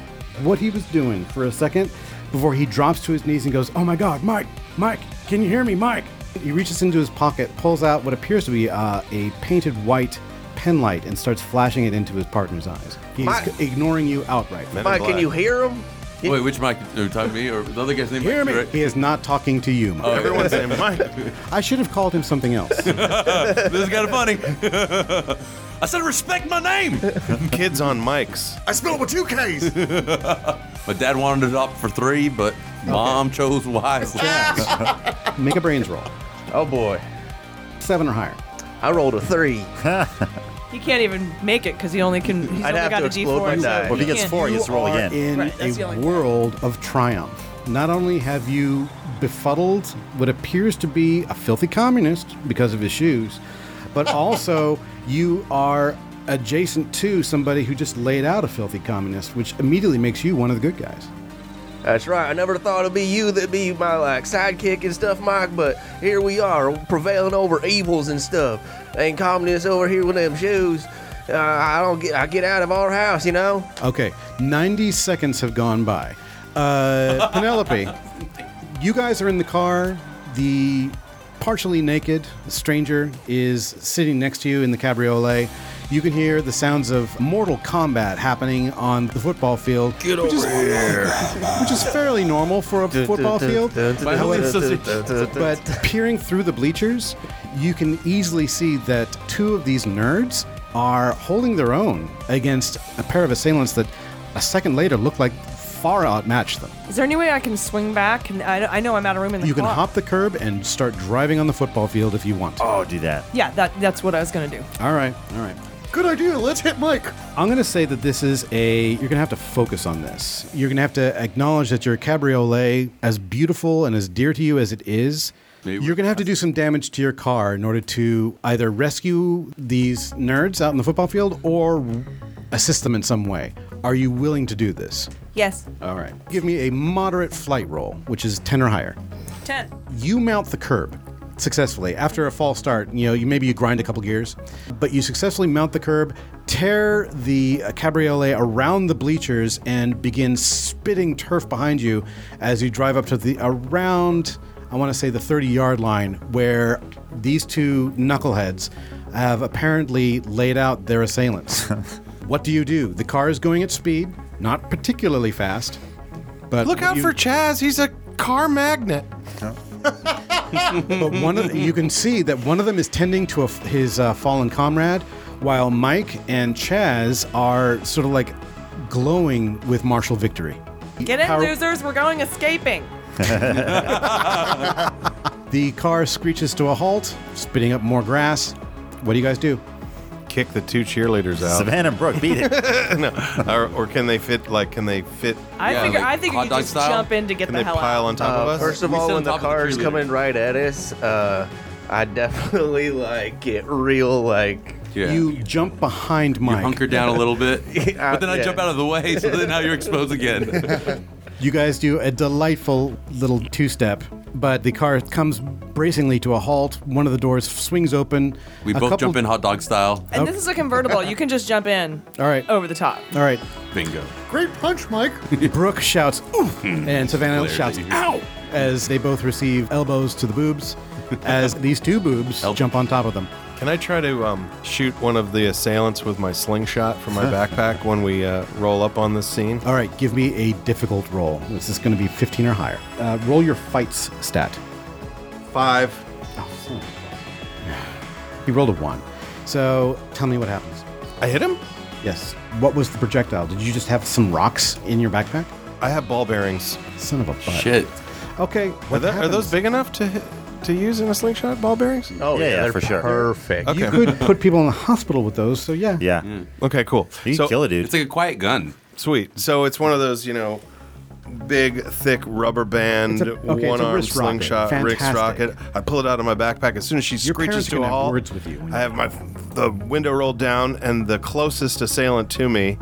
S4: what he was doing for a second before he drops to his knees and goes, "Oh my God, Mike, Mike, can you hear me, Mike?" He reaches into his pocket, pulls out what appears to be uh, a painted white penlight, and starts flashing it into his partner's eyes. He's
S12: Mike-
S4: c- ignoring you outright.
S12: Mike, can you hear him?
S8: Wait, which Mike? Are you talking to me or the other guy's name?
S4: Hear
S8: Mike,
S4: me?
S8: right?
S4: He is not talking to you, Mike.
S8: Oh, Everyone's yeah.
S5: saying Mike.
S4: I should have called him something else.
S8: this is kind of funny. I said, respect my name.
S5: Kids on mics.
S8: I spelled it with two K's. my dad wanted it up for three, but mom chose wisely.
S4: Make a brains roll.
S12: Oh boy.
S4: Seven or higher.
S12: I rolled a three.
S9: You can't even make it because he only can. He's
S12: I'd
S9: only
S12: have
S9: got
S12: to
S9: a D4.
S12: explode my
S9: so
S12: die. Well, if he gets
S9: can't-
S12: four, he
S9: you
S12: gets to roll
S9: are
S12: again.
S4: in
S9: Right, that's the
S4: a
S9: only-
S4: world of triumph. Not only have you befuddled what appears to be a filthy communist because of his shoes, but also you are adjacent to somebody who just laid out a filthy communist, which immediately makes you one of the good guys.
S12: That's right. I never thought it'd be you that'd be my like sidekick and stuff, Mike. But here we are, prevailing over evils and stuff. Ain't communists over here with them shoes. Uh, I don't get. I get out of our house, you know.
S4: Okay, 90 seconds have gone by. Uh, Penelope, you guys are in the car. The partially naked stranger is sitting next to you in the cabriolet. you can hear the sounds of mortal combat happening on the football field.
S3: Get
S4: which is-
S3: over here.
S4: Which is fairly normal for a football field.
S3: My holy sausage.
S4: but peering through the bleachers, you can easily see that two of these nerds are holding their own against a pair of assailants that a second later look like far outmatched them.
S9: Is there any way I can swing back? And I, I know I'm out of room in the
S4: You can
S9: clock.
S4: hop the curb and start driving on the football field if you want.
S6: Oh, do that.
S9: Yeah, that that's what I was gonna do.
S4: All right, all right.
S14: Good idea. Let's hit Mike.
S4: I'm going to say that this is a. You're going to have to focus on this. You're going to have to acknowledge that your cabriolet, as beautiful and as dear to you as it is, you're going to have to do some damage to your car in order to either rescue these nerds out in the football field or assist them in some way. Are you willing to do this?
S9: Yes.
S4: All right. Give me a moderate flight roll, which is 10 or higher.
S9: Ten.
S4: You mount the curb successfully after a false start. You know, you maybe you grind a couple gears, but you successfully mount the curb, tear the uh, cabriolet around the bleachers, and begin spitting turf behind you as you drive up to the around. I want to say the 30 yard line where these two knuckleheads have apparently laid out their assailants. what do you do? The car is going at speed, not particularly fast,
S5: Uh,
S4: but
S16: Look out
S4: you-
S16: for Chaz. He's a car magnet.
S4: but one of the, you can see that one of them is tending to a, his uh, fallen comrade, while Mike and Chaz are sort of like glowing with martial victory.
S9: Get in,
S4: Power-
S9: losers. We're going escaping.
S4: the car screeches to a halt, spitting up more grass. What do you guys do?
S5: Kick the two cheerleaders out.
S6: Savannah Brooke, beat
S5: it. no. or, or can they fit? Like, can they fit?
S9: I figure I think if you just jump in to get
S5: Can
S9: the
S5: they
S9: hell
S5: pile
S9: out.
S5: on top of
S12: Oh.
S10: Uh,
S5: us?
S10: First of all, when the car's coming right at us, uh, I definitely like get real like.
S4: You jump behind Mike.
S8: Hunker down a little bit,
S4: Uh,
S8: but then I
S10: yeah.
S8: jump out of the way, so then now you're exposed
S5: uh,
S8: again.
S4: You guys do a delightful little two step, but the car comes bracingly to a halt. One of the doors swings open.
S8: We
S4: A
S8: both
S4: couple-
S8: jump in hot dog style.
S9: And this is a convertible. You can just jump in
S4: All right.
S9: over the top.
S4: All right.
S8: Bingo. Hmm.
S14: Great punch, Mike.
S4: Brooke shouts, oof, and Savannah shouts, ow, as they both receive elbows to the boobs as these two boobs jump on top of them.
S5: Can I try to um, shoot one of the assailants with my slingshot from my backpack when we uh, roll up on this scene?
S4: All right, give me a difficult roll. This is going to be 15 or higher. Uh, roll your fights stat.
S5: Five. Oh,
S4: He rolled a one. So tell me what happens.
S5: I hit him?
S4: Yes. What was the projectile? Did you just have some rocks in your backpack?
S5: I have ball bearings.
S4: Son of a butt.
S5: Shit.
S4: Okay.
S5: Are,
S4: what
S5: tho- are those
S4: happens?
S5: big enough to hit, to use in a slingshot ball bearings?
S10: Oh yeah, they're Perfect.
S5: Okay.
S4: You could put people in the hospital with those, so yeah.
S6: Yeah.
S5: Okay, cool. You
S6: kill a dude.
S5: It's like
S8: a quiet gun.
S5: Sweet. So it's one of those, you know, big, thick rubber band,
S4: It's a- okay, it's a
S5: one arm
S4: wrist rocket.
S5: slingshot, wrist
S4: Fantastic.
S5: rocket. I pull it out of my backpack as soon as she
S4: Your
S5: screeches
S4: parents
S5: to
S4: can
S5: a
S4: have
S5: halt.
S4: words with you.
S5: I have my the window rolled down, and the closest assailant to me,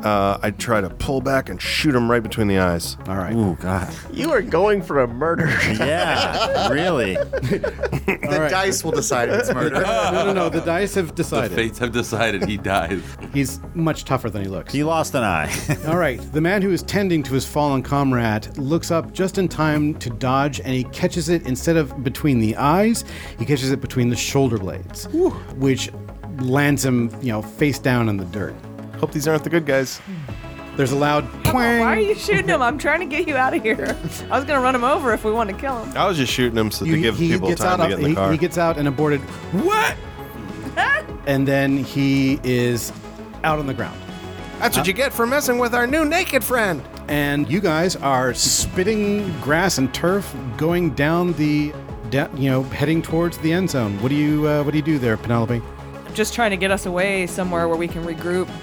S5: uh, I try to pull back and shoot him right between the eyes.
S4: All right.
S6: Ooh, God.
S10: You are going for a murder.
S6: Yeah, really.
S7: The dice will decide if it's murder.
S4: no, no, no. The dice have
S8: The
S4: decided.
S8: fates have decided he died.
S4: He's much tougher than he looks. He
S6: lost an eye.
S4: All right. The man who is tending to his fallen comrade looks up just in time to dodge, and he catches it instead of between the eyes, he catches it between the shoulder blades, which lands him, you know, face down in the dirt.
S5: Hope these aren't the good guys.
S4: There's a loud twang.
S9: Why are you shooting him? I'm trying to get you out of here. I was gonna run him over if we wanted to kill him.
S5: I was just shooting him so to give people time to
S4: out
S5: get
S4: of,
S5: in the
S4: he,
S5: car.
S4: he gets out and aborted. What? and then he is out on the ground.
S5: That's what you get for messing with our new naked friend.
S4: and you guys are spitting grass and turf going down the da- you know heading towards the end zone what do you uh, what do you do there penelope
S9: Just trying to get us away somewhere where we can regroup.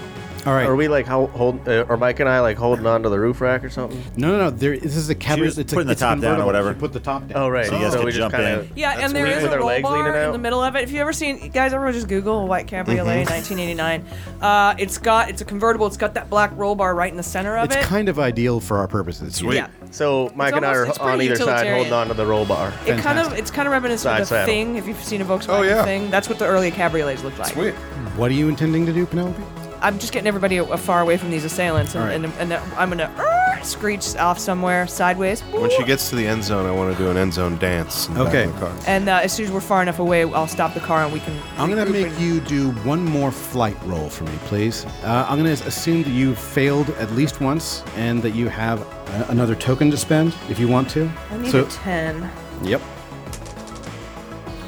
S4: all right
S10: Are we like ho- hold? Uh, are Mike and I like holding on to the roof rack or something?
S4: no no no there, this is a cabin
S10: She was
S4: it's a,
S10: putting the
S4: it's a
S10: top down or
S4: convertible.
S10: whatever.
S4: You put the top down
S10: Oh right.
S6: So you guys can
S10: we just
S6: jump
S10: kinda,
S6: in.
S9: Yeah, and there
S10: weird.
S9: is
S10: With
S9: a
S10: our
S9: roll
S10: legs leaning
S9: bar in
S10: out? Mm-hmm.
S9: the middle of it. If you ever seen, you guys ever just Google white cabriolet 1989. Uh, it's got it's a convertible. It's got that black roll bar right in the center of
S4: it's
S9: it.
S4: kind of ideal for our purposes
S9: Sweet. Yeah.
S10: So Mike and I
S9: almost-
S10: are
S9: it's
S10: on
S9: pretty
S10: either side,
S9: utilitarian.
S10: holding on to the roll bar.
S9: It kind of it's kind of reminiscent
S10: Side
S9: of the
S10: saddle.
S9: thing. If you've seen a Volkswagen
S10: Oh, yeah.
S9: thing, that's what the early cabriolets looked like.
S4: Sweet. what are you intending to do penelope
S9: I'm just getting everybody a, a far away from these assailants, and,
S4: All right.
S9: and, and I'm gonna "Arr!" screeched off somewhere sideways.
S5: When she gets to the end zone, I want to do an end zone dance. In the
S4: Okay.
S5: Back of the car.
S9: And uh, as soon as we're far enough away, I'll stop the car and we can.
S4: I'm going
S9: regroup
S4: to make
S9: and-
S4: you do one more flight roll for me, please. Uh, I'm going to assume that you've failed at least once and that you have a- another token to spend if you want to.
S9: I need
S4: So-
S9: a 10.
S4: Yep,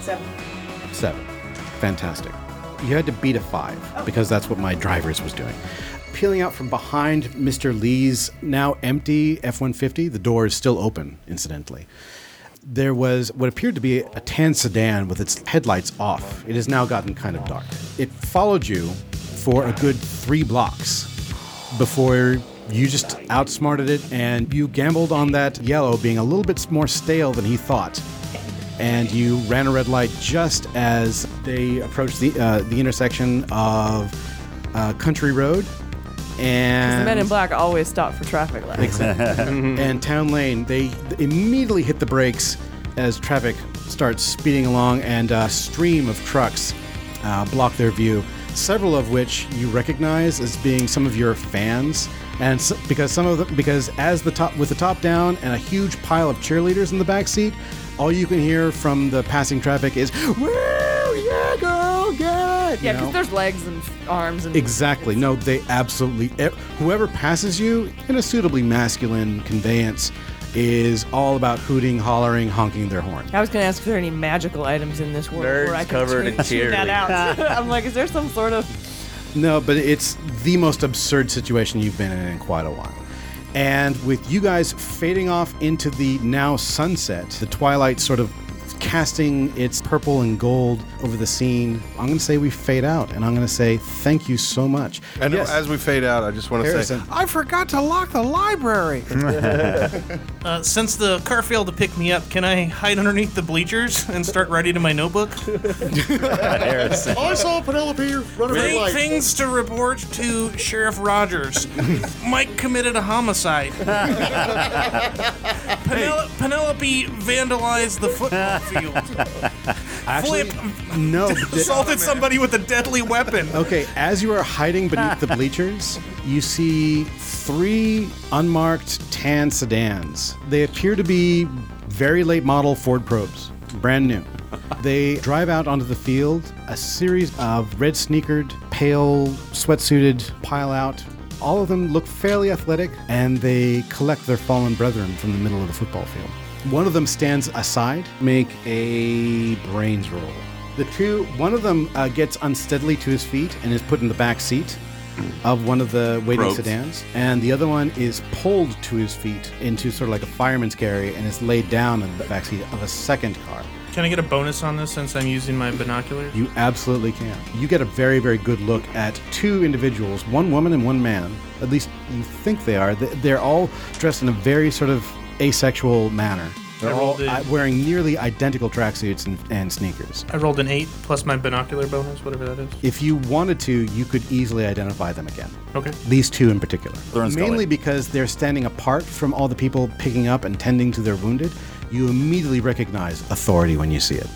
S9: 7.
S4: seven. Fantastic. You had to beat a five
S9: Oh.
S4: because that's what my driver's was doing. Peeling out from behind Mr. Lee's now empty F 150, the door is still open, incidentally. There was what appeared to be a tan sedan with its headlights off. It has now gotten kind of dark. It followed you for a good three blocks before you just outsmarted it and you gambled on that yellow being a little bit more stale than he thought. And you ran a red light just as they approached the, uh, the intersection of uh, Country Road and.
S9: The men in black always stop for traffic lights.
S4: Exactly. and Town Lane, they immediately hit the brakes as traffic starts speeding along, and a stream of trucks uh, block their view. Several of which you recognize as being some of your fans, and s because some of the, because as the top with the top down and a huge pile of cheerleaders in the back seat, all you can hear from the passing traffic is "Woo, yeah, girl, good."
S9: Yeah,
S4: you
S9: because
S4: know?
S9: there's legs and arms and.
S4: Exactly. No, they absolutely. e- Whoever passes you in a suitably masculine conveyance is all about hooting, hollering, honking their horn.
S9: I was gonna ask if there are any magical items in this world where I could
S4: covered
S9: tune,
S4: in
S9: tune that out.
S4: cheerleaders.
S9: I'm like, is there some sort of
S4: No, but it's the most absurd situation you've been in in quite a while. And with you guys fading off into the now sunset, the twilight sort of casting its purple and gold over the scene, I'm going to say we fade out. And I'm going to say thank you so much.
S5: And as we fade out, I just want to say,
S4: Harrison.
S16: I forgot to lock the library.
S11: Uh, since the car failed to pick me up, can I hide underneath the bleachers and start writing in my notebook?
S14: I saw Penelope run a red
S11: Three
S14: light.
S11: things to report to Sheriff Rogers. Mike committed a homicide. Penel- Penelope vandalized the football field.
S4: Actually,
S11: Flip
S4: no. but the-
S11: assaulted somebody with a deadly weapon.
S4: Okay, as you are hiding beneath the bleachers, you see three unmarked tan sedans. They appear to be very late model Ford Probes, brand new. They drive out onto the field, a series of red sneakered, pale, sweatsuited pile out. All of them look fairly athletic, and they collect their fallen brethren from the middle of the football field. One of them stands aside. Make a brains roll. The two, one of them uh, gets unsteadily to his feet and is put in the back seat of one of the waiting
S5: Ropes.
S4: sedans, and the other one is pulled to his feet into sort of like a fireman's carry and is laid down in the back seat of a second car.
S15: Can I get a bonus on this since I'm using my binoculars?
S4: You absolutely can. You get a very, very good look at two individuals, one woman and one man. At least you think they are. Th- They're all dressed in a very sort of asexual manner. They're
S15: I
S4: all
S15: rolled a-
S4: uh, wearing nearly identical tracksuits and, and sneakers.
S15: I rolled an eight plus my binocular bonus, whatever that is.
S4: If you wanted to, you could easily identify them again.
S15: Okay.
S4: These two in particular.
S15: They're in Scully.
S4: Mainly because they're standing apart from all the people picking up and tending to their wounded. You immediately recognize authority when you see it.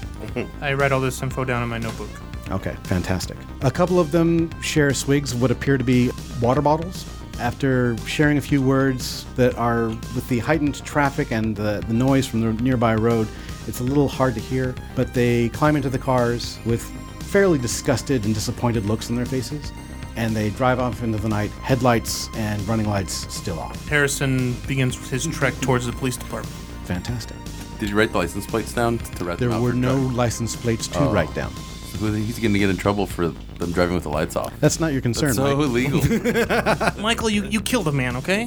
S15: I write all this info down in my notebook.
S4: Okay, fantastic. A couple of them share swigs of what appear to be water bottles. After sharing a few words that are with the heightened traffic and the, the noise from the nearby road, it's a little hard to hear, but they climb into the cars with fairly disgusted and disappointed looks on their faces, and they drive off into the night, headlights and running lights still off.
S15: Harrison begins his trek towards the police department.
S4: Fantastic.
S8: Did you write the license plates down to write
S4: There
S8: them out
S4: were
S8: for
S4: no
S8: driving?
S4: license plates to
S8: Oh.
S4: write down.
S8: So he's going to get in trouble for them driving with the lights off.
S4: That's not your concern,
S8: That's so
S4: Mike.
S8: illegal.
S11: Michael, you, you killed a man, okay?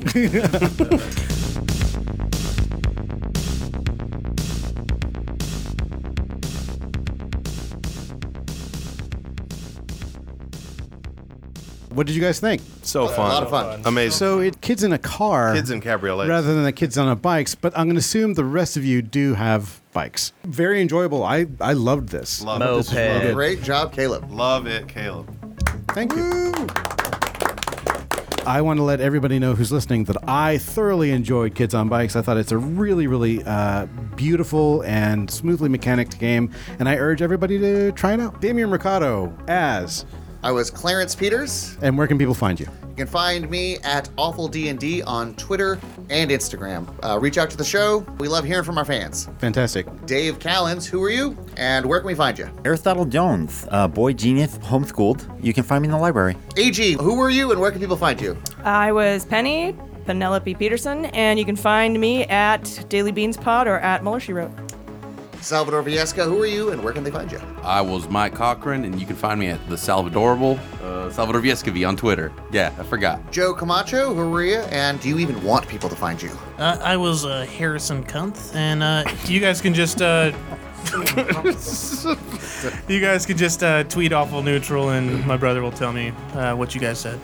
S4: What did you guys think?
S5: So fun. lot of fun. Amazing.
S4: So it kids in a car,
S5: Kids in cabriolets.
S4: rather than the kids on a bikes. But I'm going to assume the rest of you do have bikes. Very enjoyable. I I loved this.
S5: Love
S4: This is really good.
S7: Great job, Caleb.
S5: Love it, Caleb.
S4: Thank you. I want to let everybody know who's listening that I thoroughly enjoyed Kids on Bikes. I thought it's a really, really uh, beautiful and smoothly mechanicked game, and I urge everybody to try it out. Damian Mercado as
S7: I was Clarence Peters.
S4: And where can people find you?
S7: You can find me at Awful D&D on Twitter and Instagram. Uh, reach out to the show. We love hearing from our fans.
S4: Fantastic.
S7: Dave Callens, who are you? And where can we find you?
S6: Aristotle Jones, uh, boy genius, homeschooled. You can find me in the library.
S7: AG, who are you and where can people find you?
S9: I was Penny Penelope Peterson, and you can find me at Daily Beans Pod or at Muller She Wrote.
S7: Salvador Viesca, who are you and where can they find you?
S8: I was Mike Cochran, and you can find me at the Salvadorable uh, Salvador Viescavi on Twitter. Yeah, I forgot.
S7: Joe Camacho, who are you and do you even want people to find you?
S11: Uh, I was uh, Harrison Kunth, and uh, you guys can just. Uh,
S15: you guys can just uh, tweet awful neutral, and my brother will tell me uh, what you guys said.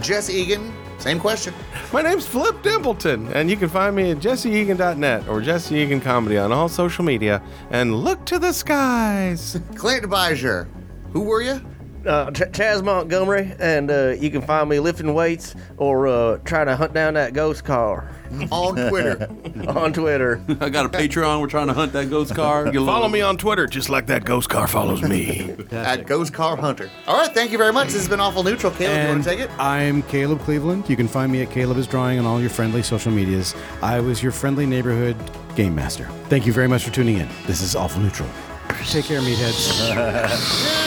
S7: Jess Egan, same question.
S5: My name's Flip Dimpleton, and you can find me at jesseegan.net or Jesse Egan Comedy on all social media. And look to the skies.
S7: Clint Beiser, who were you?
S10: Uh, Ch- Chaz Montgomery, and uh, you can find me lifting weights or uh, trying to hunt down that ghost car.
S7: On Twitter.
S10: on Twitter.
S8: I got a Patreon. We're trying to hunt that ghost car.
S10: Follow
S8: me
S5: on Twitter, just like that ghost car follows me.
S7: at Ghost Car Hunter. All right, thank you very much. This has been Awful Neutral. Caleb, you want to take it?
S4: I'm Caleb Cleveland. You can find me at Caleb is Drawing on all your friendly social medias. I was your friendly neighborhood game master. Thank you very much for tuning in. This is Awful Neutral. Take care, meatheads.